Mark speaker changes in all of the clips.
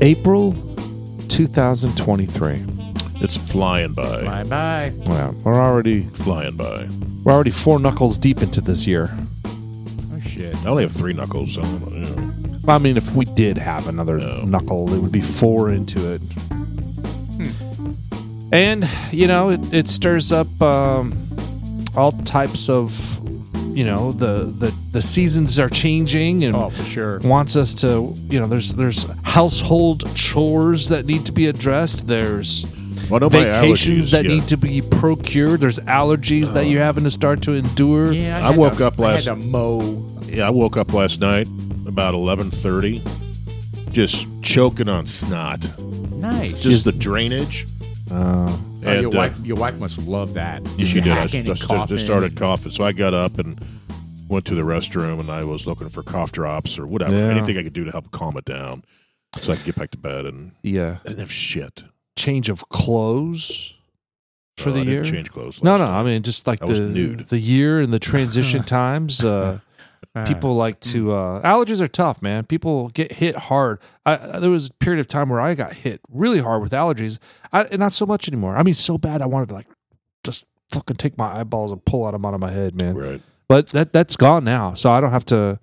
Speaker 1: April 2023.
Speaker 2: It's flying by.
Speaker 3: Bye bye.
Speaker 1: Wow, we're already
Speaker 2: Flying by.
Speaker 1: we're already four knuckles deep into this year.
Speaker 3: Oh shit.
Speaker 2: I only have three knuckles. So, yeah.
Speaker 1: I mean, if we did have another
Speaker 2: No.
Speaker 1: knuckle, it would be four into it.
Speaker 3: Hmm.
Speaker 1: And you know, it, it stirs up um, all types of, you know, the, the the seasons are changing and
Speaker 3: Oh, for sure.
Speaker 1: wants us to, you know, there's there's household chores that need to be addressed. There's
Speaker 2: Well, I know my
Speaker 1: vacations
Speaker 2: allergies,
Speaker 1: that
Speaker 2: yeah. Uh-huh.
Speaker 1: need to be procured. There's allergies that you're having to start to endure.
Speaker 3: Yeah,
Speaker 2: I
Speaker 3: had
Speaker 2: woke
Speaker 3: to-
Speaker 2: up last-
Speaker 3: I had to mow.
Speaker 2: Yeah, I woke up last night about eleven thirty, just choking on snot,
Speaker 3: Nice.
Speaker 2: just the drainage.
Speaker 3: Oh,
Speaker 2: and,
Speaker 3: your
Speaker 2: uh,
Speaker 3: wife, your wife must love that.
Speaker 2: Yes, you did. I, I,
Speaker 3: Hacking and
Speaker 2: st-
Speaker 3: coughing.
Speaker 2: just started coughing, so I got up and went to the restroom, and I was looking for cough drops or whatever,
Speaker 1: Yeah.
Speaker 2: anything I could do to help calm it down, so I could get back to bed. And
Speaker 1: yeah.
Speaker 2: I didn't have shit
Speaker 1: Change of clothes for
Speaker 2: Oh,
Speaker 1: the
Speaker 2: I
Speaker 1: year.
Speaker 2: didn't Change clothes.
Speaker 1: No,
Speaker 2: last
Speaker 1: no.
Speaker 2: night.
Speaker 1: I mean, just like
Speaker 2: I was
Speaker 1: the
Speaker 2: nude.
Speaker 1: the year and the transition times. Uh,
Speaker 3: Uh,
Speaker 1: people like to uh, allergies are tough, man. People get hit hard. I, I- there was a period of time where I got hit really hard with allergies. I, and not so much anymore. I mean, so bad I wanted to like just fucking take my eyeballs and pull out them out of my head, man.
Speaker 2: Right.
Speaker 1: But that that's gone now, so I don't have to.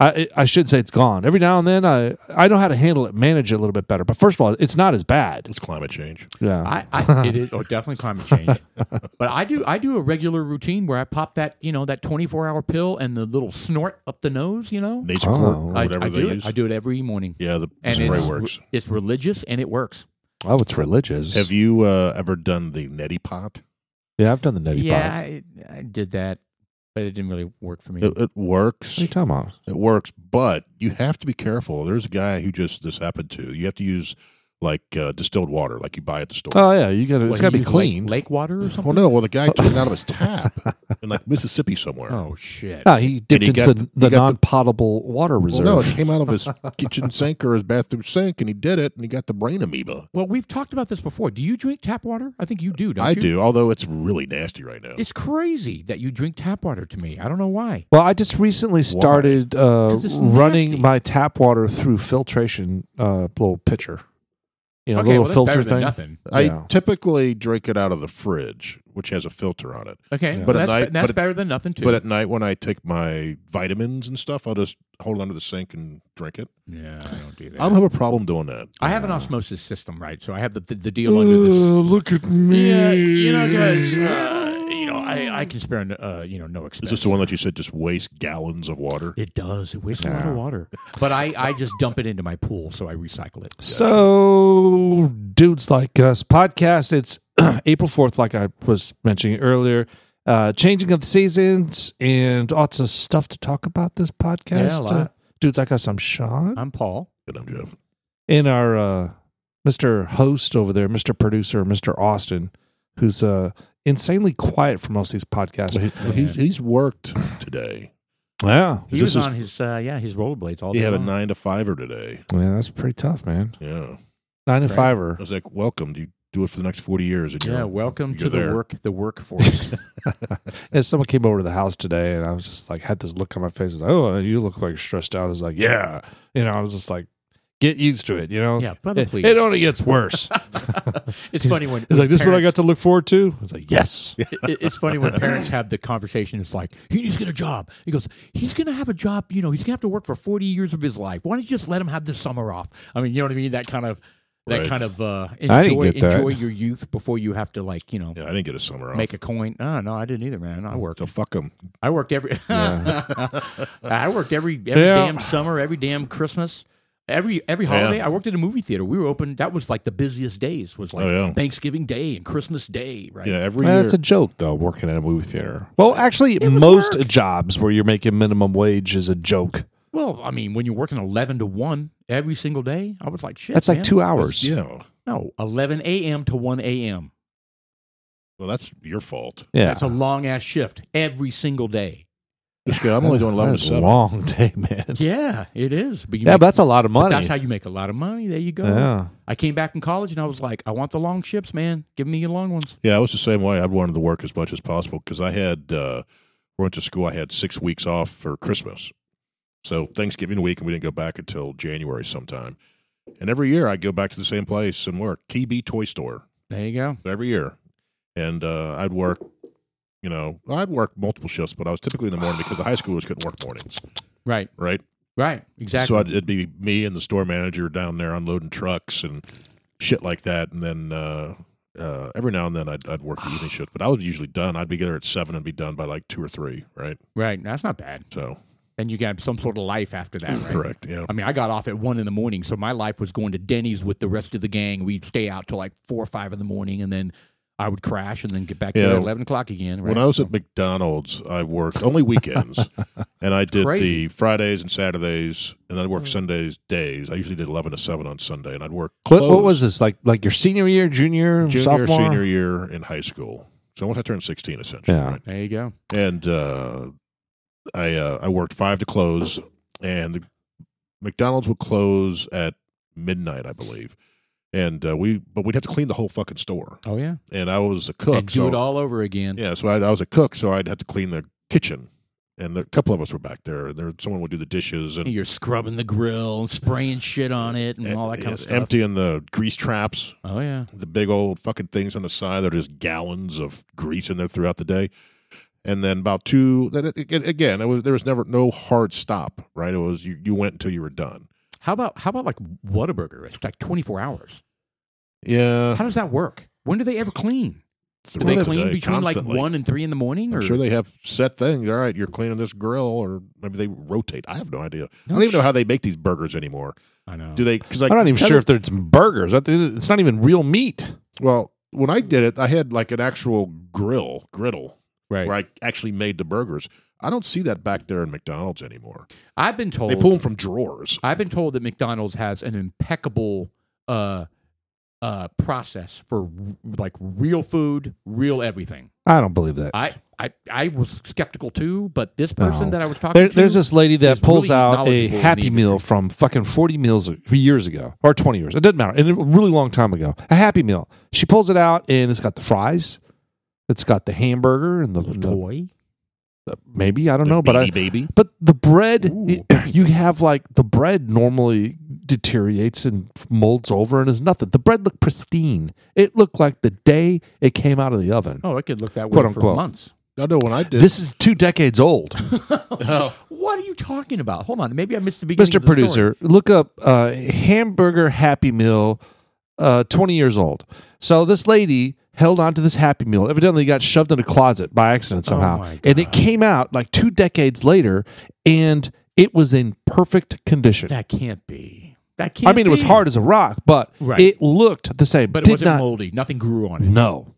Speaker 1: I I should say it's gone. Every now and then, I I know how to handle it, manage it a little bit better. But first of all, it's not as bad.
Speaker 2: It's climate change.
Speaker 1: Yeah.
Speaker 3: I, I it is oh definitely climate change. but I do I do a regular routine where I pop that, you know, that 24-hour pill and the little snort up the nose, you know?
Speaker 2: Nature
Speaker 1: Oh.
Speaker 2: court,
Speaker 1: I-
Speaker 3: I,
Speaker 2: whatever
Speaker 3: I
Speaker 2: they
Speaker 3: do
Speaker 2: use.
Speaker 3: it. I do it every morning.
Speaker 2: Yeah, the, the
Speaker 3: And
Speaker 2: spray
Speaker 3: it's,
Speaker 2: works.
Speaker 3: it's religious and it works.
Speaker 1: oh, it's religious.
Speaker 2: Have you uh, ever done the neti pot?
Speaker 1: yeah, I've done the neti
Speaker 3: yeah,
Speaker 1: pot.
Speaker 3: I, I did that, but it didn't really work for me.
Speaker 2: It, it works.
Speaker 1: What are you talking about?
Speaker 2: It works, but you have to be careful. There's a guy who just this happened to. You have to use like uh, distilled water, like you buy at the store.
Speaker 1: Oh yeah, you got to.
Speaker 3: What,
Speaker 1: It's got to be
Speaker 3: you use, like,
Speaker 1: clean.
Speaker 3: Lake, water or
Speaker 2: well,
Speaker 3: something?
Speaker 2: Oh, no. Well, the guy took it out of his tap in like Mississippi somewhere.
Speaker 3: Oh shit.
Speaker 1: No, he dipped
Speaker 2: he
Speaker 1: into
Speaker 2: got-
Speaker 1: the,
Speaker 2: he
Speaker 1: the
Speaker 2: got the-
Speaker 1: non-potable water
Speaker 2: Well,
Speaker 1: reserve.
Speaker 2: no, it came out of his kitchen sink or his bathroom sink, and he did it, and he got the brain amoeba.
Speaker 3: Well, we've talked about this before. Do you drink tap water? I think you do, don't
Speaker 2: I
Speaker 3: you?
Speaker 2: do, although it's really nasty right now.
Speaker 3: It's crazy that you drink tap water to me. I don't know why.
Speaker 1: well, I just recently started uh,
Speaker 3: 'Cause it's
Speaker 1: running
Speaker 3: nasty.
Speaker 1: my tap water through filtration uh, little pitcher. You know,
Speaker 3: okay,
Speaker 1: little
Speaker 3: well, that's
Speaker 1: filter
Speaker 3: better than
Speaker 1: thing.
Speaker 3: Nothing.
Speaker 2: I
Speaker 1: Yeah.
Speaker 2: typically drink it out of the fridge, which has a filter on it.
Speaker 3: Okay,
Speaker 1: Yeah.
Speaker 3: but
Speaker 2: But at
Speaker 3: that's,
Speaker 2: night-
Speaker 3: be- that's
Speaker 2: but at-
Speaker 3: better than nothing too.
Speaker 2: But at night, when I take my vitamins and stuff, I'll just hold under the sink and drink it.
Speaker 3: yeah, I don't do that.
Speaker 2: I don't have a problem doing that.
Speaker 3: I have an osmosis system, right? So I have the the, the deal
Speaker 1: Uh,
Speaker 3: under this.
Speaker 1: look at me.
Speaker 3: Yeah, you know, guys. Uh, you know, I, I can spare uh, you know no
Speaker 2: Is
Speaker 3: expense.
Speaker 2: this the one that you said just waste gallons of water?
Speaker 3: It does. It wastes a lot
Speaker 1: Yeah.
Speaker 3: of water. But I, I just dump it into my pool, so I recycle it.
Speaker 1: So, dudes like us podcast. It's April fourth, like I was mentioning earlier. Uh, changing of the seasons and lots of stuff to talk about this podcast.
Speaker 3: lot.
Speaker 1: Uh, dudes like us. I'm Sean.
Speaker 3: I'm Paul.
Speaker 2: And I'm Jeff.
Speaker 1: in our uh, Mr. host over there, Mr. producer, Mr. Austin, who's uh, insanely quiet for most of these podcasts.
Speaker 2: Well, he- he's, he's worked today.
Speaker 1: Yeah.
Speaker 3: He
Speaker 2: This
Speaker 3: was
Speaker 2: is-
Speaker 3: on his uh, yeah his rollerblades all
Speaker 2: He
Speaker 3: day
Speaker 2: had a
Speaker 3: long.
Speaker 2: nine to fiver today.
Speaker 1: Yeah, that's pretty tough, man.
Speaker 2: Yeah.
Speaker 1: Nine to
Speaker 3: Right.
Speaker 2: I
Speaker 1: fiver.
Speaker 2: was like, welcome. Do you do it for the next 40 years? And
Speaker 3: Yeah,
Speaker 2: you're-
Speaker 3: welcome
Speaker 2: you're
Speaker 3: to the
Speaker 2: there.
Speaker 3: work the workforce.
Speaker 1: And someone came over to the house today and I was just like, had this look on my face. It's Like, oh, you look like you're stressed out. I was like, yeah. You know, I was just like, get used to it, you know?
Speaker 3: Yeah, brother,
Speaker 1: It,
Speaker 3: please.
Speaker 1: it only gets worse.
Speaker 3: it's funny when
Speaker 1: it's like, this is what I
Speaker 3: parents-
Speaker 1: got to look forward to? I was like, yes.
Speaker 3: it- It's funny when parents have the conversation. It's like he needs to get a job. He goes, he's gonna have a job. You know, he's gonna have to work for forty years of his life. Why don't you just let him have the summer off? I mean, you know what I mean? That kind of that
Speaker 2: Right.
Speaker 3: kind of uh,
Speaker 1: I didn't
Speaker 3: enjoy
Speaker 1: get that.
Speaker 3: enjoy your youth before you have to like you know
Speaker 2: Yeah, I didn't get a summer off.
Speaker 3: make a coin. Oh, no, I didn't either, man. I worked.
Speaker 2: so fuck him.
Speaker 3: I worked every. I worked every every
Speaker 1: Yeah.
Speaker 3: damn summer, every damn Christmas, every every holiday. I worked at a movie theater. We were open. That was like the busiest days. Was like
Speaker 2: Oh, yeah.
Speaker 3: Thanksgiving Day and Christmas Day, right?
Speaker 2: Yeah, every
Speaker 1: Well,
Speaker 2: year.
Speaker 1: That's a joke, though. Working at a movie theater. Well, actually, most jobs where you're making minimum wage is a joke.
Speaker 3: Well, I mean, when you're working eleven to one every single day, I was like, shit.
Speaker 1: That's like
Speaker 3: man.
Speaker 1: two hours.
Speaker 2: yeah.
Speaker 3: No, eleven a.m. to one a.m.
Speaker 2: Well, that's your fault.
Speaker 1: yeah.
Speaker 3: That's a long ass shift every single day.
Speaker 2: Just kidding. I'm only doing 11 to
Speaker 1: That's a
Speaker 2: 7.
Speaker 1: long day, man. Yeah,
Speaker 3: Yeah, it is. But you
Speaker 1: but
Speaker 3: make-
Speaker 1: that's a lot of
Speaker 3: but
Speaker 1: money.
Speaker 3: that's how you make a lot of money. There you go.
Speaker 1: yeah.
Speaker 3: I came back from college and I was like, I want the long shifts, man. Give me your long ones.
Speaker 2: Yeah, I was the same way. I wanted to work as much as possible because I had, uh, we went to school, I had six weeks off for Christmas. So Thanksgiving week, and we didn't go back until January sometime. And every year I go back to the same place and work, TB Toy Store,
Speaker 3: There you go.
Speaker 2: every year. And uh, I'd work, you know, I'd work multiple shifts, but I was typically in the morning because the high schoolers couldn't work mornings,
Speaker 3: Right.
Speaker 2: right?
Speaker 3: Right. Exactly.
Speaker 2: So I'd, it'd be me and the store manager down there unloading trucks and shit like that. And then uh, uh, every now and then I'd, I'd work the evening shift, but I was usually done. I'd be there at seven and be done by like two or three, right?
Speaker 3: right. That's not bad.
Speaker 2: So
Speaker 3: Then you got some sort of life after that, right?
Speaker 2: correct, yeah.
Speaker 3: I mean, I got off at one in the morning, so my life was going to Denny's with the rest of the gang. We'd stay out till like four or five in the morning, and then I would crash, and then get back
Speaker 2: Yeah.
Speaker 3: there at eleven o'clock again. Right?
Speaker 2: When I was
Speaker 3: So-
Speaker 2: at McDonald's, I worked only weekends, and I did
Speaker 3: Crazy.
Speaker 2: the Fridays and Saturdays, and then I worked
Speaker 1: Mm.
Speaker 2: Sundays days. I usually did eleven to seven on Sunday, and I'd work
Speaker 1: What,
Speaker 2: close
Speaker 1: what was this like? Like your senior year, junior,
Speaker 2: junior
Speaker 1: sophomore,
Speaker 2: senior year in high school. So once I turned sixteen, essentially,
Speaker 1: Yeah.
Speaker 2: right?
Speaker 3: there you go.
Speaker 2: and uh, I uh, I worked five to close, and the McDonald's would close at midnight, I believe. And uh, we, but we'd have to clean the whole fucking store,
Speaker 3: Oh yeah,
Speaker 2: and I was a cook.
Speaker 3: and do
Speaker 2: so-
Speaker 3: it all over again.
Speaker 2: Yeah, so I, I was a cook, so I'd have to clean the kitchen, and a couple of us were back there. There, someone would do the dishes and,
Speaker 3: And You're scrubbing the grill, and spraying shit on it, and all that kind of
Speaker 2: and
Speaker 3: stuff.
Speaker 2: emptying the grease traps,
Speaker 3: Oh yeah,
Speaker 2: the big old fucking things on the side. They're just gallons of grease in there throughout the day. And then about two, then it- it- again, it was there was never no hard stop, right? It was you, you went until you were done.
Speaker 3: How about how about like Whataburger? It's like twenty four hours.
Speaker 2: Yeah,
Speaker 3: How does that work? When do they ever clean? Do
Speaker 2: throughout
Speaker 3: they
Speaker 2: the
Speaker 3: clean
Speaker 2: day,
Speaker 3: between
Speaker 2: constantly.
Speaker 3: like one and three in the morning? Or
Speaker 2: I'm sure they have set things. All right, you're cleaning this grill, or maybe they rotate. I have no idea. I
Speaker 3: No
Speaker 2: don't even know
Speaker 3: sh-
Speaker 2: how they make these burgers anymore.
Speaker 3: I know.
Speaker 2: Do they? Because like,
Speaker 1: I'm not even
Speaker 2: kind
Speaker 1: sure
Speaker 2: of-
Speaker 1: if there's burgers. I think It's not even real meat.
Speaker 2: Well, when I did it, I had like an actual grill griddle
Speaker 3: right.
Speaker 2: where I actually made the burgers. I don't see that back there in McDonald's anymore.
Speaker 3: I've been told
Speaker 2: They pull them from drawers.
Speaker 3: I've been told that McDonald's has an impeccable uh, uh, process for r- like real food, real everything.
Speaker 1: I don't believe that.
Speaker 3: I, I, I was skeptical too, but this person
Speaker 1: No.
Speaker 3: that I was talking
Speaker 1: There,
Speaker 3: to,
Speaker 1: there's this lady that
Speaker 3: is
Speaker 1: pulls
Speaker 3: really
Speaker 1: out a
Speaker 3: knowledgeable in the
Speaker 1: Happy Meal from fucking 40 meals a- years ago or 20 years. It doesn't matter. And a really long time ago. A Happy Meal. She pulls it out and it's got the fries. It's got the hamburger and the, the-
Speaker 3: toy.
Speaker 1: the- maybe I don't
Speaker 2: The
Speaker 1: know, but
Speaker 2: baby
Speaker 1: I
Speaker 2: baby.
Speaker 1: but the bread
Speaker 3: Ooh.
Speaker 1: you have like the bread normally deteriorates and molds over and is nothing. The bread looked pristine. It looked like the day it came out of the oven.
Speaker 3: Oh, it could look that way
Speaker 1: Quote,
Speaker 3: for
Speaker 1: unquote.
Speaker 3: months.
Speaker 2: I know when I did.
Speaker 1: This is two decades old.
Speaker 3: What are you talking about? Hold on, maybe I missed the beginning.
Speaker 1: Mr.
Speaker 3: of the story.
Speaker 1: Oh. Producer, look up uh, hamburger Happy Meal, uh, 20 years old. So this lady held on to this Happy Meal. Evidently, got shoved in a closet by accident somehow.
Speaker 3: Oh my
Speaker 1: and it
Speaker 3: God.
Speaker 1: came out like two decades later, and it was in perfect condition.
Speaker 3: that can't be. That can't.
Speaker 1: I mean, it was
Speaker 3: be.
Speaker 1: hard as a rock, but
Speaker 3: Right.
Speaker 1: it looked the same.
Speaker 3: but it
Speaker 1: Did
Speaker 3: wasn't
Speaker 1: not,
Speaker 3: moldy. Nothing grew on it.
Speaker 1: No.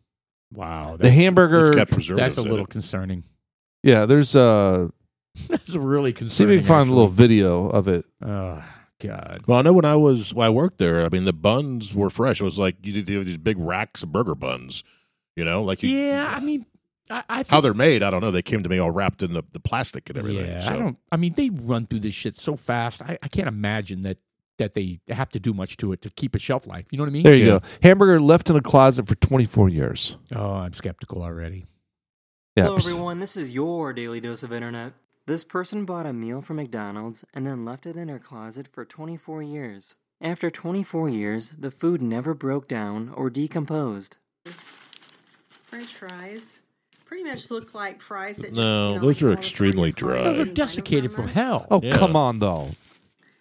Speaker 3: Wow,
Speaker 1: The
Speaker 3: that's,
Speaker 2: it's
Speaker 1: hamburger.
Speaker 2: got preservatives
Speaker 3: that's a
Speaker 2: in
Speaker 3: little
Speaker 2: it.
Speaker 3: concerning.
Speaker 1: Yeah, there's uh
Speaker 3: That's really
Speaker 1: see if
Speaker 3: concerning.
Speaker 1: we can find a little video of it.
Speaker 3: actually. Oh God.
Speaker 2: Well, I know when I was when I worked there. I mean, the buns were fresh. It was like you did they have these big racks of burger buns. You know, like you,
Speaker 3: Yeah, I mean, I, I think
Speaker 2: how they're made. I don't know. They came to me all wrapped in the, the plastic and everything.
Speaker 3: Yeah,
Speaker 2: so.
Speaker 3: I don't. I mean, they run through this shit so fast. I, I can't imagine that that they have to do much to it to keep a shelf life. You know what I mean?
Speaker 1: There you
Speaker 2: Yeah.
Speaker 1: go. Hamburger left in a closet for 24 years.
Speaker 3: Oh, I'm skeptical already.
Speaker 1: Yeah.
Speaker 4: Hello, everyone. This is your daily dose of internet. This person bought a meal from McDonald's and then left it in her closet for 24 years. After 24 years, the food never broke down or decomposed.
Speaker 5: French fries pretty much look like fries that just,
Speaker 2: No,
Speaker 5: you know,
Speaker 2: those
Speaker 5: like
Speaker 2: are
Speaker 5: fall apart
Speaker 2: extremely
Speaker 5: in your
Speaker 2: dry.
Speaker 5: fridge
Speaker 3: Those are
Speaker 5: and kind of
Speaker 3: desiccated from
Speaker 5: run
Speaker 3: hell.
Speaker 1: Oh,
Speaker 2: Yeah.
Speaker 1: come on though.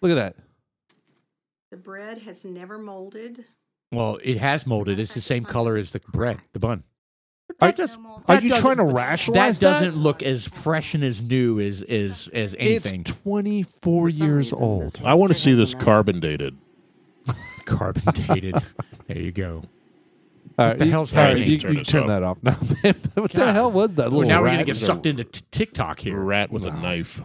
Speaker 1: Look at that.
Speaker 5: The bread has never molded.
Speaker 3: Well, it has molded. It's the same color as the bread, the bun.
Speaker 1: Are-
Speaker 3: That does-
Speaker 1: Are
Speaker 3: that
Speaker 1: you
Speaker 3: doesn't-
Speaker 1: trying to
Speaker 3: That
Speaker 1: rationalize that?
Speaker 3: doesn't look as fresh and as new as as as anything.
Speaker 1: It's 24
Speaker 4: For some
Speaker 1: years
Speaker 4: reason,
Speaker 1: old.
Speaker 4: this
Speaker 2: I want to
Speaker 4: hamster
Speaker 2: see
Speaker 4: has
Speaker 2: this
Speaker 4: enough.
Speaker 2: carbon dated.
Speaker 3: carbon dated. there you go.
Speaker 1: All right,
Speaker 3: the
Speaker 1: you-
Speaker 3: hell's
Speaker 1: all right,
Speaker 3: happening?
Speaker 1: You,
Speaker 2: Turn
Speaker 1: you
Speaker 2: this
Speaker 1: turn
Speaker 2: off.
Speaker 1: that off now. what the
Speaker 3: God.
Speaker 1: hell was that?
Speaker 3: Well,
Speaker 1: Little
Speaker 3: now we're gonna
Speaker 1: rat?
Speaker 3: get sucked into t- TikTok here.
Speaker 2: Rat with a knife.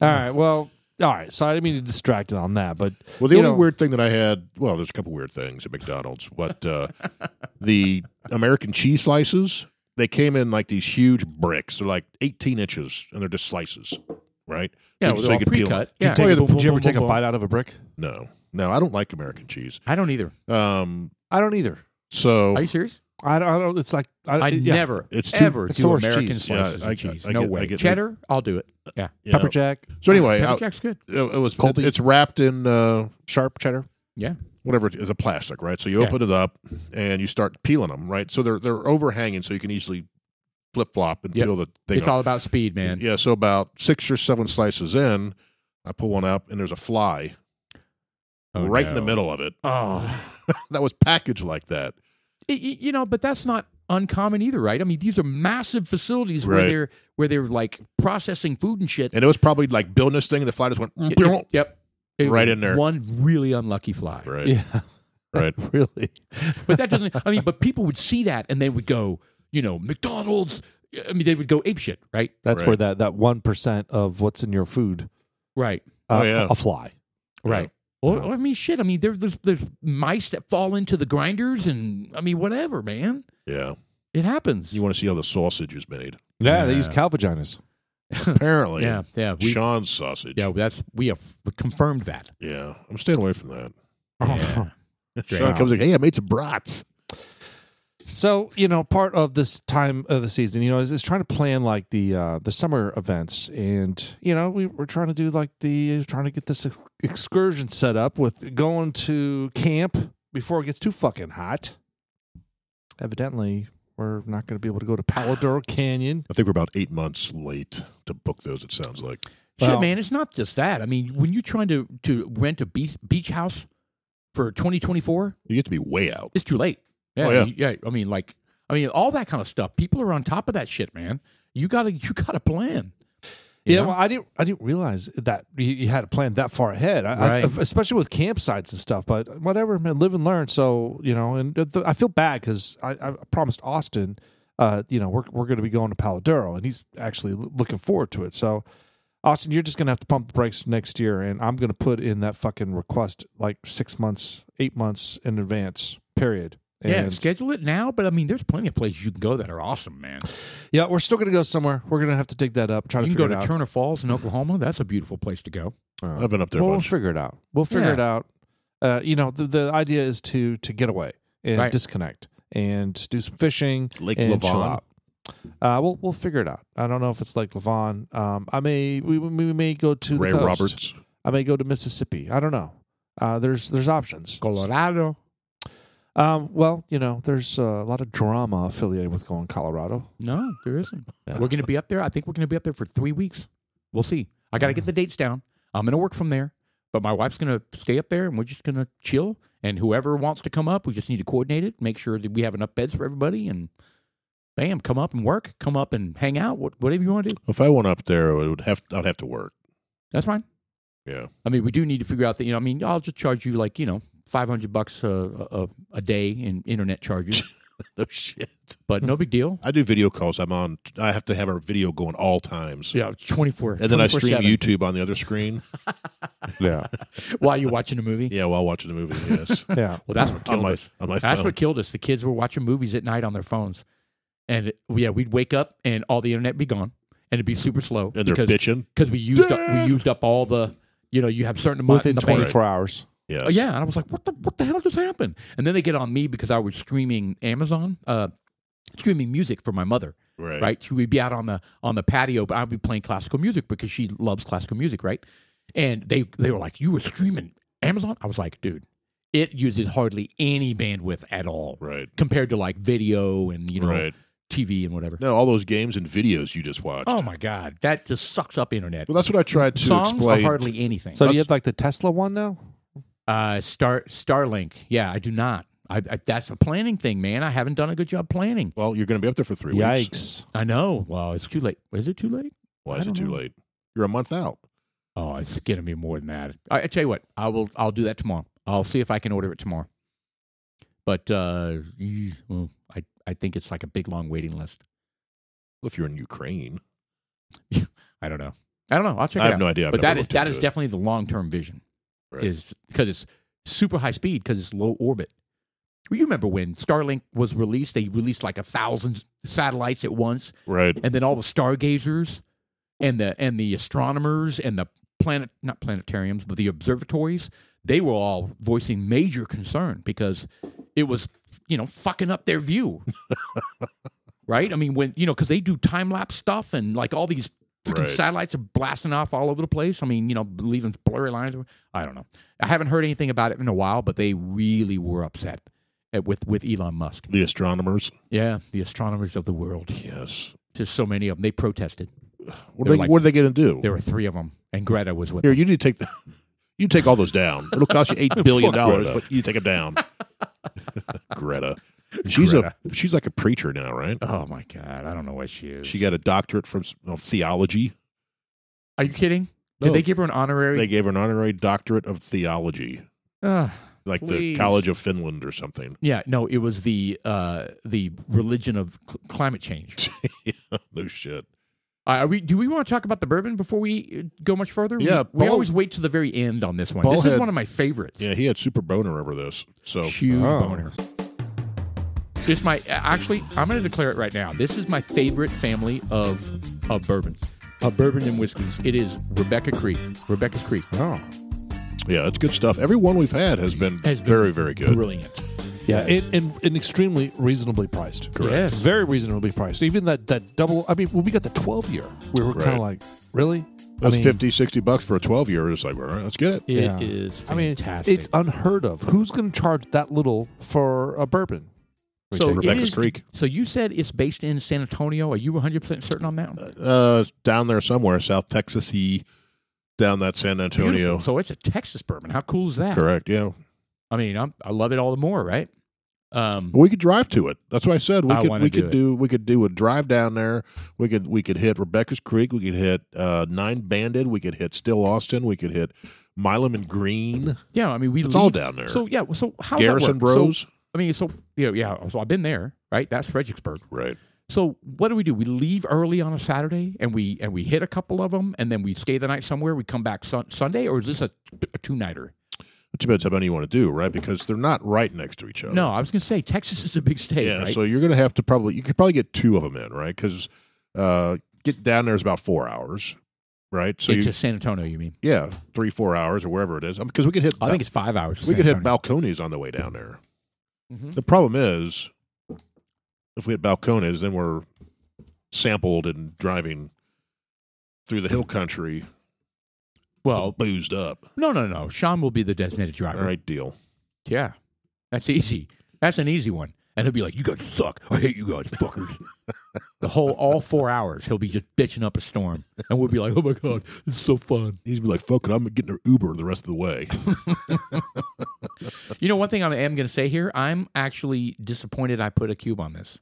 Speaker 1: All right. Well, all right. So I didn't mean to distract it on that, but
Speaker 2: Well, the
Speaker 1: you
Speaker 2: only
Speaker 1: know,
Speaker 2: weird thing that I had, well, there's a couple weird things at McDonald's, but uh, the American cheese slices, they came in like these huge bricks. They're like 18 inches, and they're just slices, right?
Speaker 3: Yeah,
Speaker 2: So
Speaker 3: well,
Speaker 2: you
Speaker 3: they're all
Speaker 2: could peel
Speaker 3: pre-cut.
Speaker 2: them. Did you
Speaker 3: Yeah.
Speaker 2: tell you the-
Speaker 1: Did you ever take a
Speaker 3: boom,
Speaker 1: bite out of a brick?
Speaker 2: No, no, I don't like American cheese.
Speaker 3: I don't either.
Speaker 2: Um,
Speaker 1: I don't either.
Speaker 2: so
Speaker 3: Are you serious?
Speaker 1: I don't. I don't it's like I,
Speaker 3: I
Speaker 1: Uh, yeah.
Speaker 3: never,
Speaker 2: It's too-
Speaker 3: ever
Speaker 1: it's the
Speaker 3: do
Speaker 1: worst
Speaker 3: American
Speaker 1: cheese.
Speaker 3: slices
Speaker 2: Yeah, I-
Speaker 3: of cheese.
Speaker 2: I- I
Speaker 3: no
Speaker 2: get- I
Speaker 3: way.
Speaker 2: get-
Speaker 3: Cheddar, I'll do it. Yeah,
Speaker 2: you know.
Speaker 1: pepper jack,
Speaker 2: So anyway,
Speaker 3: pepper
Speaker 2: I-
Speaker 3: jack's good.
Speaker 2: it, it was
Speaker 1: Colby.
Speaker 2: it's wrapped in uh,
Speaker 1: sharp cheddar.
Speaker 3: Yeah.
Speaker 2: whatever it is, a plastic, right? So you
Speaker 3: Yeah.
Speaker 2: open it up and you start peeling them, right? So they're they're overhanging, so you can easily flip flop and
Speaker 3: Yep.
Speaker 2: peel the thing.
Speaker 3: it's
Speaker 2: off.
Speaker 3: all about speed, man.
Speaker 2: Yeah, so about six or seven slices in, I pull one up and there's a fly
Speaker 3: Oh,
Speaker 2: right in the
Speaker 3: no.
Speaker 2: middle of it.
Speaker 3: Oh.
Speaker 2: That was packaged like that.
Speaker 3: Y- y- you know, but that's not uncommon either, right? I mean, these are massive facilities where
Speaker 2: Right.
Speaker 3: they're where they're like processing food and shit.
Speaker 2: And it was probably like building this thing and the fly just went
Speaker 3: Y-
Speaker 2: "Pew."
Speaker 3: yep. It
Speaker 2: Right
Speaker 3: was
Speaker 2: in there.
Speaker 3: One really unlucky fly.
Speaker 2: right.
Speaker 1: Yeah.
Speaker 2: Right.
Speaker 1: really.
Speaker 3: But that doesn't I mean, but people would see that and they would go, you know, McDonald's I mean, they would go apeshit, right?
Speaker 1: That's
Speaker 2: Right.
Speaker 1: where that that one percent of what's in your food,
Speaker 3: Right.
Speaker 1: uh,
Speaker 2: Oh, yeah.
Speaker 1: a fly.
Speaker 3: Right. Or,
Speaker 1: Uh-huh.
Speaker 3: or, I mean, shit. I mean, there, there's there's mice that fall into the grinders, and I mean, whatever, man.
Speaker 2: Yeah.
Speaker 3: It happens.
Speaker 2: You want to see how the sausage is made.
Speaker 1: Yeah, they
Speaker 3: Yeah.
Speaker 1: use cow vaginas.
Speaker 2: Apparently.
Speaker 3: yeah, yeah, we,
Speaker 2: Sean's sausage.
Speaker 3: yeah. That's we have confirmed that.
Speaker 2: Yeah. I'm staying away from that.
Speaker 3: Yeah.
Speaker 2: Sean comes like, hey, I made some brats.
Speaker 1: So you know, part of this time of the season, you know, is, is trying to plan like the uh, the summer events, and you know, we were trying to do like the trying to get this ex- excursion set up with going to camp before it gets too fucking hot. Evidently, we're not going to be able to go to Palo Duro Canyon.
Speaker 2: I think we're about eight months late to book those, it sounds like.
Speaker 1: Well-
Speaker 3: Shit, man, it's not just that. I mean, when you're trying to to rent a beach beach house for 2024,
Speaker 2: You have to be way out.
Speaker 3: it's too late. Yeah,
Speaker 2: Oh, yeah.
Speaker 3: I mean, yeah. I mean, like, I mean, all that kind of stuff. People are on top of that shit, man. You gotta you gotta plan. you
Speaker 1: Yeah,
Speaker 3: know?
Speaker 1: well, I didn't. I didn't realize that you, you had a plan that far ahead, I, I,
Speaker 3: Right.
Speaker 1: especially with campsites and stuff. But whatever, man, live and learn. So you know, and th- I feel bad because I, I promised Austin, uh, you know, we're we're going to be going to Palo Duro, and he's actually l- looking forward to it. So, Austin, you're just going to have to pump the brakes next year, and I'm going to put in that fucking request like six months, eight months in advance. Period.
Speaker 3: yeah,
Speaker 1: And-
Speaker 3: schedule it now. But I mean, there's plenty of places you can go that are awesome, man.
Speaker 1: yeah, we're still going to go somewhere. We're going to have to dig that up. Try
Speaker 3: You
Speaker 1: to
Speaker 3: can
Speaker 1: figure
Speaker 3: go to
Speaker 1: it out.
Speaker 3: Turner Falls in Oklahoma. That's a beautiful place to go.
Speaker 1: Uh,
Speaker 2: I've been up there
Speaker 1: Well,
Speaker 2: a
Speaker 1: we'll
Speaker 2: bunch.
Speaker 1: figure it out. We'll figure
Speaker 3: Yeah.
Speaker 1: it out. Uh, you know, the, the idea is to to get away and
Speaker 3: Right.
Speaker 1: disconnect and do some fishing.
Speaker 2: Lake
Speaker 1: and chill
Speaker 2: Levon.
Speaker 1: out. Uh, we'll we'll figure it out. I don't know if it's like Levon. Um, I may we, we may go to
Speaker 2: Ray
Speaker 1: the coast.
Speaker 2: Roberts.
Speaker 1: I may go to Mississippi. I don't know. Uh, there's there's options.
Speaker 3: Colorado.
Speaker 1: Um, well, you know, there's uh, a lot of drama affiliated with going Colorado.
Speaker 3: No, there isn't.
Speaker 1: Yeah.
Speaker 3: We're going to be up there. I think we're going to be up there for three weeks. We'll see. I got to get the dates down. I'm going to work from there, but my wife's going to stay up there, and we're just going to chill. And whoever wants to come up, we just need to coordinate it, make sure that we have enough beds for everybody, and bam, come up and work, come up and hang out, wha- whatever you want to do.
Speaker 2: If I went up there, it would have I'd have to work.
Speaker 3: That's fine.
Speaker 2: Yeah.
Speaker 3: I mean, we do need to figure out that you know. I mean, I'll just charge you like you know, five hundred bucks a, a a day in internet charges,
Speaker 2: No shit.
Speaker 3: but no big deal.
Speaker 2: I do video calls. I'm on. I have to have our video going all times.
Speaker 3: Yeah, twenty four.
Speaker 2: And then I stream YouTube on the other screen.
Speaker 1: Yeah,
Speaker 3: while you're watching a movie.
Speaker 2: Yeah, while watching the movie. Yes.
Speaker 1: yeah.
Speaker 3: Well, that's what
Speaker 2: on
Speaker 3: killed
Speaker 2: my
Speaker 3: us.
Speaker 2: on my
Speaker 3: That's
Speaker 2: phone.
Speaker 3: what killed us. The kids were watching movies at night on their phones, and it- yeah, we'd wake up and all the internet be gone, and it'd be super slow
Speaker 2: And they're
Speaker 3: because
Speaker 2: bitching.
Speaker 3: because we used up
Speaker 2: Dad!
Speaker 3: we used up all the you know you have certain amount
Speaker 1: Within
Speaker 3: in the bank.
Speaker 1: 24 hours.
Speaker 2: Yes.
Speaker 3: Oh, yeah, and I was like, what the what the hell just happened? And then they get on me because I was streaming Amazon, uh, streaming music for my mother
Speaker 2: Right.
Speaker 3: right? She would be out on the on the patio, but I'd be playing classical music because she loves classical music, right? And they they were like, "You were streaming Amazon?" I was like, "Dude, it uses hardly any bandwidth at all
Speaker 2: Right.
Speaker 3: compared to like video and you know
Speaker 2: right.
Speaker 3: TV and whatever."
Speaker 2: No, all those games and videos you just watched.
Speaker 3: Oh my god, that just sucks up internet.
Speaker 2: Well, that's what I tried to
Speaker 3: Songs are
Speaker 2: explain.
Speaker 3: hardly anything.
Speaker 1: So do you have like the Tesla one now?
Speaker 3: uh, Star Starlink, yeah, I do not. I, I, that's a planning thing, man. I haven't done a good job planning.
Speaker 2: Well, you're going to be up there for three weeks.
Speaker 1: Yikes!
Speaker 3: I know. Well, it's too late. Is it too late?
Speaker 2: Why
Speaker 3: I
Speaker 2: is it
Speaker 3: don't
Speaker 2: too
Speaker 3: know.
Speaker 2: late? You're a month out.
Speaker 3: Oh, it's gonna be more than that. I, I tell you what, I will. I'll do that tomorrow. I'll see if I can order it tomorrow. But uh, ye- well, I I think it's like a big long waiting list.
Speaker 2: Well, If you're in Ukraine,
Speaker 3: I don't know. I don't know. I'll check
Speaker 2: I
Speaker 3: it
Speaker 2: have
Speaker 3: out.
Speaker 2: no idea. I've
Speaker 3: but that
Speaker 2: never
Speaker 3: is
Speaker 2: looked
Speaker 3: that
Speaker 2: into
Speaker 3: is
Speaker 2: it.
Speaker 3: definitely the long term vision.
Speaker 2: Right.
Speaker 3: Is because it's super high speed because it's low orbit. Well, You remember when Starlink was released? They released like a thousand satellites at once,
Speaker 2: right.
Speaker 3: and then all the stargazers and the and the astronomers and the planet not planetariums but the observatories they were all voicing major concern because it was you know fucking up their view right i mean when you know because they do time lapse stuff and like all these Freaking
Speaker 2: Right.
Speaker 3: satellites are blasting off all over the place. I mean, you know, leaving blurry lines. I don't know. I haven't heard anything about it in a while, but they really were upset at, with with Elon Musk.
Speaker 2: The astronomers.
Speaker 3: Yeah, the astronomers of the world.
Speaker 2: Yes.
Speaker 3: Just so many of them. They protested.
Speaker 2: What
Speaker 3: They're
Speaker 2: are, they,
Speaker 3: like-
Speaker 2: what are they going to do?
Speaker 3: There were three of them, and Greta was with.
Speaker 2: Here,
Speaker 3: them.
Speaker 2: you need to take the. You take all those down. It'll cost you eight billion dollars,
Speaker 1: Greta.
Speaker 2: but you take them down. Greta, she's
Speaker 3: Greta.
Speaker 2: a she's like a preacher now, right?
Speaker 3: Oh my God! I don't know what she is.
Speaker 2: She got a doctorate from s- of theology.
Speaker 3: Are you kidding?
Speaker 2: No.
Speaker 3: Did they give her an honorary?
Speaker 2: They gave her an honorary doctorate of theology,
Speaker 3: Ugh.
Speaker 2: like the
Speaker 3: Please.
Speaker 2: College of Finland or something.
Speaker 3: yeah, no, it was the uh, the religion of cl- climate change.
Speaker 2: no shit.
Speaker 3: Uh, are we? Do we want to talk about the bourbon before we uh, go much further? We-
Speaker 2: Yeah,
Speaker 3: we,
Speaker 2: Paul-
Speaker 3: always wait to the very end on this one.
Speaker 2: Paul
Speaker 3: this
Speaker 2: had-
Speaker 3: is one of my favorites.
Speaker 2: Yeah, he had super boner over this. So
Speaker 3: Huge
Speaker 1: Oh.
Speaker 3: boner. It's my actually. I'm going to declare it right now. This is my favorite family of of bourbon, of bourbon and whiskeys. It is Rebecca Creek. Rebecca's Creek.
Speaker 1: Oh.
Speaker 2: yeah, it's good stuff. Every one we've had has been
Speaker 3: Has been
Speaker 2: very, very good.
Speaker 3: Brilliant.
Speaker 1: Yeah, and, and, and extremely reasonably priced.
Speaker 3: Correct. Yes.
Speaker 1: Very reasonably priced. Even that, that double, I mean, when we got the 12 year, we were kind
Speaker 2: Right.
Speaker 1: of like, really? I
Speaker 2: That's
Speaker 1: mean,
Speaker 2: fifty, sixty 50, 60 bucks for a 12 year. It's like, all right, let's get it.
Speaker 3: It is
Speaker 1: Yeah. I mean,
Speaker 3: fantastic.
Speaker 1: it's unheard of. Who's going to charge that little for a bourbon?
Speaker 2: We
Speaker 3: So
Speaker 2: take
Speaker 3: it
Speaker 2: Rebecca's
Speaker 3: is-
Speaker 2: Creek.
Speaker 3: So you said it's based in San Antonio. Are you 100% certain on that? one?
Speaker 2: Uh, it's down there somewhere, South Texas, he down that San Antonio.
Speaker 3: Beautiful. So it's a Texas bourbon. How cool is that?
Speaker 2: Correct. Yeah.
Speaker 3: I mean, I'm, I love it all the more, right? Um,
Speaker 2: We could drive to it. That's what I said. We
Speaker 3: I
Speaker 2: could
Speaker 3: wanna
Speaker 2: we
Speaker 3: do
Speaker 2: could
Speaker 3: it.
Speaker 2: do we could do a drive down there. We could we could hit Rebecca's Creek. We could hit uh, Nine Banded. We could hit Still Austin. We could hit Milam and Green.
Speaker 3: yeah, I mean, we
Speaker 2: It's
Speaker 3: leave-
Speaker 2: all down there.
Speaker 3: So yeah, so how
Speaker 2: Garrison
Speaker 3: that work? So,
Speaker 2: Bros.
Speaker 3: I mean, so you know, yeah, so I've been there, right? That's Fredericksburg.
Speaker 2: right.
Speaker 3: So what do we do? We leave early on a Saturday and we and we hit a couple of them and then we stay the night somewhere. We come back sun- Sunday, or is this a, a two nighter?
Speaker 2: It depends how many you want to do, right? Because they're not right next to each other.
Speaker 3: No, I was gonna say Texas is a big state,
Speaker 2: yeah.
Speaker 3: right?
Speaker 2: So you're gonna have to probably you could probably get two of them in, right? Because uh, get down there is about four hours, right? So you
Speaker 3: Into San Antonio, you mean?
Speaker 2: yeah, three four hours or wherever it is. Because we could hit
Speaker 3: I think it's five hours. to
Speaker 2: we
Speaker 3: San
Speaker 2: could hit
Speaker 3: Antonio.
Speaker 2: balconies on the way down there.
Speaker 3: Mhm.
Speaker 2: The problem is, if we hit balconies, then we're sampled and driving through the hill country,
Speaker 3: Well,
Speaker 2: boozed up.
Speaker 3: no, no, no. Sean will be the designated driver.
Speaker 2: All right, deal.
Speaker 3: Yeah, that's easy. That's an easy one. And he'll be like, "You guys suck. I hate you guys, fuckers." the whole all four hours, he'll be just bitching up a storm, and we'll be like, "Oh my god, it's so fun."
Speaker 2: He's be like, "Fuck it, I'm getting an Uber the rest of the way."
Speaker 3: You know, one thing I am going to say here, I'm actually disappointed I put a cube on this.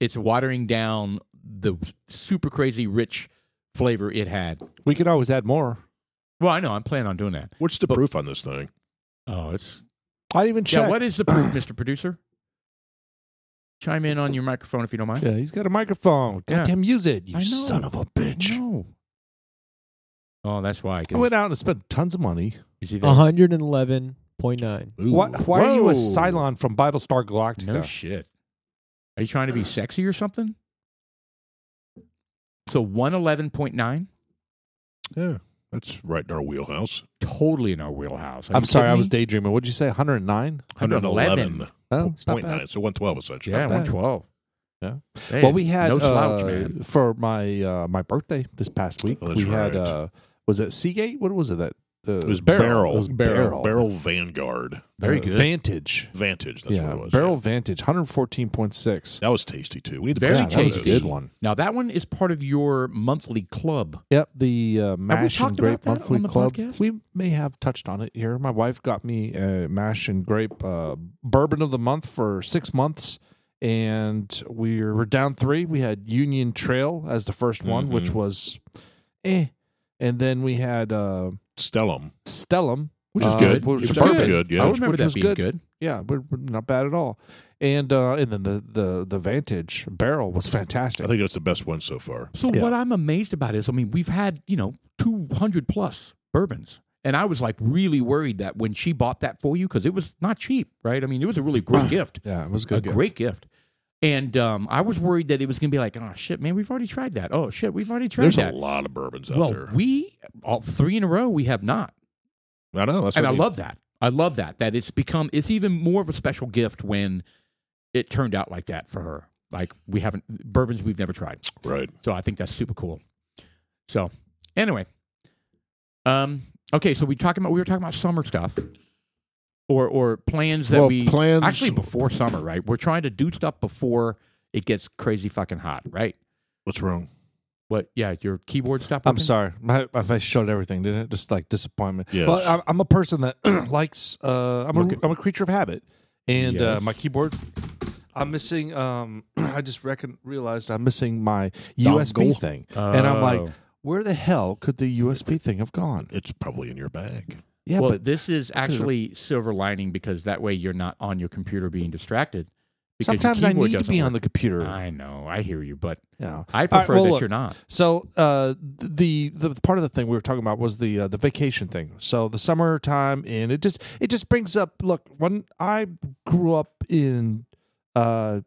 Speaker 3: It's watering down the super crazy rich flavor it had.
Speaker 1: We could always add more.
Speaker 3: Well, I know I'm planning on doing that.
Speaker 2: What's the
Speaker 3: But-
Speaker 2: proof on this thing?
Speaker 3: Oh, it's
Speaker 1: I didn't even check.
Speaker 3: yeah. What is the proof, Mister Producer? Chime in on your microphone if you don't mind.
Speaker 1: Yeah, he's got a microphone.
Speaker 3: Oh, Yeah.
Speaker 1: Goddamn, use it, you
Speaker 3: I know.
Speaker 1: son of a bitch.
Speaker 3: No. Oh, that's why. 'cause-
Speaker 1: I went out and spent tons of money.
Speaker 3: is he there?
Speaker 6: 111.9.
Speaker 2: Ooh.
Speaker 1: Why, why are you a
Speaker 3: Whoa.
Speaker 1: Cylon from Battlestar
Speaker 3: No
Speaker 1: Galactica?
Speaker 3: shit. Are you trying to be sexy or something? So 111.9,
Speaker 2: Yeah, that's right in our wheelhouse.
Speaker 3: totally in our wheelhouse. Are
Speaker 1: I'm
Speaker 3: you
Speaker 1: sorry,
Speaker 3: kidding
Speaker 1: I was
Speaker 3: me?
Speaker 1: daydreaming. What'd you say, 109?
Speaker 2: 111.9,
Speaker 1: Well, it's not bad.
Speaker 2: so 112 essentially.
Speaker 3: Yeah,
Speaker 1: bad.
Speaker 3: 112.
Speaker 1: Yeah.
Speaker 3: Hey,
Speaker 1: well, we had
Speaker 3: no slouch,
Speaker 1: uh,
Speaker 3: man.
Speaker 1: for my uh, my birthday this past week.
Speaker 2: Oh, that's
Speaker 1: we had
Speaker 2: right.
Speaker 1: uh, was it Seagate? What was it that uh,
Speaker 2: It was barrel.
Speaker 1: It was barrel.
Speaker 2: Barrel Vanguard
Speaker 3: Very
Speaker 1: Uh,
Speaker 3: good.
Speaker 1: Vantage.
Speaker 2: Vantage. That's
Speaker 1: yeah,
Speaker 2: what it was.
Speaker 1: barrel
Speaker 2: yeah.
Speaker 1: Vantage, 114.6.
Speaker 2: That was tasty too. We had to
Speaker 3: Very
Speaker 1: yeah,
Speaker 2: pass
Speaker 1: that was a
Speaker 3: tasty.
Speaker 1: good one.
Speaker 3: Now that one is part of your monthly club.
Speaker 1: Yep, the uh, Mash and
Speaker 3: talked about
Speaker 1: Grape
Speaker 3: that on
Speaker 1: Monthly
Speaker 3: the
Speaker 1: Club.
Speaker 3: podcast?
Speaker 1: We may have touched on it here. My wife got me a Mash and Grape uh, Bourbon of the Month for six months, and we were down three. We had Union Trail as the 1st one, which
Speaker 2: Mhm.
Speaker 1: was eh. And then we had uh,
Speaker 2: Stellum,
Speaker 1: Stellum,
Speaker 2: which is
Speaker 1: Uh,
Speaker 2: good.
Speaker 1: well,
Speaker 2: It's
Speaker 1: it's
Speaker 2: bourbon
Speaker 1: good.
Speaker 2: good.
Speaker 3: I
Speaker 2: Yeah,
Speaker 1: would-
Speaker 3: remember
Speaker 1: which
Speaker 3: that
Speaker 1: was
Speaker 3: being
Speaker 1: good.
Speaker 3: good.
Speaker 1: yeah, we're, we're not bad at all. And uh, and then the, the, the Vantage barrel was fantastic.
Speaker 2: I think that's the best one so far.
Speaker 3: So
Speaker 1: Yeah.
Speaker 3: what I'm amazed about is, I mean, we've had you know 200 plus bourbons, and I was like really worried that when she bought that for you because it was not cheap, right? I mean, it was a really great gift,
Speaker 1: yeah, it was
Speaker 3: a
Speaker 1: good. gift.
Speaker 3: great gift. And um, I was worried that it was going to be like, oh shit, man, we've already tried that. Oh shit, we've already tried
Speaker 2: There's
Speaker 3: that.
Speaker 2: a lot of bourbons out
Speaker 3: well,
Speaker 2: there.
Speaker 3: we all three in a row we have not.
Speaker 2: I know. That's
Speaker 3: and
Speaker 2: what
Speaker 3: I
Speaker 2: mean.
Speaker 3: love that. I love that. That it's become it's even more of a special gift when it turned out like that for her. Like we haven't bourbons we've never tried.
Speaker 2: Right.
Speaker 3: So I think that's super cool. So anyway, um, okay. So we talking about we were talking about summer stuff, or or plans that
Speaker 2: Well,
Speaker 3: we
Speaker 2: plans-
Speaker 3: actually before summer, right? We're trying to do stuff before it gets crazy fucking hot, right?
Speaker 2: What's wrong?
Speaker 3: What? Yeah, your keyboard stuff.
Speaker 1: I'm sorry. My, my face showed everything, didn't it? Just like disappointment.
Speaker 2: Yes.
Speaker 1: Well, I'm, I'm a person that likes. Uh, I'm,
Speaker 3: Look
Speaker 1: a,
Speaker 3: at-
Speaker 1: I'm a creature of habit, and uh,
Speaker 3: Yes.
Speaker 1: my keyboard. I'm missing. Um, I just reckon, realized I'm missing my
Speaker 2: Dongle.
Speaker 1: USB thing, and I'm
Speaker 3: Oh.
Speaker 1: like, where the hell could the USB thing have gone?
Speaker 2: It's probably in your bag.
Speaker 1: Yeah,
Speaker 3: well,
Speaker 1: but
Speaker 3: this is actually silver lining because that way you're not on your computer being distracted. because your
Speaker 1: sometimes I
Speaker 3: keyboard
Speaker 1: need to
Speaker 3: doesn't
Speaker 1: be on the
Speaker 3: work.
Speaker 1: computer.
Speaker 3: I know, I hear you, but
Speaker 1: you know.
Speaker 3: I
Speaker 1: right,
Speaker 3: prefer
Speaker 1: well,
Speaker 3: that
Speaker 1: look.
Speaker 3: you're not.
Speaker 1: So uh, the, the the part of the thing we were talking about was the uh, the vacation thing. So the summertime, and it just it just brings up. Look, when I grew up in, uh,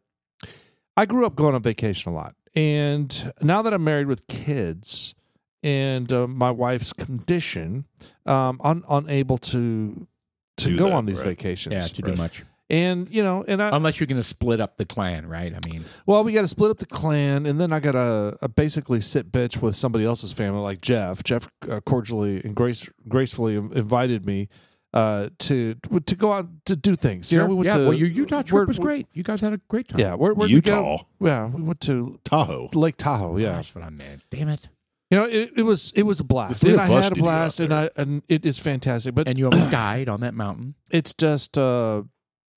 Speaker 1: I grew up going on vacation a lot, and now that I'm married with kids, and uh, my wife's condition, um, I'm unable to to
Speaker 2: Do
Speaker 1: go
Speaker 2: that,
Speaker 1: on these
Speaker 2: right.
Speaker 1: vacations.
Speaker 3: Yeah, to do
Speaker 2: right.
Speaker 3: much.
Speaker 1: And you know, and I,
Speaker 3: Unless you're going to split up the clan, right? I mean,
Speaker 1: well, we got to split up the clan, and then I got to basically sit bitch with somebody else's family, like Jeff. Jeff uh, cordially and grace, gracefully invited me uh, to to go out to do things. You know, we went
Speaker 3: yeah,
Speaker 1: to
Speaker 3: well, your Utah
Speaker 1: we're-
Speaker 3: trip was
Speaker 1: we're-
Speaker 3: great. You guys had a great time.
Speaker 1: Yeah, where, where
Speaker 2: Utah,
Speaker 1: We go? Yeah, we went to
Speaker 2: Tahoe.
Speaker 1: Lake Tahoe. Yeah,
Speaker 3: That's what I meant. Damn it.
Speaker 1: you know, it, it was it was a
Speaker 2: The
Speaker 1: blast,
Speaker 2: three
Speaker 1: and
Speaker 2: of
Speaker 1: I
Speaker 2: us
Speaker 1: had a
Speaker 2: did it out
Speaker 1: blast, and I
Speaker 2: there.
Speaker 1: and it is fantastic. But
Speaker 3: And you almost died on that mountain.
Speaker 1: it's just uh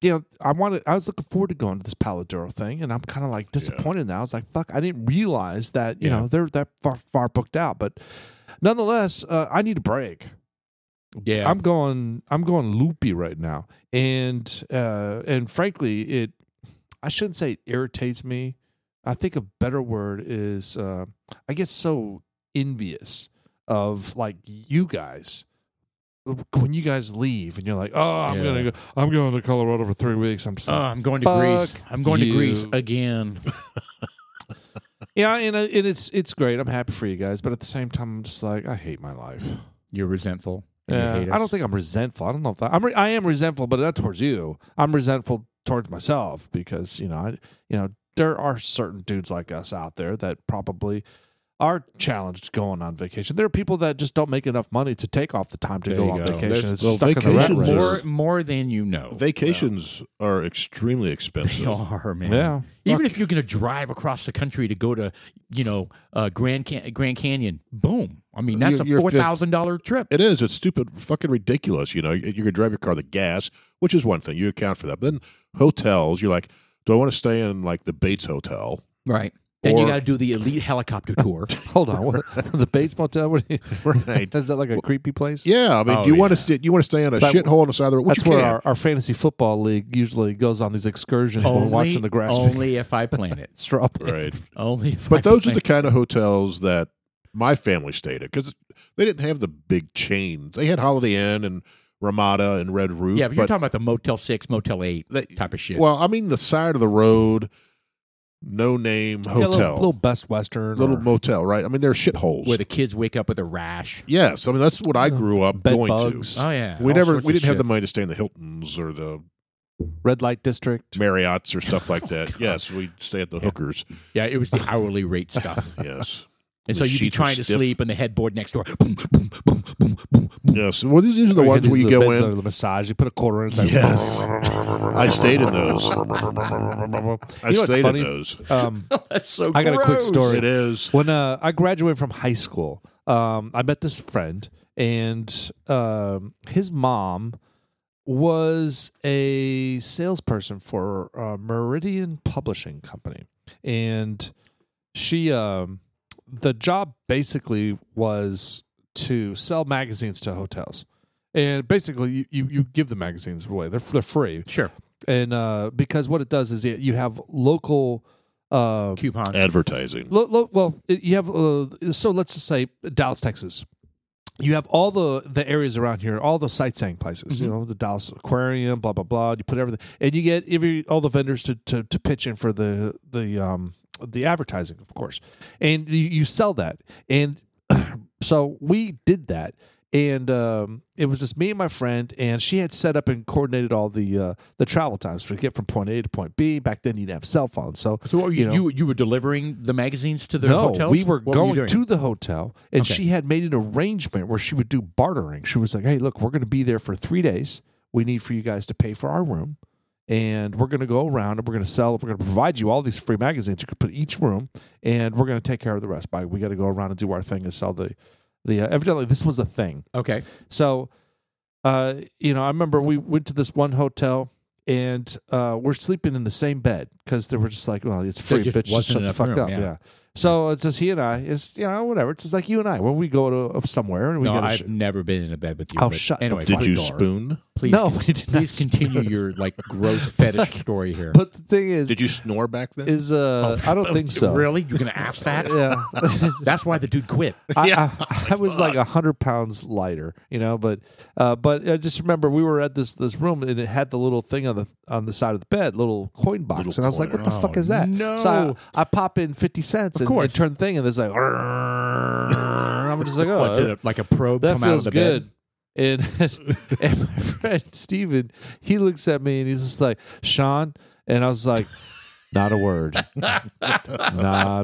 Speaker 1: you know i wanted i was looking forward to going to this Duro thing and i'm kind of like disappointed now it's like fuck i didn't realize that you
Speaker 3: Yeah.
Speaker 1: know they're that far far booked out but nonetheless uh, i need a break
Speaker 3: Yeah.
Speaker 1: i'm going i'm going loopy right now and uh and frankly it i shouldn't say it irritates me i think a better word is uh i get so envious of like you guys when you guys leave and you're like, oh, I'm
Speaker 3: Yeah.
Speaker 1: gonna go, I'm going to Colorado for three weeks. I'm just
Speaker 3: Oh,
Speaker 1: like,
Speaker 3: I'm going to
Speaker 1: Fuck
Speaker 3: Greece. I'm going
Speaker 1: you.
Speaker 3: to Greece again.
Speaker 1: yeah, and, uh, and it's it's great. I'm happy for you guys, but at the same time, I'm just like, I hate my life.
Speaker 3: You're resentful. and you
Speaker 1: Yeah,
Speaker 3: hate
Speaker 1: I don't
Speaker 3: us.
Speaker 1: think I'm resentful. I don't know if that, I'm re- I am resentful, but not towards you. I'm resentful towards myself because you know I you know there are certain dudes like us out there that probably are challenged going on vacation. There are people that just don't make enough money to take off the time to
Speaker 3: There
Speaker 1: go
Speaker 3: you
Speaker 1: on
Speaker 3: go.
Speaker 1: vacation. It's
Speaker 2: There's- well,
Speaker 1: stuck in the rat
Speaker 2: vacations
Speaker 1: race.
Speaker 3: more,
Speaker 2: Yes.
Speaker 3: more than you know.
Speaker 2: Vacations are extremely
Speaker 3: They
Speaker 2: expensive.
Speaker 3: are, man.
Speaker 1: yeah.
Speaker 3: Even if you're going to drive across the country to go to, you know, uh, Grand Can- Grand Canyon, boom. I mean, that's
Speaker 2: You're-
Speaker 3: a
Speaker 2: you're
Speaker 3: four
Speaker 2: fif-
Speaker 3: thousand dollar trip.
Speaker 2: It is. It's stupid, fucking ridiculous. You know, you, you could drive your car the gas, which is one thing. You account for that. But then hotels, you're like, do I want to stay in like the Bates Hotel?
Speaker 3: right. Then you
Speaker 2: Or-
Speaker 3: got to do the elite helicopter tour.
Speaker 1: Hold on, what, the Bates Motel. What do you-
Speaker 2: Right.
Speaker 1: Is that like a creepy place?
Speaker 2: yeah. I mean,
Speaker 3: Oh,
Speaker 2: do you want
Speaker 3: yeah.
Speaker 2: to st- you want to stay in a
Speaker 1: It's like-
Speaker 2: shithole on the side of the road? Which
Speaker 1: That's
Speaker 2: you
Speaker 1: where
Speaker 2: can.
Speaker 1: our, our fantasy football league usually goes on these excursions when we're watching the grass
Speaker 3: only if I plan it.
Speaker 1: straw play.
Speaker 2: right.
Speaker 3: Only if I
Speaker 2: But those are
Speaker 3: plan
Speaker 2: the kind of hotels that my family stayed at because they didn't have the big chains. They had Holiday Inn and Ramada and Red Roof.
Speaker 3: Yeah, but you're talking about the Motel Six, Motel Eight
Speaker 2: they,
Speaker 3: type of shit.
Speaker 2: well, I mean, the side of the road, no name
Speaker 1: Yeah,
Speaker 2: hotel,
Speaker 1: little,
Speaker 2: little,
Speaker 1: little Best Western, or
Speaker 2: motel, right? I mean, they're shitholes.
Speaker 3: where the kids wake up with a rash.
Speaker 2: Yes, I mean that's what I
Speaker 1: Yeah.
Speaker 2: grew up
Speaker 1: Bed
Speaker 2: going
Speaker 1: bugs.
Speaker 2: to. Ah,
Speaker 3: Oh yeah,
Speaker 2: we
Speaker 3: all
Speaker 2: never,
Speaker 3: sorts
Speaker 2: we
Speaker 3: of
Speaker 2: didn't have
Speaker 3: shit.
Speaker 2: the money to stay in the Hiltons or the
Speaker 1: Red Light District.
Speaker 2: Marriotts or stuff like that.
Speaker 3: God.
Speaker 2: yes, we stay at the hookers.
Speaker 3: Yeah, it was the hourly rate stuff.
Speaker 2: Yes,
Speaker 3: And so
Speaker 2: The
Speaker 3: you'd be
Speaker 2: sheets were
Speaker 3: trying to
Speaker 2: stiff.
Speaker 3: sleep, and the headboard next door, boom, boom, boom, boom, boom, boom.
Speaker 2: yes. Well, these, these are the
Speaker 1: Or
Speaker 2: ones
Speaker 1: get
Speaker 2: where
Speaker 1: these
Speaker 2: you
Speaker 1: little
Speaker 2: go
Speaker 1: beds
Speaker 2: in.
Speaker 1: under the massage. You put a quarter in. It's like,
Speaker 2: Yes, I stayed in those. I
Speaker 1: You know what's
Speaker 2: stayed
Speaker 1: funny?
Speaker 2: in those.
Speaker 1: Um,
Speaker 3: That's so.
Speaker 1: I got a quick
Speaker 3: gross.
Speaker 1: story.
Speaker 2: It is.
Speaker 1: when uh, I graduated from high school, um, I met this friend, and um, his mom was a salesperson for uh, Meridian Publishing Company, and she, um, the job basically was to sell magazines to hotels, and basically you you, you give the magazines away; they're they're free,
Speaker 3: Sure,
Speaker 1: and uh, because what it does is it, you have local. Uh,
Speaker 3: coupon.
Speaker 2: Advertising.
Speaker 1: Lo, lo, well, it- you have uh, so let's just say Dallas, Texas. You have all the the areas around here, all the sightseeing places.
Speaker 3: Mm-hmm.
Speaker 1: You know, the Dallas Aquarium, blah blah blah. You put everything, and you get every all the vendors to to, to pitch in for the the um the advertising, of course, and you, you sell that. And so we did that, and um, it was just me and my friend, and she had set up and coordinated all the uh, the travel times for get from point A to point B. Back then, you didn't have cell phones, so
Speaker 3: So what were you,
Speaker 1: You
Speaker 3: you,
Speaker 1: know-
Speaker 3: you were delivering the magazines to the
Speaker 1: no,
Speaker 3: hotels?
Speaker 1: we were
Speaker 3: What
Speaker 1: going
Speaker 3: you doing?
Speaker 1: to the hotel, and
Speaker 3: Okay.
Speaker 1: she had made an arrangement where she would do bartering. She was like, "Hey, look, we're going to be there for three days. We need for you guys to pay for our room, and we're going to go around and we're going to sell. We're going to provide you all these free magazines. You could put each room, and we're going to take care of the rest. By we got to go around and do our thing and sell the the. Uh, evidently, this was a thing.
Speaker 3: Okay.
Speaker 1: So, uh, you know, I remember we went to this one hotel and uh, we're sleeping in the same bed because they were just like, well, it's
Speaker 3: So
Speaker 1: free,
Speaker 3: it just
Speaker 1: bitch, just
Speaker 3: wasn't
Speaker 1: shut the
Speaker 3: enough
Speaker 1: fuck
Speaker 3: room,
Speaker 1: up,
Speaker 3: yeah.
Speaker 1: yeah. So it's just he and I. It's you know whatever. It's just like you and I when we go to somewhere and we
Speaker 3: no,
Speaker 1: gotta
Speaker 3: I've
Speaker 1: sh-
Speaker 3: never been in a bed with you.
Speaker 1: Oh,
Speaker 3: but
Speaker 1: shut the
Speaker 3: anyway,
Speaker 2: Did
Speaker 3: please-
Speaker 2: you spoon?
Speaker 3: Please,
Speaker 1: No,
Speaker 3: con-
Speaker 1: we did not
Speaker 3: please continue your like gross fetish story here.
Speaker 1: But the thing is,
Speaker 2: Did you snore back then?
Speaker 1: is uh, I don't think so.
Speaker 3: Oh, Really? You're gonna ask that?
Speaker 1: Yeah.
Speaker 3: That's why the dude quit.
Speaker 1: I, I, I was like a hundred pounds lighter, you know. But uh, but I just remember we were at this this room and it had the little thing on the on the side of the bed, little coin box,
Speaker 2: Little
Speaker 1: and I was like,
Speaker 2: coin.
Speaker 1: "What the fuck is that?"
Speaker 3: no.
Speaker 1: So I, I pop in fifty cents and,
Speaker 3: course.
Speaker 1: and turn the thing, and there's like, I'm just like, oh,
Speaker 3: What, did it- like a probe
Speaker 1: that
Speaker 3: come out of
Speaker 1: feels
Speaker 3: the
Speaker 1: good.
Speaker 3: bed?
Speaker 1: And, and my friend Steven, he looks at me and he's just like, Sean. And I was like, not a word. not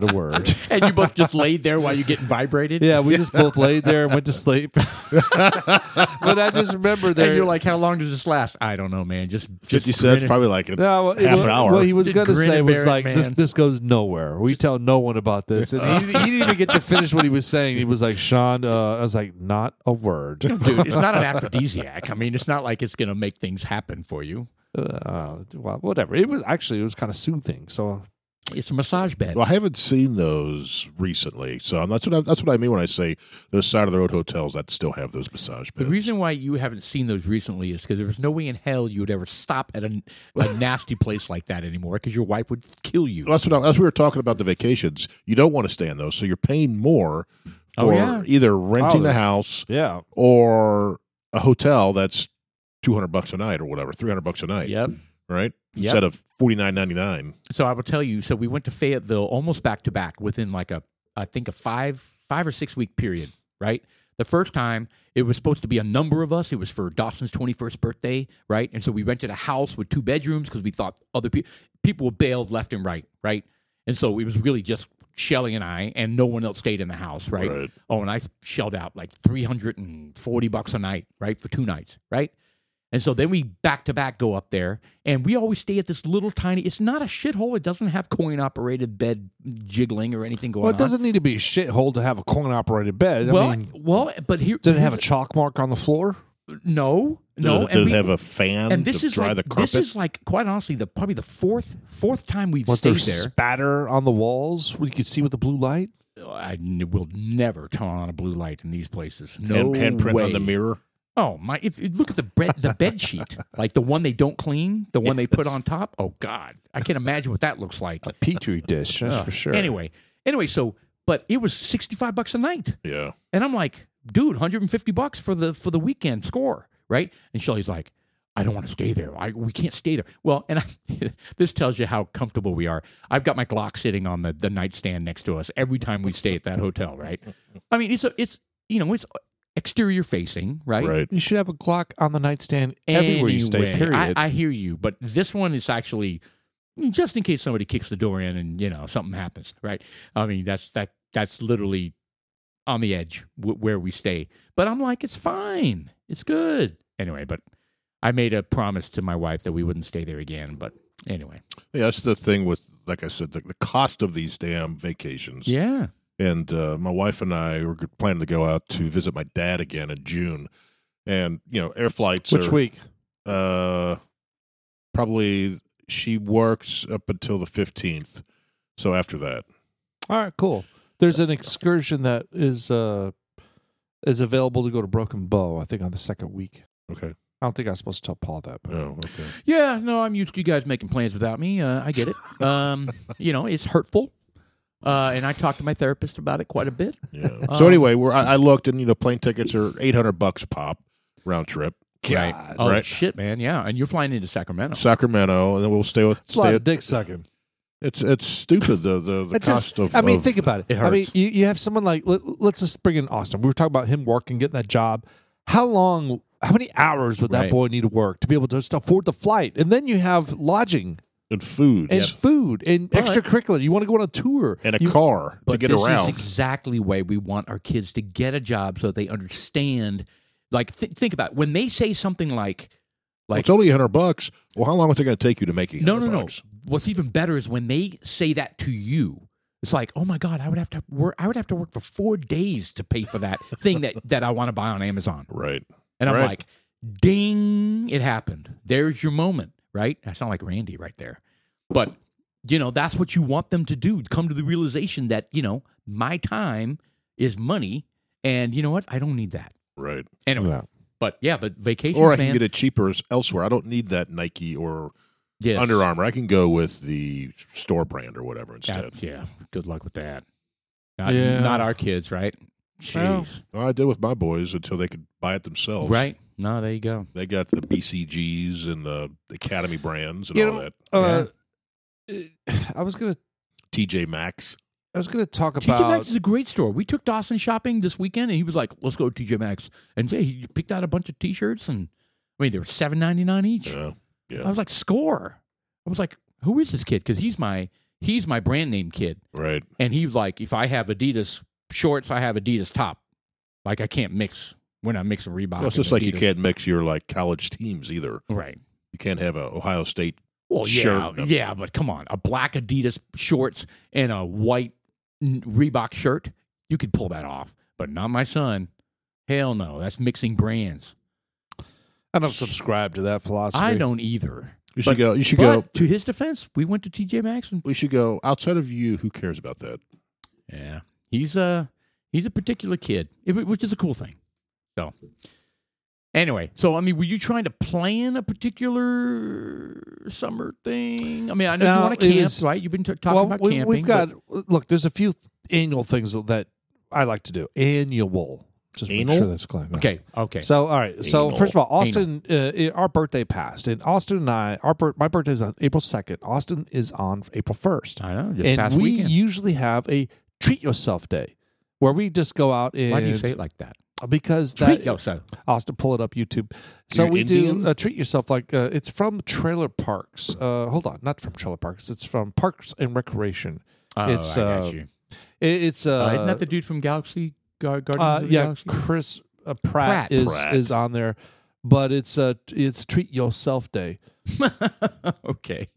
Speaker 1: a word.
Speaker 3: And you both just laid there while you getting vibrated.
Speaker 1: Yeah, we just both laid there and went to sleep. but I just remember there.
Speaker 3: And you're like, how long does this last? I don't know, man. Just, just
Speaker 2: 50 cents,
Speaker 3: grin and-
Speaker 2: probably like a
Speaker 1: no,
Speaker 2: half an hour.
Speaker 1: What he was
Speaker 3: Just
Speaker 1: going to
Speaker 3: grin
Speaker 1: say
Speaker 3: and
Speaker 1: was
Speaker 3: bear it,
Speaker 1: like, this,
Speaker 3: man.
Speaker 1: this goes nowhere. We tell no one about this. And he, he didn't even get to finish what he was saying. He was like, Sean, uh, I was like, not a word.
Speaker 3: Dude, it's not an aphrodisiac. I mean, it's not like it's going to make things happen for you.
Speaker 1: Uh, well, whatever. It was actually, it was kind of soothing. So
Speaker 3: It's a massage bed.
Speaker 2: Well, I haven't seen those recently, so that's what I, that's what I mean when I say those side of the road hotels that still have those massage
Speaker 3: the
Speaker 2: beds.
Speaker 3: reason why you haven't seen those recently is because there was no way in hell you would ever stop at a, a nasty place like that anymore because your wife would kill you.
Speaker 2: Well, that's what I, as we were talking about the vacations. You don't want to stay in those, so you're paying more
Speaker 3: Oh,
Speaker 2: for
Speaker 3: yeah.
Speaker 2: either renting
Speaker 1: Oh,
Speaker 2: a house
Speaker 1: yeah,
Speaker 2: or a hotel that's two hundred bucks a night or whatever, three hundred bucks a night,
Speaker 3: Yep.
Speaker 2: right?
Speaker 3: Yep.
Speaker 2: Instead of forty nine ninety nine.
Speaker 3: So I will tell you. So we went to Fayetteville almost back to back within like a I think a five five or six week period. Right. The first time it was supposed to be a number of us. It was for Dawson's twenty first birthday. Right. And so we rented a house with two bedrooms because we thought other people people were bailed left and right. Right. And so it was really just Shelly and I, and no one else stayed in the house. Right.
Speaker 2: Right.
Speaker 3: Oh, and I shelled out like three hundred and forty bucks a night. Right for two nights. Right. And so then we back to back go up there, and we always stay at this little tiny. It's not a shithole. It doesn't have coin operated bed jiggling or anything going
Speaker 1: well, it
Speaker 3: on.
Speaker 1: doesn't need to be a shithole to have a coin operated bed. I
Speaker 3: Well,
Speaker 1: mean,
Speaker 3: well, but here
Speaker 1: did it have a chalk mark on the floor?
Speaker 3: no, no.
Speaker 2: does it
Speaker 3: we-
Speaker 2: have a fan
Speaker 3: and this
Speaker 2: to
Speaker 3: is
Speaker 2: dry
Speaker 3: like,
Speaker 2: the carpet?
Speaker 3: This is like quite honestly the probably the fourth fourth time we've
Speaker 1: Was there
Speaker 3: stayed
Speaker 1: spatter on the walls? We could see with the blue light.
Speaker 3: there. I n- will never turn on a blue light in these places. No
Speaker 2: Hand- handprint
Speaker 3: way.
Speaker 2: on the mirror.
Speaker 3: Oh my! If you look at the bread, the bed sheet, like the one they don't clean, the one they put on top. Oh God, I can't imagine what that looks like.
Speaker 1: Petri dish, Uh, that's
Speaker 3: Uh,
Speaker 1: for sure.
Speaker 3: Anyway, anyway, so but it was sixty five bucks a night,
Speaker 2: Yeah.
Speaker 3: and I'm like, dude, hundred and fifty bucks for the for the weekend score, right? And Shelly's like, I don't want to stay there. I we can't stay there. Well, and I, this tells you how comfortable we are. I've got my Glock sitting on the the nightstand next to us every time we stay at that hotel, right? I mean, it's a, it's you know it's exterior facing, right?
Speaker 2: Right.
Speaker 1: You should have a clock on the nightstand everywhere you stay.
Speaker 3: Anyway,
Speaker 1: Period.
Speaker 3: I, I hear you, but this one is actually mm, just in case somebody kicks the door in and you know something happens, right? I mean that's that that's literally on the edge w- where we stay. But I'm like, it's fine, it's good anyway. But I made a promise to my wife that we wouldn't stay there again. But anyway,
Speaker 2: Yeah, that's the thing with, like I said, the, the cost of these damn vacations.
Speaker 3: yeah,
Speaker 2: And uh, my wife and I were planning to go out to visit my dad again in June. And, you know, air flights
Speaker 1: Which
Speaker 2: are
Speaker 1: week?
Speaker 2: Uh, probably she works up until the 15th. So after that,
Speaker 1: All right, cool. There's an excursion that is uh is available to go to Broken Bow. I think on the second week.
Speaker 2: okay.
Speaker 1: I don't think I was supposed to tell Paul that, but
Speaker 2: Oh, okay.
Speaker 3: yeah. No, I'm used to you guys making plans without me. Uh, I get it. Um, you know, it's hurtful. Uh, and I talked to my therapist about it quite a bit.
Speaker 2: Yeah.
Speaker 3: Um,
Speaker 2: so anyway, we're, I, I looked and, you know, plane tickets are 800 bucks a pop round trip.
Speaker 3: right. Oh
Speaker 2: Right.
Speaker 3: shit, man. Yeah, and you're flying into Sacramento.
Speaker 2: Sacramento, and then we'll stay with
Speaker 1: it's a lot
Speaker 2: stay
Speaker 1: of dick sucking.
Speaker 2: It's it's stupid the the, the
Speaker 1: It's
Speaker 2: cost
Speaker 1: just,
Speaker 2: of.
Speaker 1: I mean,
Speaker 2: of-
Speaker 1: think about it.
Speaker 3: It
Speaker 1: I mean,
Speaker 3: hurts.
Speaker 1: you, you have someone like let, us just bring in Austin. We were talking about him working, getting that job. How long? How many hours would that
Speaker 3: Right.
Speaker 1: boy need to work to be able to just afford the flight? And then you have lodging
Speaker 2: and food
Speaker 1: and food and
Speaker 3: But-
Speaker 1: extracurricular. You want to go on a tour
Speaker 2: and a
Speaker 1: You-
Speaker 2: car to
Speaker 3: But
Speaker 2: get
Speaker 3: this
Speaker 2: around.
Speaker 3: is exactly why we want our kids to get a job so that they understand. Like, th- think about it. when they say something like,
Speaker 2: Well,
Speaker 3: like,
Speaker 2: it's only a hundred bucks. Well, how long is it going to take you to make it?
Speaker 3: no, no, no. What's even better is when they say that to you. It's like, oh my god, I would have to work. I would have to work for four days to pay for that thing that that I want to buy on Amazon.
Speaker 2: Right.
Speaker 3: And I'm
Speaker 2: Right.
Speaker 3: like, ding, it happened. There's your moment, right? I sound like Randy right there. But, you know, that's what you want them to do. Come to the realization that, you know, my time is money. And you know what? I don't need that.
Speaker 2: Right.
Speaker 3: Anyway.
Speaker 1: Yeah.
Speaker 3: But yeah, but vacation
Speaker 2: Or I
Speaker 3: plan-
Speaker 2: can get it cheaper s- elsewhere. I don't need that Nike or
Speaker 3: yes.
Speaker 2: Under Armour. I can go with the store brand or whatever
Speaker 3: Yeah,
Speaker 2: instead.
Speaker 3: yeah. Good luck with that. Not,
Speaker 1: Yeah.
Speaker 3: not our kids, right?
Speaker 1: Well,
Speaker 3: Jeez.
Speaker 2: Well, I did with my boys until they could buy it themselves.
Speaker 3: right? No, there you go.
Speaker 2: They got the BCGs and the Academy brands and
Speaker 1: You
Speaker 2: all
Speaker 1: know-
Speaker 2: that.
Speaker 1: Uh, I was gonna,
Speaker 2: TJ Maxx.
Speaker 1: I was gonna talk
Speaker 3: TJ
Speaker 1: about.
Speaker 3: Maxx is a great store. We took Dawson shopping this weekend, and he was like, "Let's go to TJ Maxx." And yeah, he picked out a bunch of T-shirts, and I mean, they were seven ninety nine each.
Speaker 2: Yeah.
Speaker 3: I was like, "Score!" I was like, "Who is this kid?" Because he's my he's my brand name kid,
Speaker 2: Right.
Speaker 3: and he was like, "If I have Adidas shorts, I have Adidas top. Like I can't mix. We're not mixing Reebok.
Speaker 2: Well, it's
Speaker 3: and
Speaker 2: just like you
Speaker 3: Adidas."
Speaker 2: can't mix your like college teams either.
Speaker 3: right?
Speaker 2: You can't have a Ohio State.
Speaker 3: Well, yeah,
Speaker 2: Shirt.
Speaker 3: yeah, but come on, a black Adidas shorts and a white n- Reebok shirt, you could pull that off. But not my son. Hell no, that's mixing brands.
Speaker 1: I don't subscribe to that philosophy.
Speaker 3: I don't either.
Speaker 2: You should
Speaker 3: But-
Speaker 2: go. You should
Speaker 3: but
Speaker 2: go.
Speaker 3: to his defense, we went to TJ Maxx and
Speaker 2: We should go outside of you. Who cares about that?
Speaker 3: yeah, he's a he's a particular kid, it- which is a cool thing. So anyway, so I mean, were you trying to plan a particular summer thing? I mean, I know
Speaker 1: No,
Speaker 3: you want to
Speaker 1: it
Speaker 3: camp,
Speaker 1: was-
Speaker 3: right? You've been t- talking about
Speaker 1: we,
Speaker 3: camping.
Speaker 1: We've
Speaker 3: but-
Speaker 1: got look. There's a few annual things that I like to do. Annual. Just
Speaker 2: Anal?
Speaker 1: make sure that's clear. Yeah.
Speaker 3: okay, okay.
Speaker 1: So all right. So
Speaker 2: Anal.
Speaker 1: first of all, Austin, uh, it- our birthday passed, and Austin and I, our bir- my birthday is on April second. Austin is on April first,
Speaker 3: I know. Just
Speaker 1: and
Speaker 3: Uh, past
Speaker 1: we
Speaker 3: weekend.
Speaker 1: usually have a treat yourself day where we just go out and
Speaker 3: Why do you say it like that?
Speaker 1: because that
Speaker 3: Treat yourself.
Speaker 1: Austin, pull it up YouTube. So
Speaker 2: You're
Speaker 1: we
Speaker 2: Indian?
Speaker 1: do uh, treat yourself like uh, it's from Trailer Parks. Uh, hold on, not from Trailer Parks. It's from Parks and Recreation.
Speaker 3: Oh,
Speaker 1: It's,
Speaker 3: I got
Speaker 1: uh,
Speaker 3: you.
Speaker 1: I- it's uh,
Speaker 3: Uh, isn't that the dude from Galaxy Gar- Guardians
Speaker 1: uh,
Speaker 3: of the
Speaker 1: yeah,
Speaker 3: Galaxy?
Speaker 1: Chris uh, Pratt,
Speaker 3: Pratt.
Speaker 1: is
Speaker 2: Pratt.
Speaker 1: is on there, but it's uh it's treat yourself day.
Speaker 3: okay.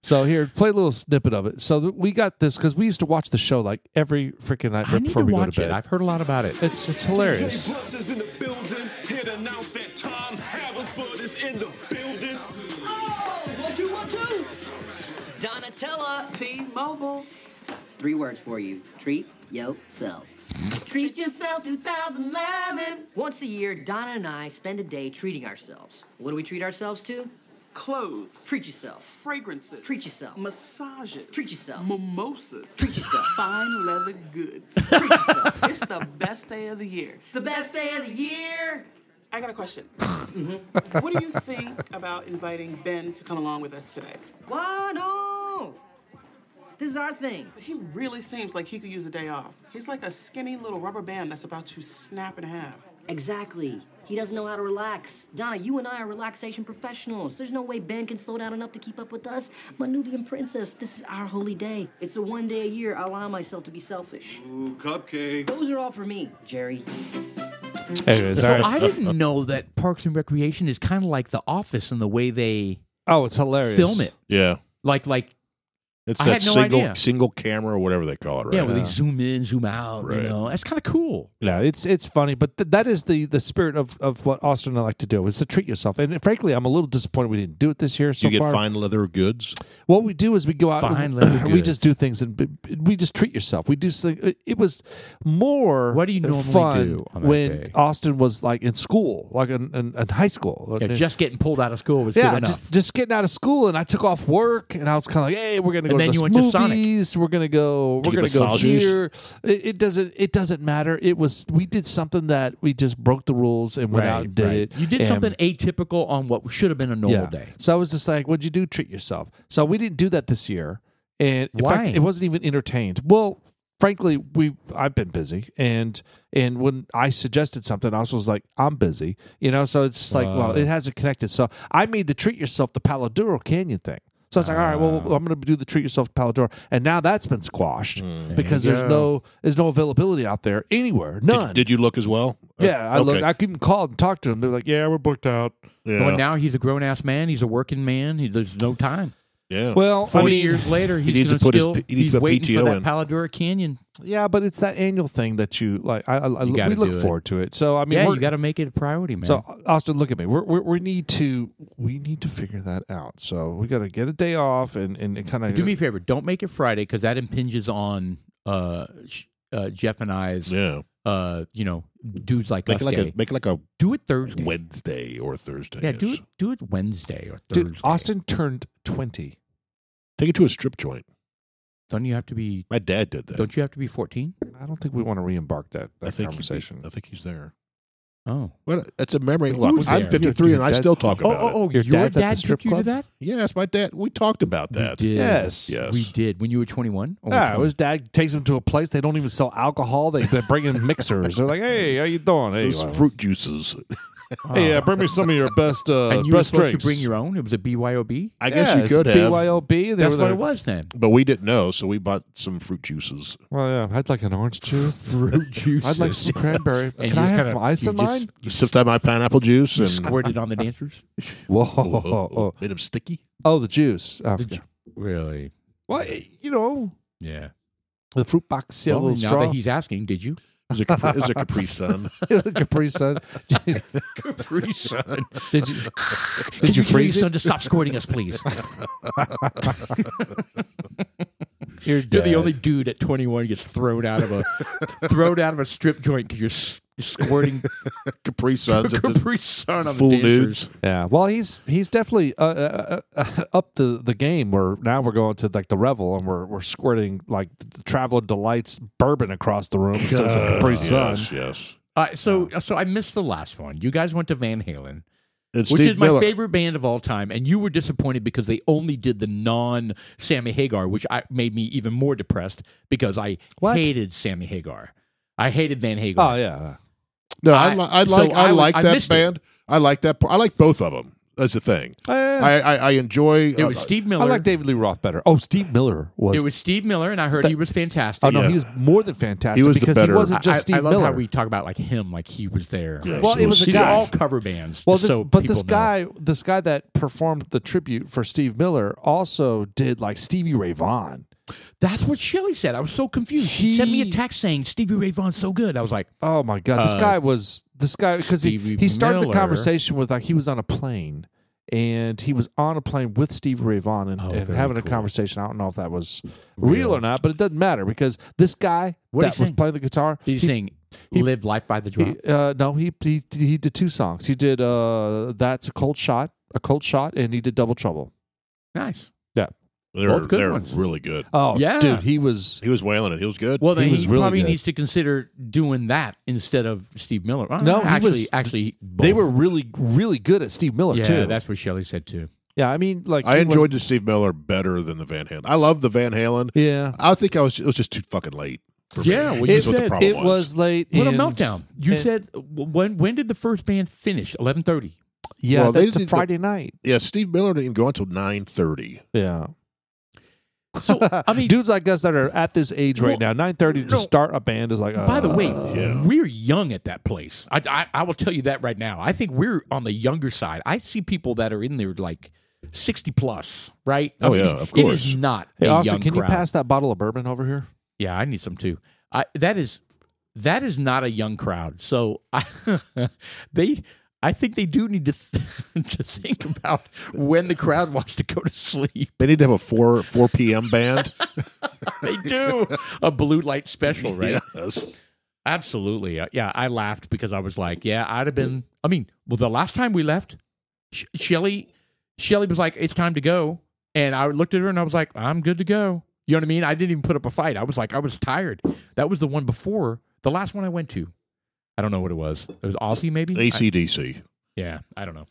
Speaker 1: So here, play a little snippet of it. So th- we got this because we used to watch the show like every freaking night
Speaker 3: I
Speaker 1: right
Speaker 3: need
Speaker 1: before
Speaker 3: to
Speaker 1: we go
Speaker 3: watch
Speaker 1: to bed.
Speaker 3: it. I've heard a lot about it.
Speaker 1: It's it's hilarious.
Speaker 7: DJ Blunts is in the building. Here to announce that Tom Haverford is in the building.
Speaker 8: Donatella.
Speaker 9: T-Mobile.
Speaker 8: Three words for you. Treat yourself.
Speaker 9: Treat yourself 2011.
Speaker 8: Once a year, Donna and I spend a day treating ourselves. What do we treat ourselves to?
Speaker 9: Clothes.
Speaker 8: Treat yourself.
Speaker 9: Fragrances.
Speaker 8: Treat yourself.
Speaker 9: Massages.
Speaker 8: Treat yourself.
Speaker 9: Mimosas.
Speaker 8: Treat yourself.
Speaker 9: Fine leather goods.
Speaker 8: Treat yourself.
Speaker 9: it's the best day of the year.
Speaker 8: the best day of the year.
Speaker 9: I got a question.
Speaker 8: Mm-hmm.
Speaker 9: What do you think about inviting Ben to come along with us today?
Speaker 8: Why no? This is our thing.
Speaker 9: He really seems like he could use a day off. He's like a skinny little rubber band that's about to snap in half.
Speaker 8: Exactly. He doesn't know how to relax. Donna, you and I are relaxation professionals. There's no way Ben can slow down enough to keep up with us. Manuvian princess, this is our holy day. It's the one day a year I allow myself to be selfish.
Speaker 7: Ooh, cupcakes.
Speaker 8: Those are all for me, Jerry.
Speaker 1: Anyways, all
Speaker 3: so
Speaker 1: right.
Speaker 3: I didn't know that Parks and Recreation is kind of like The Office in the way they
Speaker 1: oh, it's hilarious.
Speaker 3: film it.
Speaker 2: Yeah.
Speaker 3: Like, like
Speaker 2: It's
Speaker 3: I
Speaker 2: that
Speaker 3: had no
Speaker 2: single
Speaker 3: idea.
Speaker 2: single camera or whatever they call it, right?
Speaker 3: yeah, where they zoom in, zoom out.
Speaker 2: Right.
Speaker 3: You know, that's kind of cool.
Speaker 1: Yeah, it's it's funny, but th- that is the the spirit of of what Austin and I like to do is to treat yourself. And frankly, I'm a little disappointed we didn't do it this year. So
Speaker 2: you get
Speaker 1: far,
Speaker 2: fine leather goods.
Speaker 1: what we do is we go out,
Speaker 3: Fine
Speaker 1: and
Speaker 3: leather
Speaker 1: we just do
Speaker 3: goods.
Speaker 1: things, and b- b- we just treat yourself. We do things. it- It was more.
Speaker 3: What do you normally
Speaker 1: fun
Speaker 3: do on that
Speaker 1: when
Speaker 3: day?
Speaker 1: Austin was like in school, like in, in, in high school?
Speaker 3: Yeah,
Speaker 1: And-
Speaker 3: just getting pulled out of school was
Speaker 1: yeah,
Speaker 3: good enough.
Speaker 1: just, just getting out of school, and I took off work, and I was kind of like, "Hey, we're gonna go to
Speaker 3: And then
Speaker 1: this
Speaker 3: you went to Sonic.
Speaker 1: movies. We're gonna go. We're
Speaker 2: Keep
Speaker 1: gonna go
Speaker 2: massages.
Speaker 1: here. It, it doesn't. It doesn't matter. It was we did something that we just broke the rules and went out and did it.
Speaker 3: You did
Speaker 1: and-
Speaker 3: something atypical on what should have been a normal day.
Speaker 1: So I was just like, "What'd you do? Treat yourself." So we didn't do that this year, and in
Speaker 3: Why?
Speaker 1: fact, it wasn't even entertained. Well, frankly, we I've been busy, and and when I suggested something, I also was like, I'm busy, you know. So it's like, well,
Speaker 2: Uh.
Speaker 1: it hasn't connected. So I made the treat yourself the Palo Duro Canyon thing. So I was like, all right, well,
Speaker 2: Ah.
Speaker 1: I'm going to do the treat yourself to Palo Duro, and now that's been squashed
Speaker 2: Hmm,
Speaker 1: because there's no there's no availability out there anywhere, none.
Speaker 2: Did, did you look as well?
Speaker 1: yeah, I
Speaker 2: Okay.
Speaker 1: looked. I even called and talked to them. They're like, yeah, we're booked out.
Speaker 2: yeah.
Speaker 3: Well, now he's a grown ass man. He's a working man. He, there's no time.
Speaker 2: yeah.
Speaker 1: Well, I
Speaker 3: Forty
Speaker 1: mean-
Speaker 3: years later, he's
Speaker 2: needs to
Speaker 3: gonna
Speaker 2: put his
Speaker 3: still,
Speaker 2: P- he needs
Speaker 3: he's
Speaker 2: to put
Speaker 3: waiting
Speaker 2: PTO
Speaker 3: for that
Speaker 2: in.
Speaker 3: Paladura Canyon.
Speaker 1: Yeah, but it's that annual thing that you like. I, I, I-
Speaker 3: gotta
Speaker 1: we look
Speaker 3: do it.
Speaker 1: forward to it. So I mean,
Speaker 3: yeah,
Speaker 1: we're-
Speaker 3: you got to make it a priority, man.
Speaker 1: So Austin, look at me. We're, we're, we need to we need to figure that out. So we got to get a day off and and kind of
Speaker 3: do me a favor. Don't make it Friday because that impinges on uh, sh- uh, Jeff and I's.
Speaker 2: yeah.
Speaker 3: Uh, you know, dudes like
Speaker 2: Make
Speaker 3: us.
Speaker 2: it like
Speaker 3: day.
Speaker 2: a make it like a
Speaker 3: do it Thursday.
Speaker 2: Wednesday or Thursday.
Speaker 3: yeah, do
Speaker 2: yes.
Speaker 3: it. Do it Wednesday or Thursday.
Speaker 1: Dude, Austin turned twenty.
Speaker 2: Take it to a strip joint.
Speaker 3: don't you have to be?
Speaker 2: My dad did that.
Speaker 3: Don't you have to be fourteen?
Speaker 1: I don't think we want to re-embark that, that
Speaker 2: I think he's-
Speaker 1: conversation.
Speaker 2: I think he's there.
Speaker 3: Oh.
Speaker 2: Well, that's a memory.
Speaker 3: But
Speaker 2: Look,
Speaker 3: who's
Speaker 2: I'm
Speaker 3: there? Oh,
Speaker 2: 53 and I
Speaker 1: That's-
Speaker 2: still talk about it.
Speaker 1: Oh, Your dad's at the strip
Speaker 3: took you
Speaker 1: club?
Speaker 3: to that?
Speaker 2: Yes, my dad. We talked about
Speaker 3: We
Speaker 2: that.
Speaker 3: did.
Speaker 1: Yes.
Speaker 2: Yes.
Speaker 3: We did when you were Oh, 21. or
Speaker 1: Yeah,
Speaker 3: 20.
Speaker 1: it was dad takes him to a place they don't even sell alcohol. They, they bring in mixers. They're like, "Hey, how you doing? Hey,
Speaker 2: Those
Speaker 1: well,
Speaker 2: fruit juices.
Speaker 3: Oh.
Speaker 1: hey, uh, bring me some of your best uh,
Speaker 3: and you were
Speaker 1: best
Speaker 3: supposed
Speaker 1: drinks."
Speaker 3: to bring your own. It was a BYOB.
Speaker 2: I guess
Speaker 1: Yeah,
Speaker 2: you could
Speaker 1: it's
Speaker 2: have,
Speaker 1: BYOB. They
Speaker 3: That's
Speaker 1: were
Speaker 3: what
Speaker 1: there.
Speaker 3: it was then.
Speaker 2: but we didn't know, so we bought some fruit juices.
Speaker 1: Well, yeah, I'd like an orange juice.
Speaker 3: Fruit juice.
Speaker 1: I'd like some cranberry.
Speaker 3: And
Speaker 1: Can
Speaker 3: you
Speaker 1: I
Speaker 3: just
Speaker 1: have
Speaker 3: kinda-
Speaker 1: some ice
Speaker 3: you
Speaker 1: in
Speaker 3: just-
Speaker 1: mine?
Speaker 2: You sipped out my pineapple juice and
Speaker 3: Squirted on the dancers.
Speaker 1: Whoa!
Speaker 2: Oh, oh, oh, made them sticky.
Speaker 1: Oh, the juice. Oh,
Speaker 3: Did
Speaker 1: okay.
Speaker 3: you- Really?
Speaker 1: Well, you know,
Speaker 3: Yeah.
Speaker 1: the fruit box
Speaker 3: Well,
Speaker 1: yellow
Speaker 3: now that
Speaker 1: straw.
Speaker 3: he's asking, did you?
Speaker 2: It was a Capri, it was a Capri Sun.
Speaker 1: Capri Sun. Did
Speaker 3: Capri Sun.
Speaker 1: did you?
Speaker 3: Did you
Speaker 1: freeze
Speaker 3: Sun to stop squirting us, please?
Speaker 1: You're
Speaker 3: You're the only dude at 21 who gets thrown out of a thrown out of a strip joint because you're s- squirting
Speaker 2: Capri Suns. at the
Speaker 3: Capri Sun on
Speaker 2: Full
Speaker 3: the dancers.
Speaker 2: nudes.
Speaker 1: Yeah. Well, he's he's definitely uh, uh, uh, up the the game. Where now we're going to like the revel, and we're we're squirting like the Traveler Delights bourbon across the room instead of Capri Sun.
Speaker 2: Yes, yes.
Speaker 3: All right, so so I missed the last one. You guys went to Van Halen,
Speaker 2: And
Speaker 3: which
Speaker 2: Steve
Speaker 3: is my
Speaker 2: Miller-
Speaker 3: favorite band of all time, and you were disappointed because they only did the non Sammy Hagar, which I, made me even more depressed because I
Speaker 1: What?
Speaker 3: hated Sammy Hagar. I hated Van Hagar.
Speaker 1: Oh yeah.
Speaker 2: No,
Speaker 3: I-
Speaker 2: I, li- I
Speaker 3: so
Speaker 2: like I,
Speaker 3: I was-
Speaker 2: like
Speaker 3: I
Speaker 2: that
Speaker 3: missed it.
Speaker 2: band. I like that. par- I like both of them. That's the thing.
Speaker 1: Eh,
Speaker 2: I, I, I enjoy.
Speaker 3: Oh, it
Speaker 2: uh,
Speaker 3: was Steve
Speaker 1: Oh, I
Speaker 3: Miller.
Speaker 1: like David Lee Roth better. Oh, Steve Miller was.
Speaker 3: it was Steve Miller, and I heard he was fantastic.
Speaker 1: oh no,
Speaker 2: Yeah.
Speaker 1: he was more than fantastic
Speaker 2: He was the
Speaker 1: because he
Speaker 2: better-
Speaker 1: wasn't just
Speaker 3: I,
Speaker 1: Steve
Speaker 3: I love
Speaker 1: Miller.
Speaker 3: how we talk about like him, like he was there.
Speaker 2: Yes,
Speaker 1: Well, it was a
Speaker 2: Steve-
Speaker 3: These are
Speaker 1: guy.
Speaker 3: all cover bands.
Speaker 1: Well, this,
Speaker 3: so
Speaker 1: but this
Speaker 3: people know.
Speaker 1: guy, this guy that performed the tribute for Steve Miller, also did like Stevie Ray Vaughan.
Speaker 3: That's what Shelley said. I was so confused. She sent me a
Speaker 1: He-
Speaker 3: text saying Stevie Ray Vaughan's so good. I was like,
Speaker 1: Oh my God, this
Speaker 3: Uh,
Speaker 1: guy was this guy because he
Speaker 3: Stevie
Speaker 1: he started
Speaker 3: Miller.
Speaker 1: the conversation with like he was on a plane and he was on a plane with Stevie Ray Vaughan and,
Speaker 3: Oh,
Speaker 1: and
Speaker 3: very
Speaker 1: having a
Speaker 3: cool.
Speaker 1: conversation. I don't know if that was real,
Speaker 3: Real.
Speaker 1: or not, but it doesn't matter because this guy
Speaker 3: What did
Speaker 1: that
Speaker 3: he
Speaker 1: was
Speaker 3: sing?
Speaker 1: playing the guitar.
Speaker 3: did he, sing "Live Life by the Drop"?
Speaker 1: he- uh, no, he, he he did two songs. He did uh, that's a cold shot, a cold shot, and he did double trouble.
Speaker 3: nice.
Speaker 2: They're,
Speaker 3: both good
Speaker 2: they're
Speaker 3: ones.
Speaker 2: really good.
Speaker 1: Oh
Speaker 3: Yeah.
Speaker 1: dude, he was
Speaker 2: He was wailing it. He was good.
Speaker 3: Well, then
Speaker 1: He
Speaker 3: he,
Speaker 1: was really
Speaker 3: probably
Speaker 1: good.
Speaker 3: needs to consider doing that instead of Steve Miller. Well,
Speaker 1: No, he
Speaker 3: actually,
Speaker 1: was-
Speaker 3: actually,
Speaker 1: They
Speaker 3: both.
Speaker 1: were really, really good at Steve Miller
Speaker 3: yeah.
Speaker 1: too.
Speaker 3: That's what Shelley said too.
Speaker 1: yeah, I mean, like
Speaker 2: I
Speaker 1: it was-
Speaker 2: enjoyed the Steve Miller better than the Van Halen. I love the Van Halen.
Speaker 1: Yeah,
Speaker 2: I think I was it was just too fucking late. For
Speaker 3: Yeah,
Speaker 2: me.
Speaker 3: well, you
Speaker 2: That's
Speaker 1: it,
Speaker 2: what the
Speaker 3: said
Speaker 2: problem
Speaker 1: it was late.
Speaker 3: What a
Speaker 1: and-
Speaker 3: meltdown! You
Speaker 1: and-
Speaker 3: said when when did the first band finish? Eleven thirty.
Speaker 1: Yeah,
Speaker 2: Well, they
Speaker 1: that's a
Speaker 2: did the-
Speaker 1: Friday night.
Speaker 2: Yeah, Steve Miller didn't even go until nine thirty.
Speaker 1: Yeah,
Speaker 3: So I mean,
Speaker 1: dudes like us that are at this age right now,
Speaker 3: Well,
Speaker 1: nine thirty to
Speaker 3: no.
Speaker 1: start a band is like.
Speaker 3: by the
Speaker 1: uh,
Speaker 3: way,
Speaker 2: yeah.
Speaker 3: we're young at that place. I, I I will tell you that right now. I think we're on the younger side. I see people that are in their like sixty plus, right? I
Speaker 2: Oh,
Speaker 3: mean,
Speaker 2: yeah, of
Speaker 3: It
Speaker 2: course.
Speaker 3: is not
Speaker 1: hey
Speaker 3: a
Speaker 1: Austin,
Speaker 3: young
Speaker 1: can
Speaker 3: crowd.
Speaker 1: you pass that bottle of bourbon over here?
Speaker 3: Yeah, I need some too. I that is that is not a young crowd. So I, they I think they do need to th- to think about when the crowd wants to go to sleep.
Speaker 2: They need to have a four four p.m. band.
Speaker 3: They do a blue light special, right?
Speaker 2: Yes.
Speaker 3: Absolutely. Uh, Yeah, I laughed because I was like, yeah, I'd have been I mean, well the last time we left, Sh- Shelly Shelly was like, "It's time to go." And I looked at her and I was like, "I'm good to go." You know what I mean? I didn't even put up a fight. I was like, I was tired. That was the one before, the last one I went to. I don't know what it was. It was Aussie maybe? I-
Speaker 2: ACDC.
Speaker 3: Yeah, I don't know.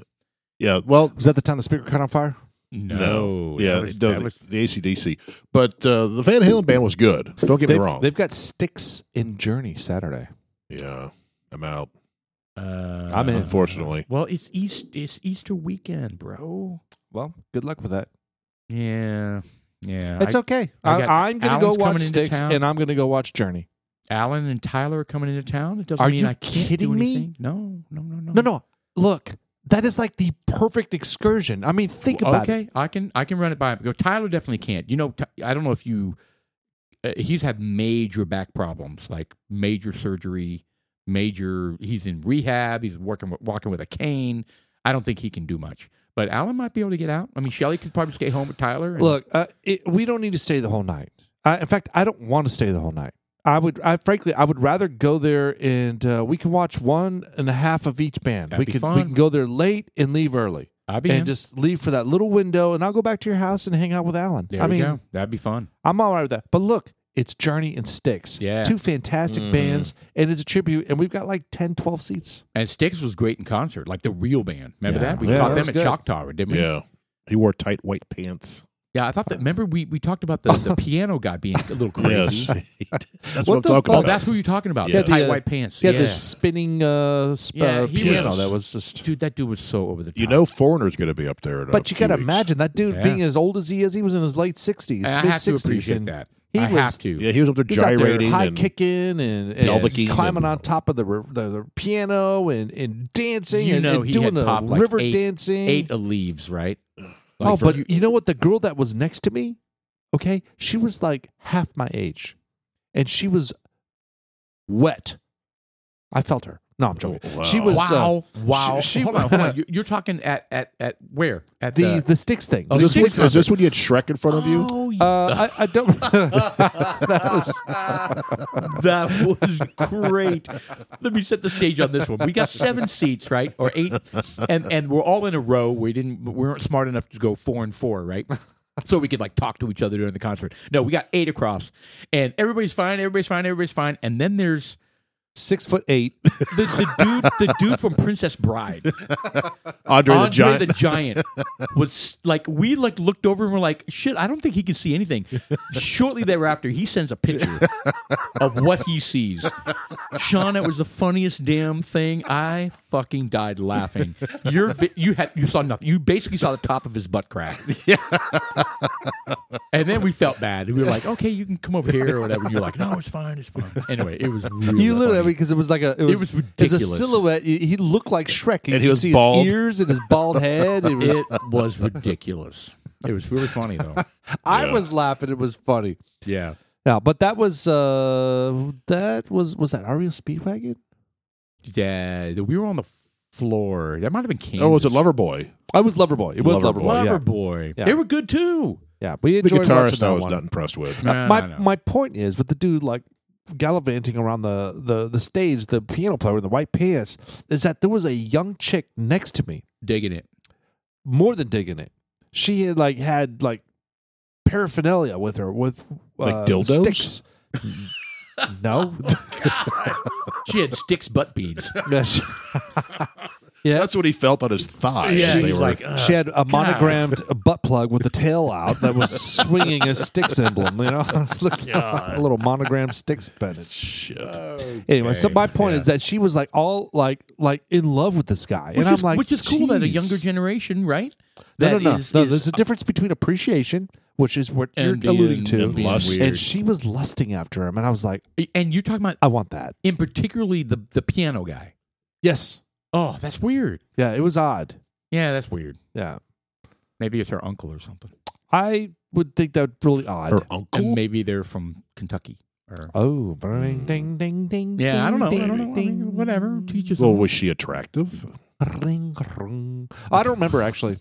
Speaker 2: Yeah. Well,
Speaker 1: Was that the time the speaker caught on fire?
Speaker 3: No.
Speaker 2: yeah,
Speaker 3: that was-
Speaker 2: no,
Speaker 3: that
Speaker 2: the,
Speaker 3: was-
Speaker 2: the ACDC. But uh, the Van Halen band was good. Don't get
Speaker 1: They've,
Speaker 2: me wrong.
Speaker 1: they've got Sticks in Journey Saturday.
Speaker 2: Yeah, I'm out.
Speaker 3: uh,
Speaker 1: I'm in.
Speaker 2: Unfortunately,
Speaker 3: Well, it's East. It's Easter weekend, bro.
Speaker 1: Well, good luck with that.
Speaker 3: Yeah. Yeah.
Speaker 1: It's
Speaker 3: I-
Speaker 1: okay.
Speaker 3: I
Speaker 1: I,
Speaker 3: got-
Speaker 1: I'm going to go
Speaker 3: Alan's coming
Speaker 1: watch
Speaker 3: into
Speaker 1: Sticks
Speaker 3: town.
Speaker 1: and I'm going to go watch Journey.
Speaker 3: Alan and Tyler are coming into town. It doesn't
Speaker 1: Are
Speaker 3: mean
Speaker 1: you
Speaker 3: I can't do
Speaker 1: kidding me?
Speaker 3: anything. No, no, no, no.
Speaker 1: No, no. Look, that is like the perfect excursion. I mean, think about
Speaker 3: okay,
Speaker 1: it.
Speaker 3: I can I can run it by him. Go. Tyler definitely can't. You know, Ty- I don't know if you. Uh, he's had major back problems, like major surgery, major. He's in rehab. He's working with- walking with a cane. I don't think he can do much. But Alan might be able to get out. I mean, Shelly could probably stay home with Tyler. and-
Speaker 1: Look, uh, it, we don't need to stay the whole night. I, in fact, I don't want to stay the whole night. I would, I frankly, I would rather go there and uh, we can watch one and a half of each band.
Speaker 3: That'd
Speaker 1: we
Speaker 3: be
Speaker 1: could we
Speaker 3: fun.
Speaker 1: can go there late and leave early
Speaker 3: I'd be
Speaker 1: and
Speaker 3: in.
Speaker 1: just leave for that little window, and I'll go back to your house and hang out with Alan.
Speaker 3: There
Speaker 1: I
Speaker 3: we
Speaker 1: mean,
Speaker 3: go. That'd be fun.
Speaker 1: I'm all right with that. But look, it's Journey and Sticks.
Speaker 3: Yeah.
Speaker 1: two fantastic
Speaker 2: Mm-hmm.
Speaker 1: bands, and it's a tribute, and we've got like 10, 12 seats.
Speaker 3: And Styx was great in concert, like the real band. Remember
Speaker 1: Yeah.
Speaker 3: that? We
Speaker 1: Yeah,
Speaker 3: caught
Speaker 1: that was
Speaker 3: them at
Speaker 1: good.
Speaker 3: Choctaw, didn't we?
Speaker 2: yeah, he wore tight white pants.
Speaker 3: Yeah, I thought
Speaker 1: Uh,
Speaker 3: that. Remember, we, we talked about the, the piano guy being a little crazy.
Speaker 2: Yes, that's what,
Speaker 1: What
Speaker 2: I'm
Speaker 1: the
Speaker 2: talking
Speaker 3: Oh,
Speaker 1: fuck?
Speaker 2: about.
Speaker 3: that's who you're talking about.
Speaker 2: Yeah,
Speaker 3: the tight
Speaker 1: the, uh,
Speaker 3: white pants.
Speaker 1: Yeah,
Speaker 3: Yeah,
Speaker 1: this spinning uh, sp-
Speaker 3: Yeah,
Speaker 1: uh,
Speaker 3: he
Speaker 1: piano
Speaker 3: was-
Speaker 1: that was just
Speaker 3: dude, that dude was so over the top.
Speaker 2: you know, foreigners going to be up there. In a
Speaker 1: But you
Speaker 2: few
Speaker 1: got to
Speaker 2: weeks.
Speaker 1: imagine that dude
Speaker 3: Yeah.
Speaker 1: being as old as he is, he was in his late sixties,
Speaker 3: And I
Speaker 1: mid
Speaker 3: have to
Speaker 1: sixties,
Speaker 3: appreciate
Speaker 1: and
Speaker 3: that.
Speaker 1: he
Speaker 3: I
Speaker 1: was-
Speaker 3: have to.
Speaker 2: Yeah, he was up there
Speaker 1: he's out there
Speaker 2: gyrating
Speaker 1: high
Speaker 2: and
Speaker 1: kicking and,
Speaker 2: Pelvicking
Speaker 1: and climbing
Speaker 2: and-
Speaker 1: on top of the, r- the, the piano and, and dancing
Speaker 3: You
Speaker 1: and,
Speaker 3: know
Speaker 1: and
Speaker 3: he
Speaker 1: doing
Speaker 3: had
Speaker 1: the
Speaker 3: popped like
Speaker 1: river
Speaker 3: eight-
Speaker 1: dancing.
Speaker 3: eight of leaves, right?
Speaker 1: oh,
Speaker 3: Like,
Speaker 1: but
Speaker 3: you-
Speaker 1: you know what? The girl that was next to me, okay, she was like half my age, and she was wet. I felt her. No, I'm joking.
Speaker 2: Oh,
Speaker 1: She
Speaker 2: wow.
Speaker 1: was uh,
Speaker 3: wow, wow.
Speaker 1: she- she-
Speaker 3: hold on, hold on. You- You're talking at at at where? At
Speaker 1: the the sticks thing.
Speaker 3: Oh,
Speaker 2: Is
Speaker 3: the
Speaker 2: this,
Speaker 3: sticks
Speaker 2: when, is this when you had Shrek in front of you?
Speaker 3: Oh, yeah.
Speaker 1: Uh, I, I don't. that was
Speaker 3: that was great. Let me set the stage on this one. We got seven seats, right, or eight, and and we're all in a row. We didn't, we weren't smart enough to go four and four, right? So we could like talk to each other during the concert. No, we got eight across, and everybody's fine. Everybody's fine. Everybody's fine. And then there's
Speaker 1: six foot eight.
Speaker 3: the, the dude, the dude from Princess Bride.
Speaker 2: Andre, the Giant.
Speaker 3: the Giant was like we like looked over and were like, shit, I don't think he can see anything. Shortly thereafter, he sends a picture of what he sees. Sean, it was the funniest damn thing. I fucking died laughing. Your vi- you had you saw nothing. You basically saw the top of his butt crack. and then we felt bad. We were like, okay, you can come over here or whatever. And you're like, no, it's fine, it's fine. Anyway, it was really
Speaker 1: You literally
Speaker 3: funny.
Speaker 1: because it was like a it was,
Speaker 3: was
Speaker 1: it's a
Speaker 3: ridiculous.
Speaker 1: silhouette. He he looked like Shrek. You
Speaker 2: And he
Speaker 1: could
Speaker 2: was
Speaker 1: see
Speaker 2: bald.
Speaker 1: his ears and his bald head. It was,
Speaker 3: it was ridiculous. It was really funny though.
Speaker 1: I was laughing. It was funny.
Speaker 3: Yeah.
Speaker 1: Now, but that was uh that was was that Ario Speedwagon?
Speaker 3: Yeah, the- we were on the floor. That might have been Kansas.
Speaker 2: Oh, was it Loverboy?
Speaker 1: I was Loverboy. It was
Speaker 2: Loverboy,
Speaker 1: Loverboy. yeah.
Speaker 3: Loverboy.
Speaker 1: Yeah.
Speaker 3: They were good too.
Speaker 1: yeah, we
Speaker 2: The
Speaker 1: enjoyed watching
Speaker 2: guitarist
Speaker 1: that
Speaker 2: I was
Speaker 1: one.
Speaker 2: not impressed with.
Speaker 1: Uh,
Speaker 3: No,
Speaker 1: my
Speaker 3: no, no.
Speaker 1: my point is with the dude like gallivanting around the, the the stage, the piano player in the white pants, is that there was a young chick next to me
Speaker 3: digging it.
Speaker 1: more than digging it. She had like had like paraphernalia with her with uh,
Speaker 2: Like dildos? Oh,
Speaker 1: sticks. no,
Speaker 3: She had sticks, butt beads.
Speaker 1: yeah, she, yeah,
Speaker 2: That's what he felt on his thighs.
Speaker 3: Yeah,
Speaker 2: as
Speaker 3: he
Speaker 2: they
Speaker 3: was
Speaker 2: were-
Speaker 3: like, "Ugh."
Speaker 1: she had a monogrammed butt plug with the tail out that was swinging a sticks emblem. You know, It's looked like a little monogrammed sticks pendant.
Speaker 2: shit.
Speaker 1: Anyway, so my point is that she was like all like like in love with this guy,
Speaker 3: which
Speaker 1: and
Speaker 3: is,
Speaker 1: I'm like,
Speaker 3: which is cool that a
Speaker 1: "Jeez."
Speaker 3: younger generation, right?
Speaker 1: No,
Speaker 3: That
Speaker 1: no, no,
Speaker 3: is-
Speaker 1: no.
Speaker 3: is-
Speaker 1: There's a difference between appreciation, which is what you're
Speaker 3: and being-
Speaker 1: alluding to,
Speaker 3: and, being
Speaker 2: Lust.
Speaker 3: weird.
Speaker 1: and she was lusting after him, and I was like,
Speaker 3: And you're talking about
Speaker 1: I want that.
Speaker 3: in particularly the the piano guy.
Speaker 1: Yes.
Speaker 3: Oh, that's weird.
Speaker 1: Yeah, it was odd.
Speaker 3: Yeah, that's weird.
Speaker 1: Yeah.
Speaker 3: Maybe it's her uncle or something,
Speaker 1: I would think that really odd.
Speaker 2: her uncle.
Speaker 3: and maybe they're from Kentucky. Or
Speaker 1: oh,
Speaker 2: Mm.
Speaker 1: ding, ding, ding, ding.
Speaker 3: yeah, I don't know.
Speaker 1: ding,
Speaker 3: I don't know. I
Speaker 1: ding,
Speaker 3: mean, whatever. Teaches.
Speaker 2: well, was she attractive?
Speaker 1: Ring, ring. I don't remember actually.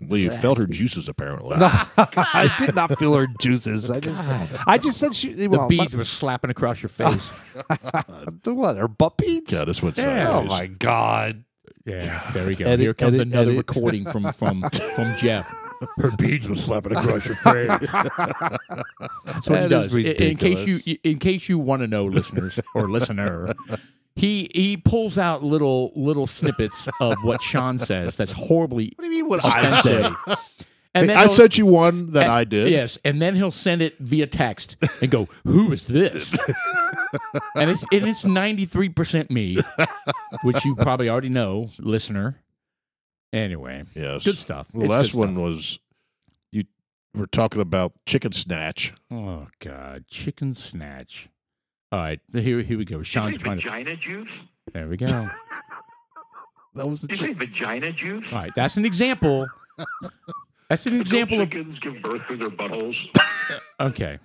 Speaker 2: Well, you felt her juices apparently.
Speaker 1: I did not feel her juices. I just, I just said she.
Speaker 3: the
Speaker 1: Well,
Speaker 3: beads were slapping across your face.
Speaker 1: the what? Her butt beads?
Speaker 2: Yeah, this went
Speaker 3: Yeah.
Speaker 1: Oh
Speaker 2: sideways.
Speaker 1: my god!
Speaker 3: Yeah, there we go.
Speaker 1: Edit,
Speaker 3: Here comes
Speaker 1: edit,
Speaker 3: another
Speaker 1: edit.
Speaker 3: recording from from from Jeff.
Speaker 7: Her beads were slapping across your face.
Speaker 3: That's what he
Speaker 1: That is
Speaker 3: does. I- In case
Speaker 1: ridiculous.
Speaker 3: you in case you want to know, listeners or listener, he he pulls out little little snippets of what Sean says. That's horribly
Speaker 1: What do you mean? What I
Speaker 3: offensive.
Speaker 1: say?
Speaker 2: Hey,
Speaker 3: And then
Speaker 2: I
Speaker 3: he'll-
Speaker 2: sent you one that
Speaker 3: and-
Speaker 2: I did.
Speaker 3: Yes, and then he'll send it via text and go, "Who is this?" and it's and it's ninety three percent me, which you probably already know, listener. Anyway,
Speaker 2: Yes.
Speaker 3: good stuff.
Speaker 2: The
Speaker 3: It's
Speaker 2: last
Speaker 3: good
Speaker 2: one was you were talking about chicken snatch.
Speaker 3: stuff. Oh God, chicken snatch. All right, here here we go. Sean's trying to.
Speaker 10: vagina juice?
Speaker 3: There we go.
Speaker 2: That was the
Speaker 10: Did you say
Speaker 2: chicken.
Speaker 10: vagina juice?
Speaker 3: All right, that's an example. That's an example
Speaker 10: Don't
Speaker 3: of
Speaker 10: chickens give birth through their buttholes?
Speaker 3: okay.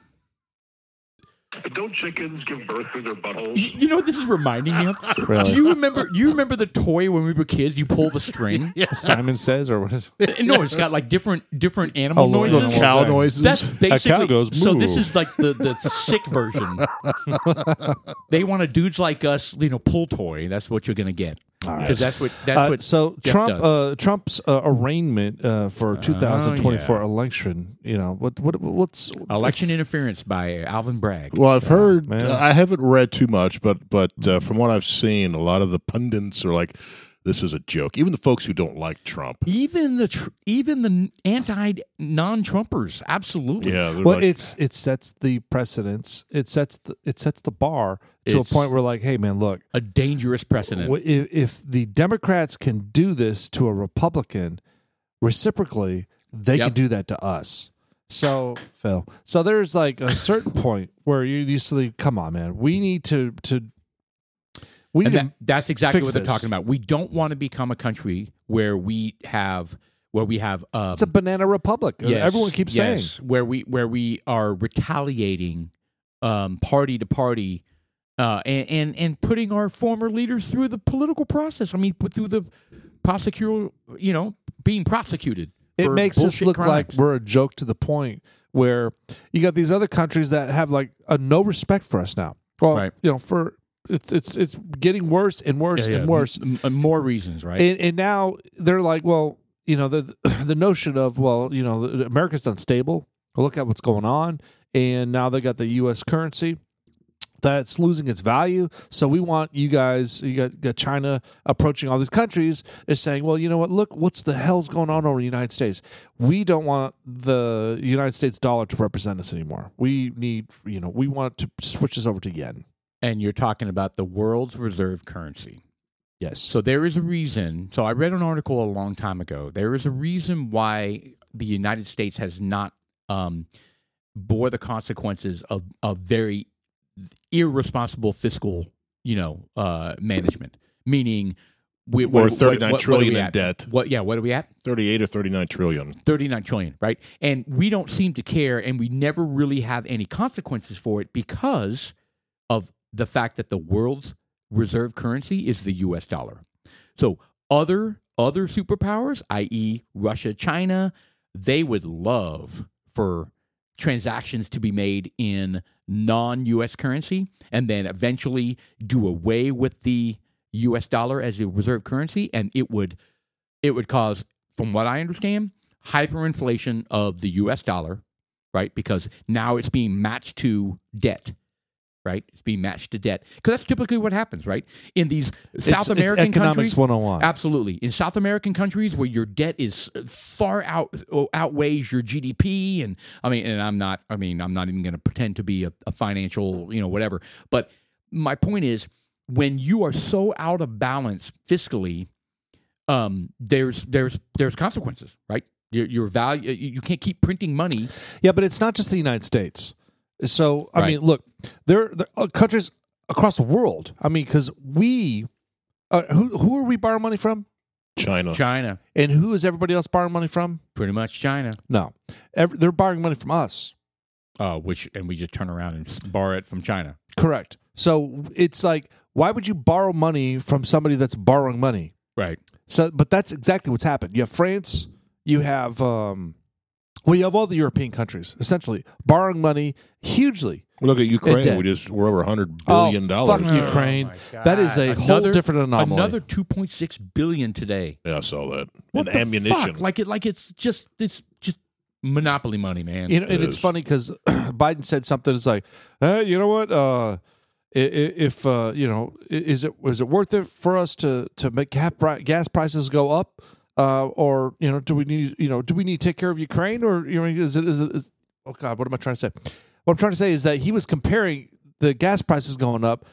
Speaker 10: Don't chickens give birth through their
Speaker 3: You,
Speaker 10: buttholes?
Speaker 3: you know what this is reminding me of? Do you remember? You remember the toy when we were kids? You pull the string.
Speaker 1: Simon says, or what? Is,
Speaker 3: No, it's got like different different animal
Speaker 1: Oh, Lord,
Speaker 3: noises.
Speaker 1: I don't
Speaker 2: Little
Speaker 1: know what
Speaker 2: cow
Speaker 1: that-
Speaker 2: noises.
Speaker 3: That's basically
Speaker 1: goes,
Speaker 3: so. This
Speaker 1: "Moo."
Speaker 3: is like the the sick version. they want a dudes like us, you know, pull toy. That's what you're gonna get because that's what that's
Speaker 1: Uh,
Speaker 3: what.
Speaker 1: so
Speaker 3: Jeff
Speaker 1: Trump,
Speaker 3: does.
Speaker 1: uh, Trump's uh, arraignment uh, for 2024
Speaker 3: yeah.
Speaker 1: election. You know what? What? What's
Speaker 3: Election interference by Alvin Bragg.
Speaker 2: well, I've heard. uh,
Speaker 1: man.
Speaker 2: I haven't read too much, but but uh, from what I've seen, a lot of the pundits are like, "This is a joke." Even the folks who don't like Trump.
Speaker 3: Even the tr- even the anti non-Trumpers, absolutely.
Speaker 2: Yeah. they're
Speaker 1: Well,
Speaker 2: like,
Speaker 1: it's it sets the precedence. It sets the it sets the bar to
Speaker 3: It's-
Speaker 1: a point where, like, hey, man, look,
Speaker 3: a dangerous precedent.
Speaker 1: w- if, if the Democrats can do this to a Republican, reciprocally, they
Speaker 3: Yep.
Speaker 1: can do that to us. So, Phil, so there's like a certain point where you you say, come on, man, we need to to we need
Speaker 3: And
Speaker 1: to
Speaker 3: that, that's exactly
Speaker 1: fix
Speaker 3: what they're
Speaker 1: this.
Speaker 3: talking about. We don't want to become a country where we have where we have um,
Speaker 1: It's a banana republic. Uh,
Speaker 3: Yes,
Speaker 1: Everyone keeps
Speaker 3: yes, where we where we are retaliating um, party to party uh, and, and and putting our former leaders through the political process. I mean, put through the prosecutor, you know, being prosecuted.
Speaker 1: saying
Speaker 3: for
Speaker 1: it makes us
Speaker 3: bullshit
Speaker 1: look like
Speaker 3: crimes.
Speaker 1: we're a joke to the point where you got these other countries that have like a no respect for us now. Well,
Speaker 3: Right.
Speaker 1: you know, for it's it's it's getting worse and worse
Speaker 3: Yeah, yeah,
Speaker 1: and worse.
Speaker 3: m- m- more reasons, right?
Speaker 1: And, and now they're like, well, you know, the the notion of well, you know, the- America's unstable. Well, look at what's going on, and now they got the U.S. currency that's losing its value. So we want you guys. You got, got China approaching all these countries is saying, well, you know what? Look, what's the hell's going on over in the United States? We don't want the United States dollar to represent us anymore. We need, you know, we want to switch this over to yen.
Speaker 3: and you're talking about the world's reserve currency.
Speaker 1: Yes.
Speaker 3: So there is a reason. So I read an article a long time ago. There is a reason why the United States has not um, bore the consequences of of very irresponsible fiscal, you know, uh, management. Meaning, we,
Speaker 2: We're
Speaker 3: what- what-
Speaker 2: 39
Speaker 3: what- what are
Speaker 2: trillion
Speaker 3: we
Speaker 2: in
Speaker 3: at?
Speaker 2: debt.
Speaker 3: What? Yeah. What are we at?
Speaker 2: Thirty-eight or thirty-nine trillion.
Speaker 3: 39 trillion, right? And we don't seem to care and we never really have any consequences for it because of the fact that the world's reserve currency is the US dollar. So other other superpowers, i.e. Russia, China, they would love for transactions to be made in non-US currency and then eventually do away with the US dollar as a reserve currency and it would it would cause from what I understand hyperinflation of the US dollar, right? Because now it's being matched to debt, right? It's being matched to debt. Because that's typically what happens, right? In these South
Speaker 1: It's- it's
Speaker 3: American
Speaker 1: economics
Speaker 3: countries.
Speaker 1: 101.
Speaker 3: Absolutely. In South American countries where your debt is uh, far out outweighs your GDP and I mean and I'm not I mean I'm not even going to pretend to be a, a financial, you know, whatever. But my point is when you are so out of balance fiscally, um there's there's there's consequences, right? Your your value you you can't keep printing money.
Speaker 1: Yeah, but it's not just the United States. So I
Speaker 3: Right.
Speaker 1: mean, look, there, there are countries across the world. I mean, because we, uh, who who are we borrowing money from,
Speaker 2: China.
Speaker 3: China,
Speaker 1: and who is everybody else borrowing money from?
Speaker 3: pretty much China.
Speaker 1: No, Ev they're borrowing money from us.
Speaker 3: Uh which and we just turn around and borrow it from China.
Speaker 1: Correct. So it's like, why would you borrow money from somebody that's borrowing money?
Speaker 3: Right.
Speaker 1: So, but that's exactly what's happened. You have France. You have um, well, you have all the European countries essentially borrowing money hugely.
Speaker 2: Look at Ukraine.
Speaker 1: debt.
Speaker 2: We just we're over hundred billion
Speaker 1: oh,
Speaker 2: dollars.
Speaker 1: Fuck Ukraine.
Speaker 3: my
Speaker 1: that is a whole
Speaker 3: Another-
Speaker 1: different anomaly.
Speaker 3: Another 2.6 billion today.
Speaker 2: Yeah, I saw that.
Speaker 3: What
Speaker 2: and
Speaker 3: the
Speaker 2: ammunition.
Speaker 3: fuck? Like it like it's just it's just monopoly money, man.
Speaker 1: You know, and it's
Speaker 2: is.
Speaker 1: funny because Biden said something. It's like, hey, you know what? Uh, i- i- if uh, you know, i- is it was it worth it for us to to make half pri- gas prices go up? Uh, or you know, do we need you know, do we need to take care of Ukraine? Or you know, is it is it? Is, oh God, what am I trying to say? What I'm trying to say is that he was comparing the gas prices going up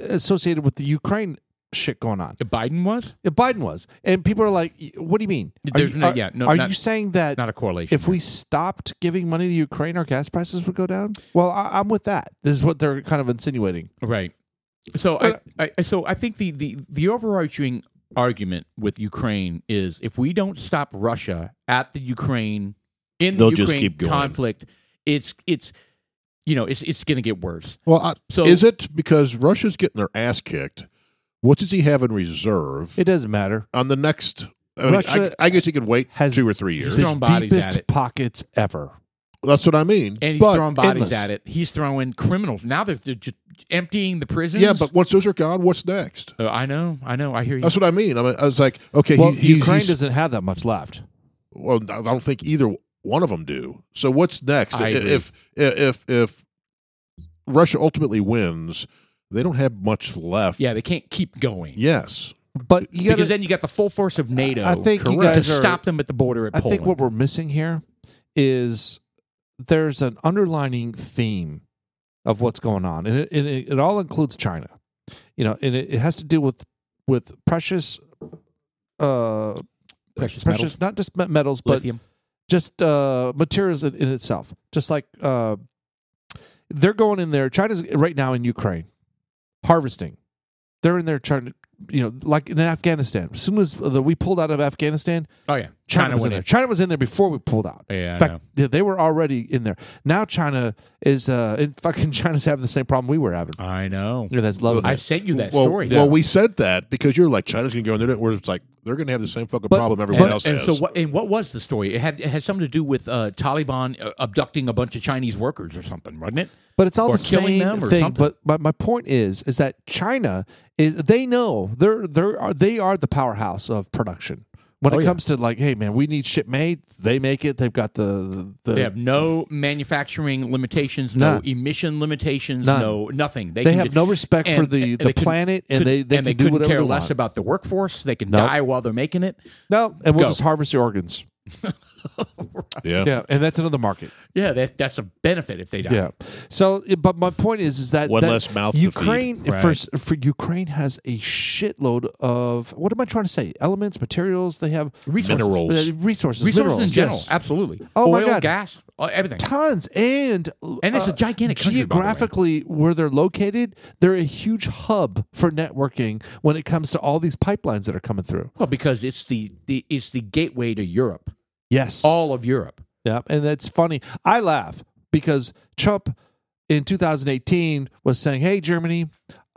Speaker 1: associated with the Ukraine shit going on.
Speaker 3: Biden was.
Speaker 1: Yeah, Biden was, and people are like, "What do you mean? Are
Speaker 3: There's
Speaker 1: you,
Speaker 3: no-
Speaker 1: are,
Speaker 3: yeah, no,
Speaker 1: are
Speaker 3: not-
Speaker 1: you saying that
Speaker 3: Not a correlation.
Speaker 1: if we stopped giving money to Ukraine, our gas prices would go down? Well, I, I'm with that. This is what they're kind of insinuating.
Speaker 3: Right. So I,
Speaker 1: But-
Speaker 3: I, I- so I think the, the the overarching argument with Ukraine is if we don't stop Russia at the Ukraine in the
Speaker 2: They'll just
Speaker 3: Ukraine
Speaker 2: keep going.
Speaker 3: conflict, it's it's you know it's it's going to get worse.
Speaker 2: Well, I,
Speaker 3: So-
Speaker 2: is it because Russia's getting their ass kicked? What does he have in reserve
Speaker 1: It doesn't matter.
Speaker 2: on the next? I, mean, I-
Speaker 1: Russia
Speaker 2: I, guess he could wait
Speaker 1: has-
Speaker 2: two or three years.
Speaker 3: He's throwing bodies
Speaker 1: deepest
Speaker 3: at it.
Speaker 1: pockets ever.
Speaker 2: That's what I mean.
Speaker 3: And he's
Speaker 2: But-
Speaker 3: throwing bodies
Speaker 1: endless.
Speaker 3: at it. He's throwing criminals. Now they're, they're just emptying the prisons.
Speaker 2: yeah, but once those are gone, what's next?
Speaker 3: Uh, I know, I know, I hear you.
Speaker 2: That's what I mean. I, mean, I was like, okay, he-
Speaker 1: well,
Speaker 2: he's,
Speaker 1: Ukraine
Speaker 2: he's-
Speaker 1: doesn't have that much left.
Speaker 2: Well, I don't think either one of them do. So what's next?
Speaker 3: I agree.
Speaker 2: if if if Russia ultimately wins, they don't have much left.
Speaker 3: yeah, they can't keep going.
Speaker 2: Yes.
Speaker 1: But you
Speaker 3: because
Speaker 1: gotta,
Speaker 3: then you got the full force of NATO.
Speaker 1: I think you
Speaker 3: correct,
Speaker 1: guys
Speaker 3: to
Speaker 1: are-
Speaker 3: stop them at the border at
Speaker 1: I
Speaker 3: Poland.
Speaker 1: think what we're missing here is there's an underlining theme of what's going on, and it, and it, it all includes China. You know, and it, it has to do with with precious, uh,
Speaker 3: precious, metals,
Speaker 1: precious, not just me- metals, but
Speaker 3: lithium.
Speaker 1: just uh, materials in, in itself. Just like uh, they're going in there. China's right now in Ukraine harvesting. They're in there trying to, you know, like in Afghanistan. As soon as the, we pulled out of Afghanistan,
Speaker 3: Oh yeah,
Speaker 1: China, was in
Speaker 3: went
Speaker 1: there. China was in there before we pulled out.
Speaker 3: Yeah, I
Speaker 1: in fact,
Speaker 3: know.
Speaker 1: yeah, they were already in there. Now China is, uh, and fucking China's having the same problem we were having.
Speaker 3: I know.
Speaker 1: Yeah, that's lovely.
Speaker 3: I sent you that
Speaker 2: well,
Speaker 3: story.
Speaker 2: well, we said that because you're like China's going to go in there. Where it's like they're going to have the same fucking
Speaker 1: But-
Speaker 2: problem everyone
Speaker 3: and,
Speaker 2: else
Speaker 3: and
Speaker 2: has.
Speaker 3: so what? And what was the story? It had it had something to do with uh, Taliban uh, abducting a bunch of Chinese workers or something, wasn't it?
Speaker 1: But it's all
Speaker 3: Or
Speaker 1: the
Speaker 3: killing
Speaker 1: same
Speaker 3: them or
Speaker 1: thing.
Speaker 3: something.
Speaker 1: But my, my point is, is that China is they know they're they're are, they are the powerhouse of production. When
Speaker 3: Oh,
Speaker 1: it
Speaker 3: yeah.
Speaker 1: comes to like, hey man, we need shit made. They make it. They've got the the
Speaker 3: They have no manufacturing limitations, no
Speaker 1: None.
Speaker 3: emission limitations,
Speaker 1: None.
Speaker 3: no nothing.
Speaker 1: They
Speaker 3: can
Speaker 1: have
Speaker 3: do-
Speaker 1: no respect for the- the
Speaker 3: they couldn't-
Speaker 1: planet, and
Speaker 3: couldn't-
Speaker 1: they- they
Speaker 3: and
Speaker 1: can do
Speaker 3: couldn't
Speaker 1: whatever
Speaker 3: care
Speaker 1: they
Speaker 3: less
Speaker 1: want.
Speaker 3: about the workforce. They can
Speaker 1: Nope.
Speaker 3: die while they're making it.
Speaker 1: no, and we'll
Speaker 3: Go.
Speaker 1: just harvest your organs.
Speaker 2: yeah.
Speaker 1: Yeah, and that's another market.
Speaker 3: Yeah, that, that's a benefit if they die.
Speaker 1: Yeah. So, but my point is, is that
Speaker 2: One
Speaker 1: that
Speaker 2: less mouth to feed.
Speaker 1: Ukraine for, for Ukraine has a shitload of what am I trying to say? Elements, materials. They have
Speaker 3: Resources.
Speaker 2: Minerals.
Speaker 1: uh, resources,
Speaker 3: Resources
Speaker 1: minerals,
Speaker 3: in general,
Speaker 1: yes.
Speaker 3: absolutely.
Speaker 1: Oh, my
Speaker 3: Oil,
Speaker 1: God.
Speaker 3: gas, uh, everything.
Speaker 1: tons and uh,
Speaker 3: And it's a gigantic country, by the way.
Speaker 1: geographically where they're located they're a huge hub for networking when it comes to all these pipelines that are coming through
Speaker 3: Well, because it's the, the it's the gateway to Europe,
Speaker 1: yes
Speaker 3: all of Europe.
Speaker 1: yeah and that's funny i laugh because trump in 2018 was saying hey germany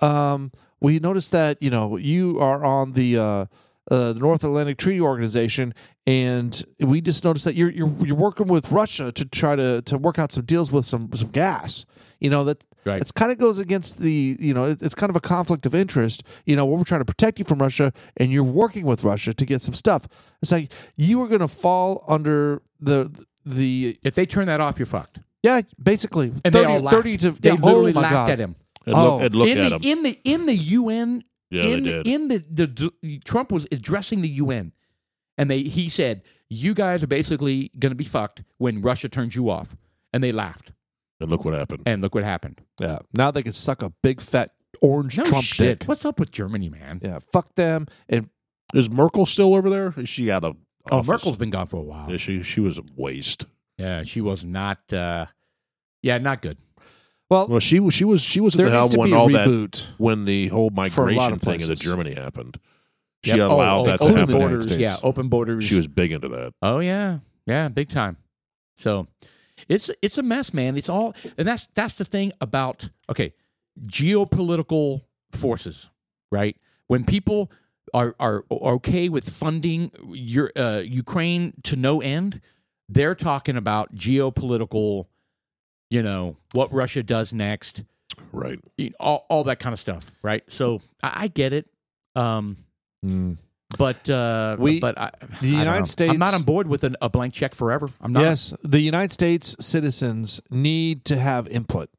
Speaker 1: um, we noticed that you know you are on the uh, uh, the North Atlantic Treaty Organization, and we just noticed that you're you're, you're working with Russia to try to, to work out some deals with some some gas. You know that
Speaker 3: Right.
Speaker 1: it's kind of goes against the you know it, it's kind of a conflict of interest. You know where we're trying to protect you from Russia, and you're working with Russia to get some stuff. It's like you are going to fall under the the
Speaker 3: If they turn that off, you're fucked.
Speaker 1: yeah basically 30,
Speaker 3: And they all laughed.
Speaker 1: 30 to
Speaker 3: they
Speaker 1: yeah, oh
Speaker 3: literally
Speaker 1: my
Speaker 3: laughed
Speaker 1: God.
Speaker 3: at him.
Speaker 2: And
Speaker 1: Oh.
Speaker 2: look, and look
Speaker 3: in
Speaker 2: at
Speaker 3: the,
Speaker 2: them.
Speaker 3: in the in the UN
Speaker 2: Yeah,
Speaker 3: in,
Speaker 2: they did.
Speaker 3: in the, the the Trump was addressing the UN, and they he said, "You guys are basically going to be fucked when Russia turns you off," and they laughed.
Speaker 2: and look what happened.
Speaker 3: And look what happened.
Speaker 1: Yeah. Now they can suck a big fat orange
Speaker 3: No
Speaker 1: Trump
Speaker 3: shit.
Speaker 1: dick.
Speaker 3: What's up with Germany, man?
Speaker 1: Yeah. Fuck them. And
Speaker 2: Is Merkel still over there? Is she out of?
Speaker 3: Oh,
Speaker 2: office?
Speaker 3: Merkel's been gone for a while.
Speaker 2: Yeah, she she was a waste.
Speaker 3: Yeah, she was not. Uh, yeah, not good.
Speaker 1: well,
Speaker 2: Well, she was she was she was
Speaker 1: Oh.
Speaker 2: at
Speaker 1: there
Speaker 2: the helm
Speaker 1: needs to
Speaker 2: when
Speaker 1: be a
Speaker 2: all that
Speaker 1: reboot.
Speaker 2: when the whole
Speaker 1: For a lot
Speaker 2: migration
Speaker 1: of
Speaker 2: thing into
Speaker 1: places.
Speaker 2: Germany happened. She
Speaker 3: Yep. Oh,
Speaker 2: allowed
Speaker 3: oh,
Speaker 2: that to
Speaker 1: including the
Speaker 2: happen.
Speaker 3: open
Speaker 1: United
Speaker 3: borders.
Speaker 1: States.
Speaker 3: Yeah, open borders.
Speaker 2: She was big into that.
Speaker 3: Oh yeah, yeah, big time. So it's it's a mess, man. It's all, and that's that's the thing about okay, geopolitical forces, right? When people are are, are okay with funding your uh, Ukraine to no end, they're talking about geopolitical, you know, what Russia does next,
Speaker 2: Right.
Speaker 3: you know, all all that kind of stuff, right? So I, I get it. Um,
Speaker 2: Mm.
Speaker 3: but uh,
Speaker 1: We-
Speaker 3: but I,
Speaker 1: the
Speaker 3: I don't
Speaker 1: United
Speaker 3: know.
Speaker 1: States-
Speaker 3: I'm not on board with an, a blank check forever. I'm not.
Speaker 1: Yes. The United States citizens need to have input.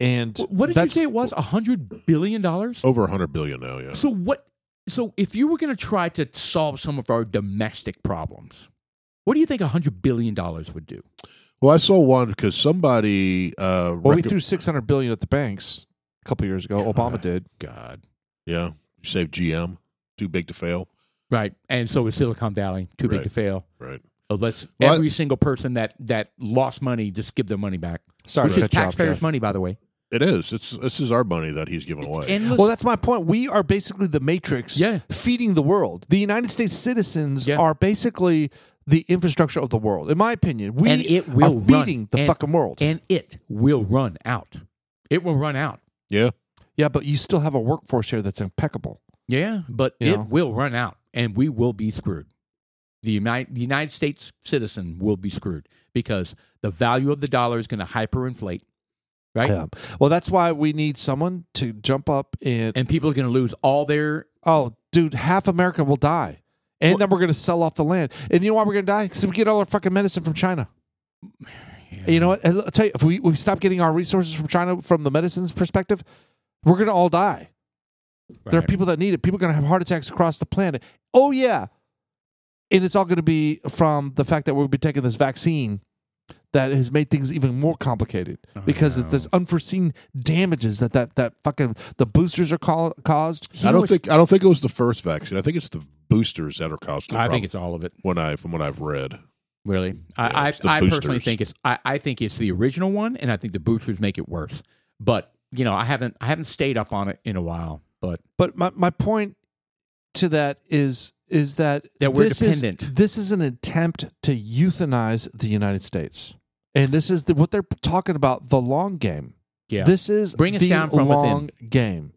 Speaker 1: And
Speaker 3: Wh- What did you
Speaker 1: that's- Oh.
Speaker 3: say it was? A hundred billion dollars.
Speaker 2: Over a hundred billion now. Yeah.
Speaker 3: So what? So, if you were going to try to solve some of our domestic problems, what do you think $100 billion would do?
Speaker 2: Well, I saw one because somebody. Uh,
Speaker 1: Well, we
Speaker 2: recom-
Speaker 1: threw six hundred billion at the banks a couple years ago. Obama did.
Speaker 3: God.
Speaker 2: yeah, you save GM, too big to fail.
Speaker 3: Right. And so is Silicon Valley. Too big
Speaker 2: Right.
Speaker 3: to fail.
Speaker 2: Right.
Speaker 3: Uh, Let's
Speaker 2: Well, I-
Speaker 3: every single person that, that lost money, just give their money back.
Speaker 1: Sorry,
Speaker 3: Which
Speaker 1: to
Speaker 3: is
Speaker 1: cut you off,
Speaker 3: taxpayers'
Speaker 1: Jeff.
Speaker 3: money, by the way.
Speaker 2: It is. It's this is our money that he's giving away.
Speaker 3: Endless.
Speaker 1: Well, that's my point. We are basically the matrix
Speaker 3: Yeah.
Speaker 1: feeding the world. The United States citizens
Speaker 3: Yeah.
Speaker 1: are basically the infrastructure of the world. In my opinion, we
Speaker 3: and it will
Speaker 1: are
Speaker 3: run.
Speaker 1: feeding the
Speaker 3: And-
Speaker 1: fucking world.
Speaker 3: And it will run out. It will run out.
Speaker 2: yeah.
Speaker 1: yeah, but you still have a workforce here that's impeccable.
Speaker 3: Yeah, but
Speaker 1: You
Speaker 3: it
Speaker 1: know?
Speaker 3: will run out, and we will be screwed. The United, the United States citizen will be screwed because the value of the dollar is going to hyperinflate, right?
Speaker 1: Yeah. Well, that's why we need someone to jump up and,
Speaker 3: And people are going to lose all their.
Speaker 1: oh, dude, half America will die. And then we're going to sell off the land. And you know why we're going to die? Because we get all our fucking medicine from China. You know what? I'll tell you, if we, we stop getting our resources from China from the medicines perspective, we're going to all die. There are
Speaker 3: Right.
Speaker 1: people that need it. People are going to have heart attacks across the planet. Oh, yeah. And it's all going to be from the fact that we'll be taking this vaccine that has made things even more complicated because of there's unforeseen damages that that, that fucking the boosters are call, caused.
Speaker 2: I don't think I don't think it was the first vaccine. I think it's the boosters that are causing. the
Speaker 3: I think
Speaker 2: problem,
Speaker 3: it's all of it.
Speaker 2: when I from what I've read.
Speaker 3: Really,
Speaker 2: Yeah,
Speaker 3: I
Speaker 2: it's the
Speaker 3: I, I personally
Speaker 2: boosters.
Speaker 3: think it's I, I think it's the original one, and I think the boosters make it worse. But you know, I haven't I haven't stayed up on it in a while. But
Speaker 1: But my, my point to that is is that,
Speaker 3: That we're
Speaker 1: this is-
Speaker 3: dependent.
Speaker 1: this is an attempt to euthanize the United States. And this is the, what they're talking about the long game.
Speaker 3: yeah,
Speaker 1: This is
Speaker 3: Bring us
Speaker 1: the
Speaker 3: down from within.
Speaker 1: long game.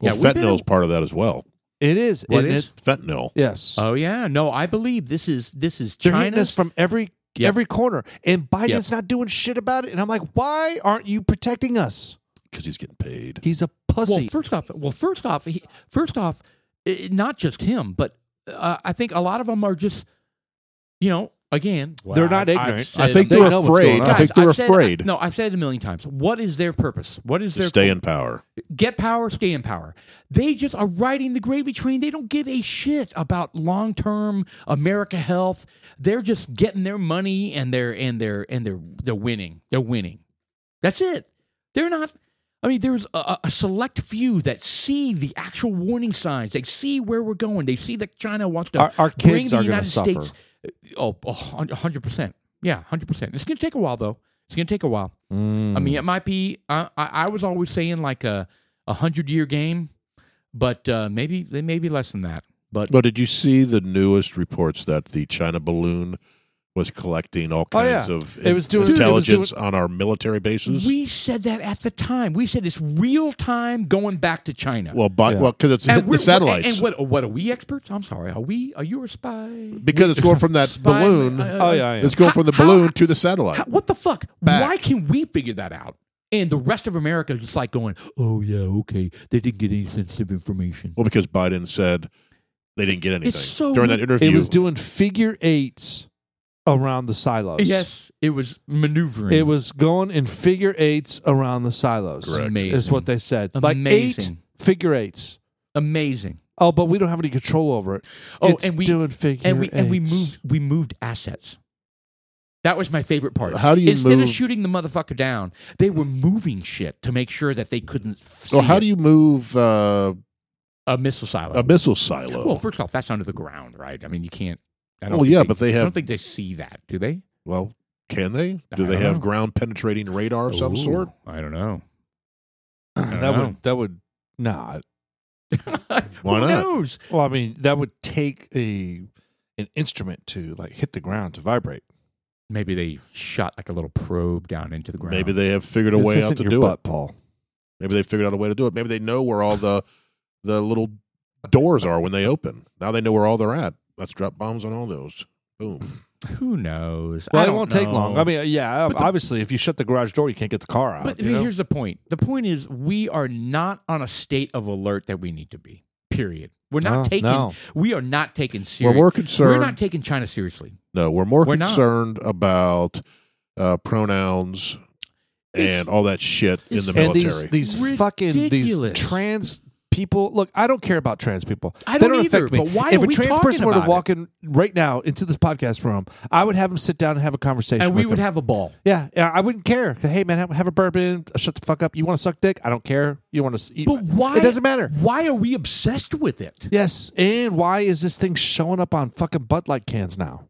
Speaker 2: Well,
Speaker 3: Yeah, we've been
Speaker 2: fentanyl is
Speaker 3: in-
Speaker 2: part of that as well.
Speaker 1: It is.
Speaker 3: What
Speaker 1: and
Speaker 3: is?
Speaker 1: it-
Speaker 2: Fentanyl.
Speaker 1: yes.
Speaker 3: oh yeah, no, I believe this is this is
Speaker 1: They're hitting us
Speaker 3: China's
Speaker 1: from every
Speaker 3: Yep.
Speaker 1: every corner, and Biden's not doing shit about it. And I'm like, why aren't you protecting us?
Speaker 2: because he's getting paid.
Speaker 1: He's a pussy.
Speaker 3: Well, first off, well, first off, he, first off, i- not just him, but uh, I think a lot of them are just, you know, again,
Speaker 1: They're not
Speaker 3: I've
Speaker 1: ignorant.
Speaker 3: said-
Speaker 2: I think
Speaker 1: they
Speaker 2: they're
Speaker 1: know what's going
Speaker 2: afraid.
Speaker 1: on.
Speaker 2: I think
Speaker 3: Guys,
Speaker 2: they're
Speaker 3: I've said-
Speaker 2: afraid
Speaker 3: I- no, I've said it a million times. What is their purpose? What is
Speaker 2: to
Speaker 3: their
Speaker 2: stay in power.
Speaker 3: get power, stay in power. They just are riding the gravy train. They don't give a shit about long term America health. They're just getting their money and they're and they're and they're they're winning. They're winning. That's it. They're not. I mean, there's a- a, a select few that see the actual warning signs. They see where we're going. They see that China wants to
Speaker 1: Our- our
Speaker 3: bring
Speaker 1: kids
Speaker 3: the
Speaker 1: are gonna
Speaker 3: United
Speaker 1: suffer.
Speaker 3: States. Oh, oh, 100%. Yeah, 100%. It's going to take a while, though. It's going to take a while.
Speaker 1: Mm.
Speaker 3: I mean, it might be. I, I, I was always saying like a a hundred year game, but uh, maybe they may be less than that. But
Speaker 2: But did you see the newest reports that the China balloon was collecting all
Speaker 1: Oh,
Speaker 2: kinds
Speaker 1: yeah.
Speaker 2: of
Speaker 1: It was doing- Dude, it was
Speaker 2: intelligence on our military bases?
Speaker 3: we said that at the time. We said it's real time going back to China.
Speaker 2: well, by,
Speaker 1: Yeah.
Speaker 2: well, because it's
Speaker 3: and
Speaker 2: hitting the
Speaker 3: we're-
Speaker 2: satellites.
Speaker 3: And, and what what are we experts? I'm sorry. Are we? Are you a spy?
Speaker 2: because it's going from that
Speaker 3: Spy-
Speaker 2: balloon.
Speaker 3: uh,
Speaker 1: oh yeah, yeah.
Speaker 2: it's going
Speaker 3: How-
Speaker 2: from the
Speaker 3: how-
Speaker 2: balloon to the satellite.
Speaker 3: How- what the fuck?
Speaker 2: Back.
Speaker 3: Why can we figure that out? And the rest of America is just like going, oh yeah, okay. They didn't get any sensitive information.
Speaker 2: well, because Biden said they didn't get anything
Speaker 3: so
Speaker 2: during that
Speaker 3: rid-
Speaker 2: interview.
Speaker 1: It was doing figure eights around the silos.
Speaker 3: Yes, it was maneuvering.
Speaker 1: It was going in figure eights around the silos.
Speaker 2: Correct.
Speaker 3: amazing.
Speaker 1: Is what they said. Like eight
Speaker 3: Amazing.
Speaker 1: figure eights.
Speaker 3: amazing.
Speaker 1: Oh, but we don't have any control over it.
Speaker 3: Oh,
Speaker 1: It's
Speaker 3: and we
Speaker 1: doing figure
Speaker 3: and we and we
Speaker 1: eights.
Speaker 3: moved we moved assets. That was my favorite part.
Speaker 2: How do you
Speaker 3: instead
Speaker 2: move-
Speaker 3: of shooting the motherfucker down, they were moving shit to make sure that they couldn't. See
Speaker 2: well, how
Speaker 3: it.
Speaker 2: do you move uh,
Speaker 3: a missile silo?
Speaker 2: a missile silo?
Speaker 3: Well, first off, that's under the ground, right? I mean, you can't. I don't
Speaker 2: Well,
Speaker 3: think
Speaker 2: yeah, but they
Speaker 3: I
Speaker 2: have-
Speaker 3: don't think they see that, do they?
Speaker 2: Well, can they?
Speaker 3: I
Speaker 2: Do they
Speaker 3: don't
Speaker 2: have
Speaker 3: know.
Speaker 2: ground penetrating radar of some
Speaker 3: Ooh,
Speaker 2: sort?
Speaker 3: I don't know.
Speaker 1: That would that would not.
Speaker 2: Why
Speaker 3: Who
Speaker 2: not?
Speaker 3: knows?
Speaker 1: Well, I mean, that would take a an instrument to like hit the ground to vibrate.
Speaker 3: Maybe they shot like a little probe down into the ground.
Speaker 2: Maybe they have figured a
Speaker 1: This
Speaker 2: way out
Speaker 1: isn't
Speaker 2: to
Speaker 1: your
Speaker 2: do
Speaker 1: butt,
Speaker 2: it.
Speaker 1: Paul.
Speaker 2: Maybe they figured out a way to do it. Maybe they know where all the the little doors are when they open. Now they know where all they're at. Let's drop bombs on all those. Boom.
Speaker 3: Who knows?
Speaker 1: Well,
Speaker 3: I
Speaker 1: it
Speaker 3: don't
Speaker 1: won't take
Speaker 3: know.
Speaker 1: long. I mean, yeah, obviously, if you shut the garage door, you can't get the car out.
Speaker 3: But
Speaker 1: you know?
Speaker 3: here's the point. The point is we are not on a state of alert that we need to be. Period. We're
Speaker 1: No,
Speaker 3: not taking
Speaker 1: Ah, no.
Speaker 3: we are not taking
Speaker 2: We're
Speaker 3: seriously.
Speaker 2: more concerned.
Speaker 3: not taking China seriously.
Speaker 2: no, we're more
Speaker 3: We're not.
Speaker 2: concerned about uh, pronouns and all that shit in
Speaker 3: it's-
Speaker 2: the
Speaker 3: And
Speaker 2: military.
Speaker 1: these these fucking these
Speaker 3: ridiculous.
Speaker 1: trans people look, I don't care about trans people.
Speaker 3: I
Speaker 1: they
Speaker 3: don't
Speaker 1: don't affect
Speaker 3: either,
Speaker 1: me.
Speaker 3: but why
Speaker 1: if
Speaker 3: are
Speaker 1: a
Speaker 3: we
Speaker 1: trans
Speaker 3: talking
Speaker 1: person were to
Speaker 3: about it?
Speaker 1: walk in right now into this podcast room, I would have them sit down and have a conversation.
Speaker 3: and we
Speaker 1: with
Speaker 3: would
Speaker 1: them.
Speaker 3: have a ball.
Speaker 1: Yeah, yeah, I wouldn't care. Hey, man, have, have a bourbon. Shut the fuck up. You want to suck dick? I don't care. You want to? eat
Speaker 3: But why?
Speaker 1: It doesn't matter.
Speaker 3: Why are we obsessed with it?
Speaker 1: Yes, and why is this thing showing up on fucking Bud Light cans now?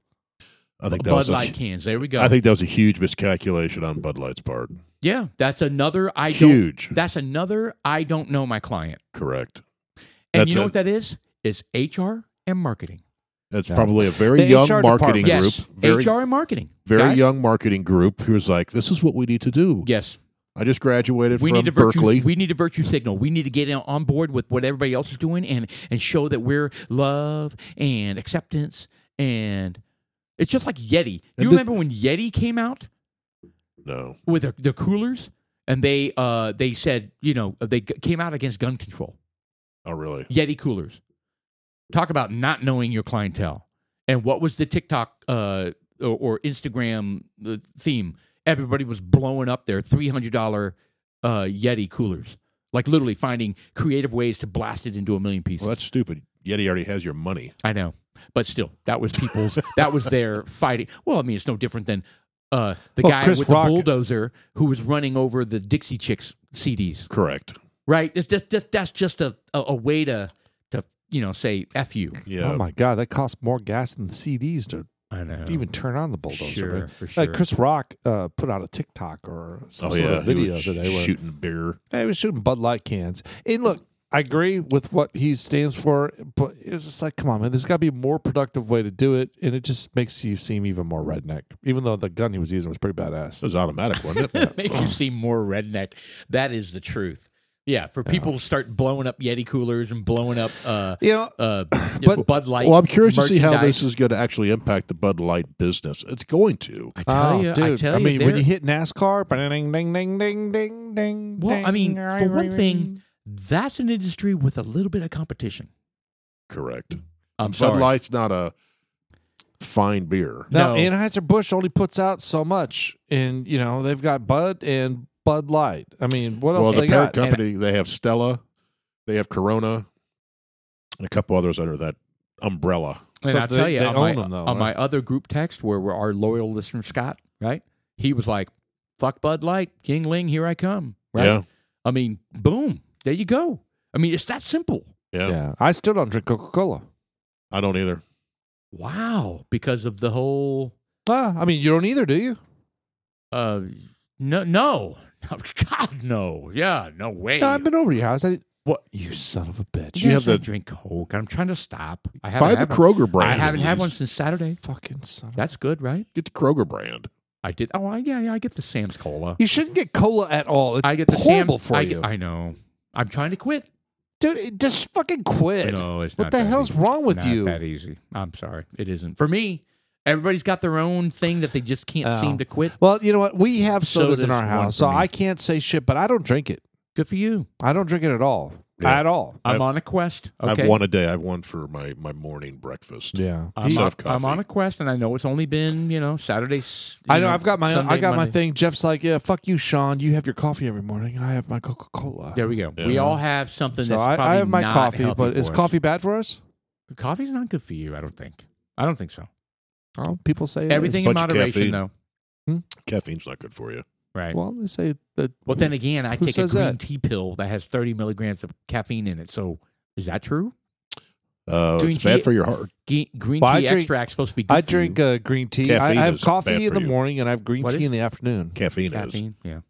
Speaker 2: I think that
Speaker 3: Bud
Speaker 2: was a-
Speaker 3: Light cans. There we go.
Speaker 2: I think that was a huge miscalculation on Bud Light's part.
Speaker 3: yeah, that's another. I
Speaker 2: Huge.
Speaker 3: Don't, that's another. I don't know my client.
Speaker 2: Correct.
Speaker 3: And
Speaker 2: That's
Speaker 3: you know
Speaker 2: a-
Speaker 3: what that is? It's HR and marketing.
Speaker 2: That's
Speaker 1: Yeah.
Speaker 2: probably a very
Speaker 1: The
Speaker 2: young
Speaker 1: HR
Speaker 2: marketing
Speaker 1: department.
Speaker 3: Yes,
Speaker 2: group. Very,
Speaker 3: HR and marketing.
Speaker 2: very
Speaker 3: Guys,
Speaker 2: young marketing group who was like, "This is what we need to do."
Speaker 3: Yes,
Speaker 2: I just graduated
Speaker 3: we
Speaker 2: from
Speaker 3: need a virtue.
Speaker 2: Berkeley.
Speaker 3: We need a virtue signal. We need to get in- on board with what everybody else is doing and and show that we're love and acceptance and it's just like Yeti.
Speaker 2: And
Speaker 3: You
Speaker 2: the-
Speaker 3: remember when Yeti came out?
Speaker 2: no,
Speaker 3: with the, the coolers, and they uh, they said you know they g- came out against gun control.
Speaker 2: oh really?
Speaker 3: Yeti coolers. Talk about not knowing your clientele. And what was the TikTok uh, or, or Instagram uh, theme? Everybody was blowing up their three hundred dollar uh, Yeti coolers, like literally finding creative ways to blast it into a million pieces.
Speaker 2: Well, that's stupid. Yeti already has your money.
Speaker 3: I know, but still, that was people's. that was their fighting. Well, I mean, it's no different than uh, the
Speaker 1: Well,
Speaker 3: guy
Speaker 1: Chris
Speaker 3: with
Speaker 1: Rock-
Speaker 3: the bulldozer who was running over the Dixie Chicks CDs.
Speaker 2: Correct.
Speaker 3: Right? It's just, that- that's just a, a, a way to to you know say f you.
Speaker 2: Yeah.
Speaker 1: Oh my god, that costs more gas than CDs to
Speaker 3: I know.
Speaker 1: even turn on the bulldozer.
Speaker 3: Sure,
Speaker 1: man.
Speaker 3: for
Speaker 1: Like
Speaker 3: sure.
Speaker 1: Chris Rock uh, put out a TikTok or some
Speaker 2: oh
Speaker 1: sort
Speaker 2: yeah.
Speaker 1: of
Speaker 2: he
Speaker 1: video
Speaker 2: was
Speaker 1: today. where-
Speaker 2: shooting beer.
Speaker 1: Yeah, he was shooting Bud Light cans. And look, I agree with what he stands for, but it was just like, come on, man, there's got to be a more productive way to do it, and it just makes you seem even more redneck. Even though the gun he was using was pretty
Speaker 2: It
Speaker 1: badass.
Speaker 2: was automatic, wasn't it?
Speaker 3: makes you seem more redneck. That is the truth. Yeah, for people to start blowing up Yeti coolers and blowing up uh,
Speaker 1: You know,
Speaker 3: uh,
Speaker 1: But-
Speaker 3: Bud Light.
Speaker 2: well, I'm curious to see how
Speaker 3: merchandise.
Speaker 2: this is going to actually impact the Bud Light business. It's going to.
Speaker 3: I tell you, I tell you,
Speaker 1: Ah, Oh, mean, when
Speaker 3: there-
Speaker 1: you hit NASCAR, ding, ding, ding, ding, ding, ding.
Speaker 3: Well, I mean,
Speaker 1: ding,
Speaker 3: for
Speaker 1: ring,
Speaker 3: one
Speaker 1: ring,
Speaker 3: thing,
Speaker 1: ring.
Speaker 3: that's an industry with a little bit of competition.
Speaker 2: Correct.
Speaker 3: I'm
Speaker 2: Bud
Speaker 3: sorry.
Speaker 2: Light's not a fine beer.
Speaker 1: now
Speaker 3: no.
Speaker 1: Anheuser Busch only puts out so much, and you know they've got Bud and Bud Light. I mean, what else
Speaker 2: well, the
Speaker 1: they
Speaker 2: parent
Speaker 1: got?
Speaker 2: company, they have Stella, they have Corona, and a couple others under that umbrella.
Speaker 3: and
Speaker 1: So
Speaker 3: I'll
Speaker 1: they-
Speaker 3: tell you,
Speaker 1: they
Speaker 3: on,
Speaker 1: own
Speaker 3: my,
Speaker 1: them, though,
Speaker 3: on
Speaker 1: right?
Speaker 3: my other group text where, where our loyal listener Scott, right? He was like, "Fuck Bud Light, Ying Ling, here I come." Right?
Speaker 2: Yeah.
Speaker 3: I mean, boom, there you go. I mean, it's that simple.
Speaker 2: Yeah.
Speaker 1: yeah, I still don't drink Coca Cola.
Speaker 2: I don't either.
Speaker 3: Wow, because of the whole
Speaker 1: Ah, I mean, you don't either, do you?
Speaker 3: uh, no, no, God, no, yeah, no way.
Speaker 1: No, I've been over to your house. I didn't-
Speaker 3: What?
Speaker 1: You son of a bitch.
Speaker 2: You have
Speaker 3: I
Speaker 2: the-
Speaker 3: drink Coke. I'm trying to stop. I haven't
Speaker 2: Buy the
Speaker 3: had one.
Speaker 2: Kroger brand.
Speaker 3: I haven't had
Speaker 2: Louise.
Speaker 3: one since Saturday.
Speaker 1: Fucking son. Of-
Speaker 3: That's good, right?
Speaker 2: Get the Kroger brand.
Speaker 3: I did. Oh, I, yeah, yeah. I get the Sam's Cola.
Speaker 1: you shouldn't get cola at all. It's
Speaker 3: I get the
Speaker 1: horrible
Speaker 3: Sam,
Speaker 1: for
Speaker 3: I,
Speaker 1: you,
Speaker 3: get- I know. I'm trying to quit.
Speaker 1: dude. It, just fucking quit.
Speaker 3: No, it's
Speaker 1: what
Speaker 3: not
Speaker 1: the
Speaker 3: that
Speaker 1: hell's
Speaker 3: easy.
Speaker 1: wrong with
Speaker 3: not
Speaker 1: you?
Speaker 3: That easy. I'm sorry, it isn't for me. Everybody's got their own thing that they just can't
Speaker 1: Oh.
Speaker 3: seem to quit.
Speaker 1: Well, you know what? We have sodas
Speaker 3: Soda's
Speaker 1: in our
Speaker 3: one
Speaker 1: house,
Speaker 3: for
Speaker 1: so
Speaker 3: me.
Speaker 1: I can't say shit. But I don't drink it.
Speaker 3: Good for you.
Speaker 1: I don't drink it at all.
Speaker 2: Yeah.
Speaker 1: At all.
Speaker 3: I'm
Speaker 2: I've-
Speaker 3: on a quest. Okay,
Speaker 2: I've one a day. I've one for my, my morning breakfast.
Speaker 1: Yeah.
Speaker 3: I'm,
Speaker 2: Instead
Speaker 3: on,
Speaker 2: of coffee.
Speaker 3: I'm on a quest, and I know it's only been you know Saturday. s- you
Speaker 1: I know. I've got my. own
Speaker 3: Sunday,
Speaker 1: I got my
Speaker 3: Monday.
Speaker 1: thing. Jeff's like, yeah, fuck you, Sean. You have your coffee every morning. I have my Coca Cola.
Speaker 3: There we go.
Speaker 2: Yeah.
Speaker 3: We all have something
Speaker 1: So
Speaker 3: that's
Speaker 1: I,
Speaker 3: probably
Speaker 1: I have my
Speaker 3: not
Speaker 1: coffee,
Speaker 3: healthy
Speaker 1: but
Speaker 3: for
Speaker 1: is
Speaker 3: us.
Speaker 1: coffee bad for us?
Speaker 3: Coffee's not good for you. I don't think. I don't think so.
Speaker 1: Oh, people say it
Speaker 3: Everything
Speaker 1: is.
Speaker 3: in
Speaker 2: Bunch of
Speaker 3: moderation,
Speaker 2: caffeine.
Speaker 3: though.
Speaker 2: Caffeine's not good for you.
Speaker 3: Right.
Speaker 1: Well, they say that.
Speaker 3: Well, then again,
Speaker 1: Who
Speaker 3: I take a green
Speaker 1: says that?
Speaker 3: tea pill that has 30 milligrams of caffeine in it. So is that true?
Speaker 2: Uh,
Speaker 3: Green
Speaker 2: it's bad
Speaker 3: tea-
Speaker 2: for your heart.
Speaker 3: Ge- green
Speaker 1: Well, I
Speaker 3: tea
Speaker 1: drink-
Speaker 3: extract's supposed to be good
Speaker 1: I
Speaker 3: for
Speaker 1: drink
Speaker 3: you.
Speaker 1: uh, green tea. I, I
Speaker 2: Caffeine
Speaker 1: have
Speaker 2: is bad
Speaker 1: coffee in
Speaker 2: for
Speaker 1: the
Speaker 2: you.
Speaker 1: morning and I have green
Speaker 3: What
Speaker 1: tea
Speaker 3: is-
Speaker 1: in the afternoon.
Speaker 2: Caffeine, is.
Speaker 3: caffeine. Yeah.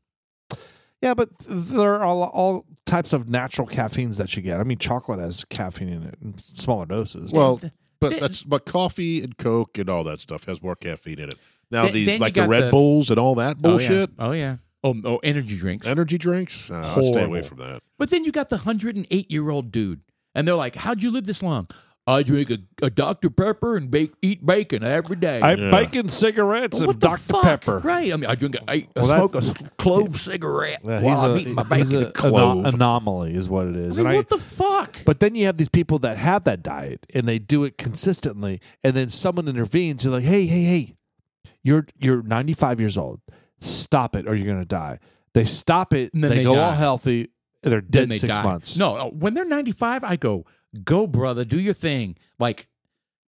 Speaker 1: Yeah, but there are all, all types of natural caffeines that you get. I mean, chocolate has caffeine in it in smaller doses.
Speaker 2: Well, but
Speaker 3: Then-
Speaker 2: that's but coffee and Coke and all that stuff has more caffeine in it. Now
Speaker 3: Then-
Speaker 2: these
Speaker 3: then you
Speaker 2: like the
Speaker 3: got
Speaker 2: Red
Speaker 3: the-
Speaker 2: Bulls and all that bullshit,
Speaker 3: Oh, yeah. Oh, yeah. Oh, oh, energy drinks.
Speaker 2: energy drinks. Uh, I stay away
Speaker 3: Horrible.
Speaker 2: from that.
Speaker 3: But then you got the 108 year old dude, and they're like, How'd you live this long? I drink a, a Dr. Pepper and bake, eat bacon every day.
Speaker 1: I'm
Speaker 2: yeah.
Speaker 1: baking cigarettes
Speaker 3: Well,
Speaker 1: and
Speaker 3: what the
Speaker 1: Dr.
Speaker 3: fuck?
Speaker 1: Pepper.
Speaker 3: Right. I mean, I drink a, I I
Speaker 1: Well,
Speaker 3: smoke a s- clove cigarette
Speaker 1: Yeah,
Speaker 3: while I'm
Speaker 1: he's
Speaker 3: eating
Speaker 1: a,
Speaker 3: my
Speaker 1: he's
Speaker 3: bacon.
Speaker 1: a ano- anomaly, is what it
Speaker 3: I
Speaker 1: is.
Speaker 3: mean,
Speaker 1: And I-
Speaker 3: what the fuck?
Speaker 1: but then you have these people that have that diet and they do it consistently, and then someone intervenes. You're like, hey, hey, hey, you're you're 95 years old. Stop it, or you're gonna die. They stop it.
Speaker 3: And then
Speaker 1: they,
Speaker 3: they
Speaker 1: go
Speaker 3: die.
Speaker 1: all healthy, They're
Speaker 3: then
Speaker 1: dead
Speaker 3: they
Speaker 1: six
Speaker 3: die.
Speaker 1: months.
Speaker 3: No, uh, when they're 95, I go, go, brother, do your thing. Like,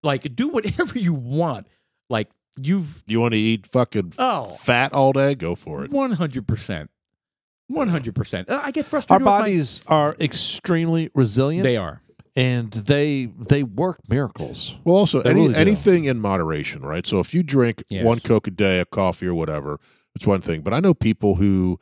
Speaker 3: like do whatever you want. Like, you've
Speaker 2: You want to eat fucking
Speaker 3: Oh.
Speaker 2: fat all day? Go for it.
Speaker 3: 100%. 100%. Uh, I get
Speaker 1: Our
Speaker 3: frustrated. with my-
Speaker 1: bodies are extremely resilient,
Speaker 3: they are.
Speaker 1: and they they work miracles.
Speaker 2: Well, also
Speaker 1: They
Speaker 2: any,
Speaker 1: really do.
Speaker 2: anything in moderation, right? So if you drink
Speaker 3: Yes.
Speaker 2: one Coke a day, a coffee or whatever, it's one thing. But I know people who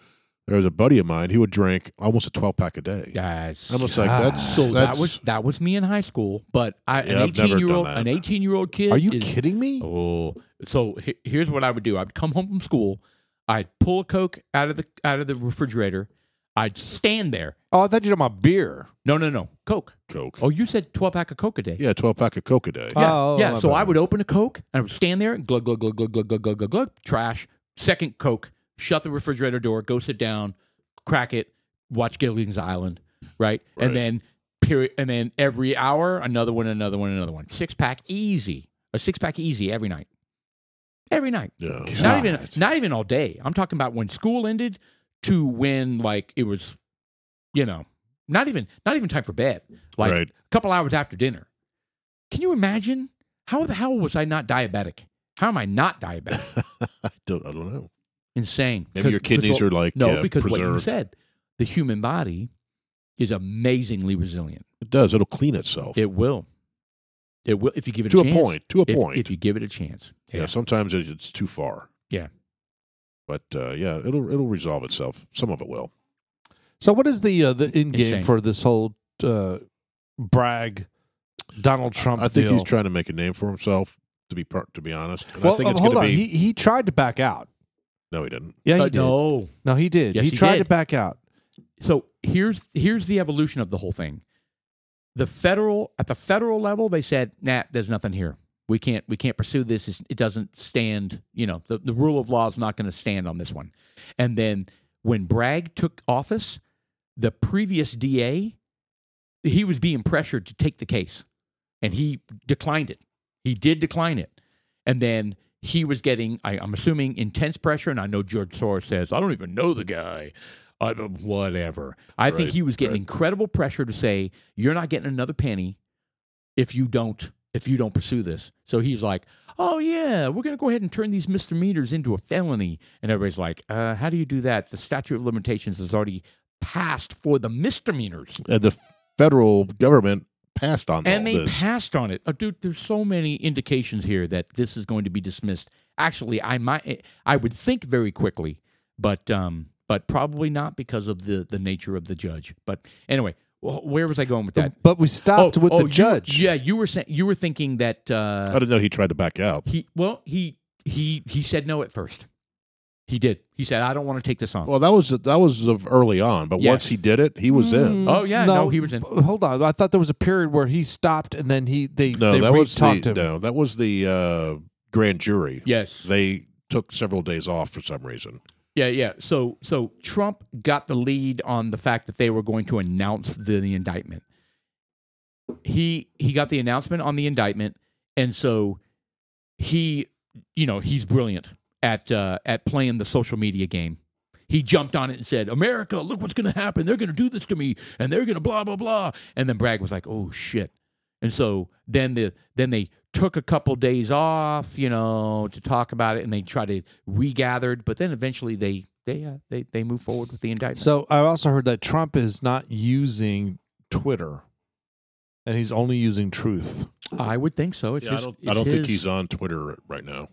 Speaker 2: there was a buddy of mine who would drink almost a twelve pack a day.
Speaker 3: Guys.
Speaker 2: I'm almost like that's,
Speaker 3: So
Speaker 2: that's
Speaker 3: that was that was me in high school, but I,
Speaker 2: Yeah,
Speaker 3: an
Speaker 2: I've never
Speaker 3: eighteen year old
Speaker 2: done that.
Speaker 3: an eighteen year old kid.
Speaker 1: Are you
Speaker 3: is-
Speaker 1: kidding me?
Speaker 3: Oh, so he- here's what I would do. I'd come home from school. I'd pull a coke out of the out of the refrigerator. I'd stand there.
Speaker 1: Oh, I thought you were talking about beer.
Speaker 3: No, no, no, coke.
Speaker 2: Coke.
Speaker 3: Oh, you said twelve pack of coke a day.
Speaker 2: Yeah, twelve pack of Coke a day.
Speaker 3: Yeah,
Speaker 1: Oh,
Speaker 3: yeah.
Speaker 1: my
Speaker 3: So I
Speaker 1: bad.
Speaker 3: would open a Coke and I would stand there, glug, glug, glug, glug, glug, glug, glug, glug, glug, trash. Second Coke, shut the refrigerator door, go sit down, crack it, watch Gilligan's Island, right?
Speaker 2: Right.
Speaker 3: And then period, and then every hour, another one, another one, another one. Six pack easy, a six pack easy every night, every night.
Speaker 2: Yeah.
Speaker 3: Not even not even all day. I'm talking about when school ended to when like it was, you know, not even not even time for bed. Like
Speaker 2: Right.
Speaker 3: a couple hours after dinner. Can you imagine? How the hell was I not diabetic? How am I not diabetic?
Speaker 2: I don't, I don't know.
Speaker 3: Insane.
Speaker 2: Maybe your
Speaker 3: 'Cause- 'cause
Speaker 2: kidneys
Speaker 3: what-
Speaker 2: are like
Speaker 3: no,
Speaker 2: uh,
Speaker 3: because what you
Speaker 2: preserved.
Speaker 3: said, the human body is amazingly resilient.
Speaker 2: It does. It'll clean itself
Speaker 3: It will. It will if you give it
Speaker 2: Oh. to
Speaker 3: a
Speaker 2: a
Speaker 3: chance.
Speaker 2: point. To a
Speaker 3: If-
Speaker 2: point.
Speaker 3: If, you give it a chance.
Speaker 2: yeah. Sometimes it, it's too far.
Speaker 3: Yeah.
Speaker 2: But uh, yeah, it'll it'll resolve itself. Some of it will.
Speaker 1: So what is the uh, the end game
Speaker 3: Insane.
Speaker 1: for this whole uh, brag Donald Trump?
Speaker 2: I think
Speaker 1: deal?
Speaker 2: he's trying to make a name for himself. To be per- to be honest, and
Speaker 1: Well,
Speaker 2: I think
Speaker 1: uh,
Speaker 2: it's
Speaker 1: hold
Speaker 2: going
Speaker 1: on.
Speaker 2: to be.
Speaker 1: He he tried to back out.
Speaker 2: no, he didn't.
Speaker 1: Yeah, he
Speaker 3: But
Speaker 1: did. No.
Speaker 3: Uh, no.
Speaker 1: he did.
Speaker 3: Yes,
Speaker 1: he,
Speaker 3: he
Speaker 1: tried
Speaker 3: did.
Speaker 1: to back out.
Speaker 3: so here's here's the evolution of the whole thing. The federal at the federal level, they said, "Nah, there's nothing here. We can't we can't pursue this. It's- It doesn't stand. You know, the, the rule of law is not going to stand on this one." And then when Bragg took office, the previous DA, he was being pressured to take the case, and he declined it. He did decline it, and then he was getting, I, I'm assuming, intense pressure. And I know George Soros says, "I don't even know the guy." I, uh, whatever. I think
Speaker 2: Right,
Speaker 3: he was getting
Speaker 2: right.
Speaker 3: incredible pressure to say, "You're not getting another penny if you don't if you don't pursue this." So he's like, "Oh yeah, we're gonna go ahead and turn these misdemeanors into a felony." And everybody's like, uh, "How do you do that? The statute of limitations is already passed for the misdemeanors."
Speaker 2: And uh, the federal government passed on all
Speaker 3: and they
Speaker 2: this.
Speaker 3: passed on it. Oh, dude, there's so many indications here that this is going to be dismissed. Actually, I might, I would think very quickly, but um, but probably not because of the the nature of the judge. But anyway, wh- where was I going with that?
Speaker 1: But we stopped
Speaker 3: Oh,
Speaker 1: with
Speaker 3: oh,
Speaker 1: the
Speaker 3: you-
Speaker 1: judge.
Speaker 3: yeah, you were saying you were thinking that
Speaker 2: I
Speaker 3: uh,
Speaker 2: didn't know he tried to back out.
Speaker 3: he well he he he said no at first. He did. He said, "I don't want to take this on."
Speaker 2: Well, that was that was of early on, but
Speaker 3: Yes.
Speaker 2: once he did it, he was in.
Speaker 3: Oh, yeah, no, he was in.
Speaker 1: b- Hold on. I thought there was a period where he stopped and then he they
Speaker 2: No,
Speaker 1: they
Speaker 2: that was
Speaker 1: talked
Speaker 2: the
Speaker 1: him.
Speaker 2: no, that was the uh, grand jury.
Speaker 3: yes,
Speaker 2: They took several days off for some reason.
Speaker 3: Yeah, yeah. So so Trump got the lead on the fact that they were going to announce the, the indictment. He he got the announcement on the indictment, and so he you know he's brilliant at uh, at playing the social media game. He jumped on it and said, "America, look what's going to happen. They're going to do this to me, and they're going to blah blah blah." And then Bragg was like, "Oh shit!" And so then the then they took a couple days off, you know, to talk about it, and they tried to regathered, but then eventually they they uh, they they move forward with the indictment.
Speaker 1: So I also heard that Trump is not using Twitter, and he's only using Truth.
Speaker 3: I would think so. It's
Speaker 2: Yeah, I
Speaker 3: his-
Speaker 2: don't,
Speaker 3: it's
Speaker 2: I don't think
Speaker 3: his-
Speaker 2: he's on Twitter right now.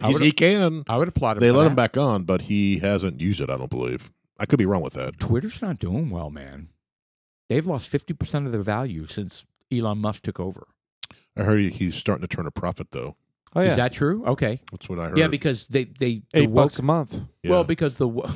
Speaker 3: I
Speaker 2: He's,
Speaker 3: would-
Speaker 2: he can.
Speaker 3: I would applaud him.
Speaker 2: They
Speaker 3: for
Speaker 2: let him
Speaker 3: that.
Speaker 2: back on, but he hasn't used it. I don't believe. I could be wrong with that.
Speaker 3: Twitter's not doing well, man. They've lost fifty percent of their value since Elon Musk took over.
Speaker 2: I heard he, he's starting to turn a profit, though.
Speaker 1: Oh yeah,
Speaker 3: Is that true? Okay.
Speaker 2: That's what I heard.
Speaker 3: Yeah, because they they the
Speaker 1: eight
Speaker 3: woke-
Speaker 1: bucks a month.
Speaker 2: Yeah.
Speaker 3: Well, because the wo-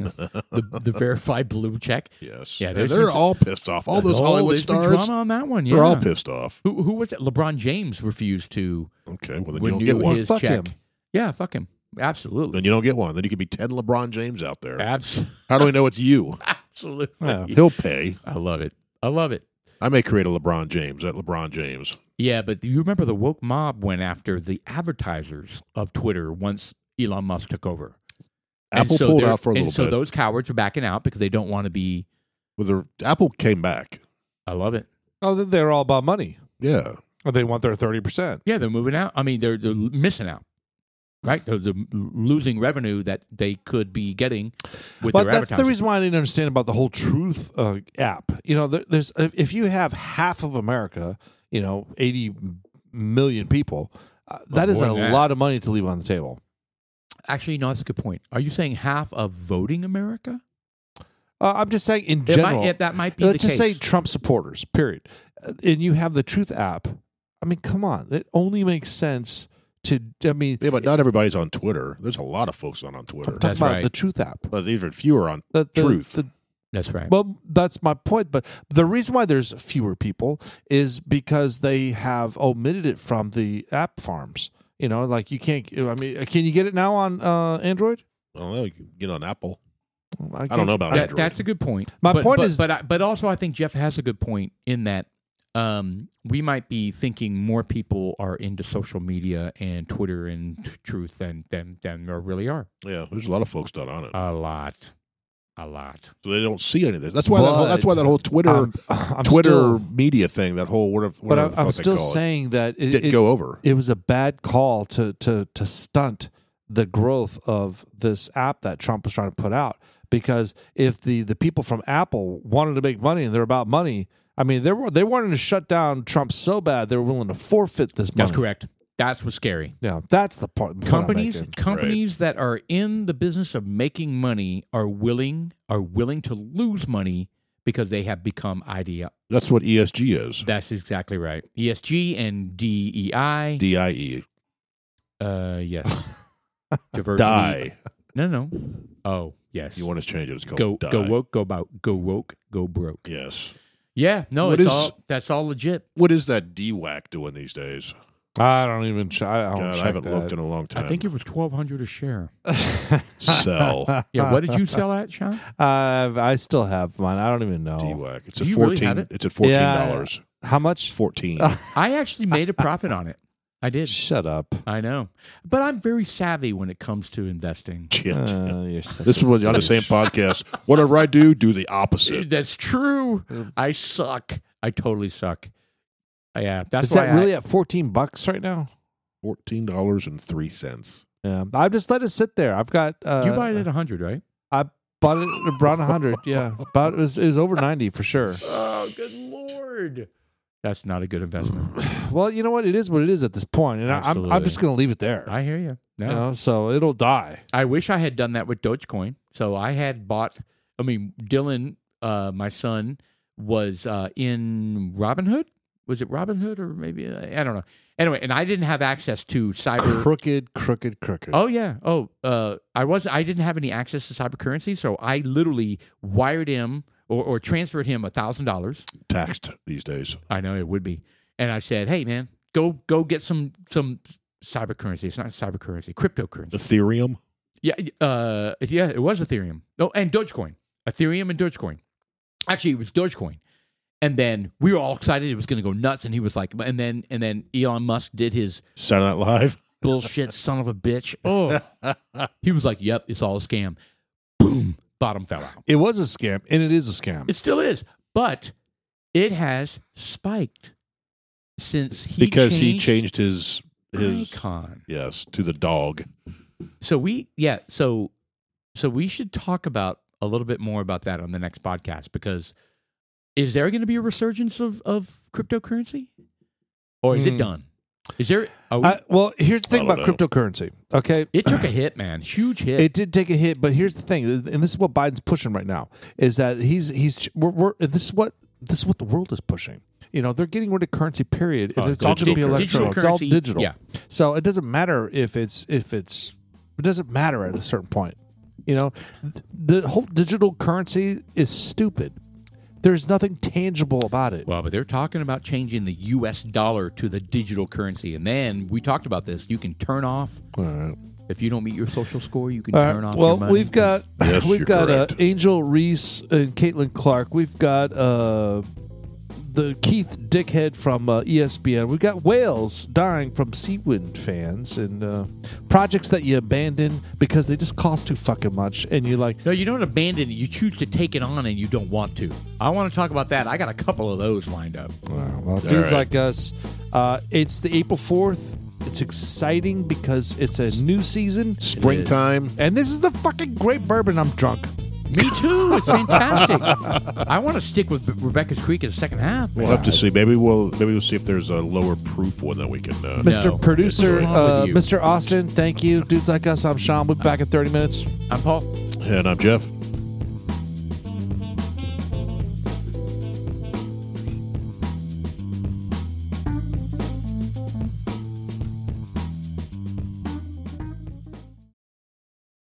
Speaker 3: the the verified blue check.
Speaker 2: yes,
Speaker 3: Yeah,
Speaker 2: And
Speaker 3: there's
Speaker 2: they're
Speaker 3: been-
Speaker 2: all pissed off. All those
Speaker 3: Oh,
Speaker 2: Hollywood
Speaker 3: there's been
Speaker 2: stars,
Speaker 3: drama on that one. Yeah.
Speaker 2: they're all pissed off.
Speaker 3: Who who was it? LeBron James refused to
Speaker 2: Okay, well then you
Speaker 3: renew
Speaker 2: don't get one.
Speaker 3: his
Speaker 1: Fuck
Speaker 3: check.
Speaker 1: him.
Speaker 3: Yeah, fuck him. Absolutely.
Speaker 2: Then you don't get one. Then you could be ten LeBron James out there.
Speaker 3: Abs-
Speaker 2: How do we know it's you?
Speaker 3: Absolutely.
Speaker 1: Yeah.
Speaker 2: He'll pay.
Speaker 3: I love it. I love it.
Speaker 2: I may create a LeBron James. That LeBron James.
Speaker 3: Yeah, but you remember the woke mob went after the advertisers of Twitter once Elon Musk took over. And
Speaker 2: Apple
Speaker 3: so
Speaker 2: pulled
Speaker 3: they're-
Speaker 2: out for a
Speaker 3: and
Speaker 2: little
Speaker 3: so
Speaker 2: bit.
Speaker 3: those cowards are backing out because they don't want to be
Speaker 2: Well, the Apple came back.
Speaker 3: I love it.
Speaker 1: Oh, they- they're all about money.
Speaker 2: Yeah.
Speaker 1: Or they want their thirty percent.
Speaker 3: Yeah, they're moving out. I mean, they're they're missing out, right? They're, they're losing revenue that they could be getting with
Speaker 1: But
Speaker 3: their
Speaker 1: that's the
Speaker 3: advertising.
Speaker 1: reason why I didn't understand about the whole Truth uh, app. You know, there, there's if, if you have half of America, you know, eighty million people, uh, that is a
Speaker 3: more than that.
Speaker 1: lot of money to leave on the table.
Speaker 3: Actually, no, that's a good point. Are you saying half of voting America?
Speaker 1: Uh, I'm just saying in
Speaker 3: It might-
Speaker 1: general.
Speaker 3: it- that might be
Speaker 1: let's
Speaker 3: the
Speaker 1: just say
Speaker 3: case.
Speaker 1: Trump supporters. Period. Uh, And you have the Truth app. I mean, come on, it only makes sense to. I mean,
Speaker 2: Yeah, but not everybody's on Twitter. There's a lot of folks not on Twitter.
Speaker 1: talk
Speaker 3: That's
Speaker 1: about
Speaker 3: right.
Speaker 1: the Truth app.
Speaker 2: But even fewer on
Speaker 1: The, the-
Speaker 2: Truth.
Speaker 1: the-
Speaker 3: That's right.
Speaker 1: Well, that's my point. But the reason why there's fewer people is because they have omitted it from the app farms. You know, like you can't. I mean, can you get it now on uh, Android?
Speaker 2: I don't know. You can get on Apple. I
Speaker 1: can't-
Speaker 2: don't know about
Speaker 3: That-
Speaker 2: Android.
Speaker 3: that's a good point.
Speaker 1: My
Speaker 3: But-
Speaker 1: point
Speaker 3: but-
Speaker 1: is-
Speaker 3: but I, but also I think Jeff has a good point in that um, we might be thinking more people are into social media and Twitter and t- truth than than than there really are.
Speaker 2: yeah, there's a lot of folks not on it,
Speaker 3: A lot, a lot.
Speaker 2: so they don't see any of this. That's why. That whole, that's why
Speaker 1: But
Speaker 2: that whole Twitter,
Speaker 1: I'm- I'm
Speaker 2: Twitter
Speaker 1: still-
Speaker 2: media thing, that whole whatever.
Speaker 1: But
Speaker 2: whatever
Speaker 1: I'm,
Speaker 2: the
Speaker 1: I'm
Speaker 2: fuck they
Speaker 1: still
Speaker 2: call it,
Speaker 1: saying that it,
Speaker 2: didn't
Speaker 1: it-
Speaker 2: go over.
Speaker 1: it was a bad call to to to stunt the growth of this app that Trump was trying to put out because if the the people from Apple wanted to make money and they're about money, I mean they were they wanted to shut down Trump so bad they were willing to forfeit this money.
Speaker 3: That's correct. That's what's scary.
Speaker 1: Yeah, that's the part. point I'm
Speaker 3: companies
Speaker 1: making.
Speaker 3: companies that are in the business of making money are willing are willing to lose money because they have become idea.
Speaker 2: That's what ESG is.
Speaker 3: That's exactly right. ESG and E DEI.
Speaker 2: DIE.
Speaker 3: uh, yes. Diversity.
Speaker 2: Die.
Speaker 3: No, no. Oh, yes.
Speaker 2: You want to change it? It's called
Speaker 3: go
Speaker 2: die.
Speaker 3: go woke go about go woke go broke.
Speaker 2: Yes.
Speaker 3: Yeah. No,
Speaker 2: What
Speaker 3: it's
Speaker 2: is-
Speaker 3: all that's all legit.
Speaker 2: What is that DWAC doing these days?
Speaker 1: I don't even. ch- I don't
Speaker 2: God,
Speaker 1: check
Speaker 2: I haven't
Speaker 1: that.
Speaker 2: looked in a long time.
Speaker 3: I think Oh. it was twelve hundred a share.
Speaker 2: sell
Speaker 3: Yeah. What did you sell at, Sean?
Speaker 1: I've- Uh, I still have mine. I don't even know
Speaker 2: DWAC. It's
Speaker 3: Do
Speaker 2: at
Speaker 3: you really
Speaker 2: fourteen.
Speaker 3: have it? Oh,
Speaker 2: It's at fourteen
Speaker 1: Yeah.
Speaker 2: dollars.
Speaker 1: how much.
Speaker 2: Fourteen.
Speaker 3: I actually made a profit on it. I did.
Speaker 1: Shut up.
Speaker 3: I know. But I'm very savvy when it comes to investing.
Speaker 2: Shit.
Speaker 1: Uh, you're such
Speaker 2: This
Speaker 1: a
Speaker 2: was on the same
Speaker 1: douche.
Speaker 2: podcast. Whatever I do, do the opposite.
Speaker 3: That's true. I suck. I totally suck. Yeah, that's
Speaker 1: Is
Speaker 3: why
Speaker 1: that really at fourteen bucks right now?
Speaker 2: Fourteen dollars and three cents.
Speaker 1: Yeah, I've just let it sit there. I've got uh,
Speaker 3: I, you buy it at hundred, right?
Speaker 1: I bought it around hundred. Yeah, about it was, it was over ninety for sure.
Speaker 3: Oh, good lord, that's not a good investment.
Speaker 1: Well, you know what? It is what it is at this point, and I, I'm I'm
Speaker 3: Absolutely.
Speaker 1: just gonna leave it there.
Speaker 3: I hear you. No,
Speaker 1: You know, so it'll die.
Speaker 3: I wish I had done that with Dogecoin. So I had bought. I mean, Dylan, uh, my son, was uh, in Robinhood. Was it Robinhood or maybe uh, I don't know. Anyway, and I didn't have access to cyber
Speaker 1: Crooked, crooked, crooked.
Speaker 3: Oh yeah. Oh, uh, I was I didn't have any access to cyber currency, so I literally wired him or, or transferred him a thousand dollars.
Speaker 2: Taxed these days.
Speaker 3: I know it would be, and I said, "Hey man, go go get some some cyber currency. It's not cyber currency, cryptocurrency.
Speaker 2: Ethereum.
Speaker 3: Yeah, uh, yeah, it was Ethereum. Oh, and Dogecoin, Ethereum and Dogecoin. Actually, it was Dogecoin." And then we were all excited; it was going to go nuts. And he was like, and then and then Elon Musk did his
Speaker 2: Saturday Night Live.
Speaker 3: bullshit son of a bitch. Oh, he was like, "Yep, it's all a scam." Boom, bottom fell out.
Speaker 1: It was a scam, and it is a scam.
Speaker 3: It still is, but it has spiked since he
Speaker 2: because he
Speaker 3: changed
Speaker 2: changed his his
Speaker 3: icon.
Speaker 2: yes to the dog.
Speaker 3: So we, yeah, so so we should talk about a little bit more about that on the next podcast because is there going to be a resurgence of of cryptocurrency, or is
Speaker 1: Hmm.
Speaker 3: it done? Is there? Are we,
Speaker 1: I, well, here's the thing
Speaker 2: I don't
Speaker 1: about
Speaker 2: know.
Speaker 1: cryptocurrency. Okay,
Speaker 3: it took a hit, man, huge hit.
Speaker 1: It did take a hit, but here's the thing, and this is what Biden's pushing right now: is that he's he's we're, we're this is what this is what the world is pushing. You know, they're getting rid of currency. Period. And
Speaker 3: Oh,
Speaker 1: it's all going to be
Speaker 3: digital
Speaker 1: electronic.
Speaker 3: currency.
Speaker 1: It's all
Speaker 3: Digital
Speaker 1: digital.
Speaker 3: currency,
Speaker 1: So it doesn't matter if it's if it's it doesn't matter at a certain point. You know, the whole digital currency is stupid. There's nothing tangible about it.
Speaker 3: Well, but they're talking about changing the U.S. dollar to the digital currency, and then we talked about this. You can turn off if you don't meet your social score. You can
Speaker 1: All
Speaker 3: turn
Speaker 1: right,
Speaker 3: off.
Speaker 1: well,
Speaker 3: your money.
Speaker 1: we've got
Speaker 2: Yes,
Speaker 1: we've
Speaker 2: you're
Speaker 1: got uh,
Speaker 2: correct.
Speaker 1: Angel Reese and Caitlin Clark. We've got uh, the Keith Dickhead from uh, ESPN. We've got whales dying from sea wind fans and uh, projects that you abandon because they just cost too fucking much. And you're like,
Speaker 3: No, you don't abandon it. You choose to take it on and you don't want to. I want to talk about that. I got a couple of those lined up.
Speaker 1: Wow, well, dudes
Speaker 2: right.
Speaker 1: like us. Uh, it's the April Fourth. It's exciting because it's a new season,
Speaker 2: Springtime.
Speaker 1: and this is the fucking great bourbon. I'm drunk.
Speaker 3: Me too. It's fantastic. I want to stick with Rebecca's Creek in the second half. man.
Speaker 2: We'll have to see. Maybe we'll maybe we'll see if there's a lower proof one that we can. Uh,
Speaker 1: Mr.
Speaker 3: No.
Speaker 1: Producer,
Speaker 3: What's wrong with
Speaker 1: uh,
Speaker 3: you?
Speaker 1: Mr. Austin, thank you. Dudes like us. I'm Sean. We'll be back in 30 minutes.
Speaker 3: I'm Paul.
Speaker 2: And I'm Jeff.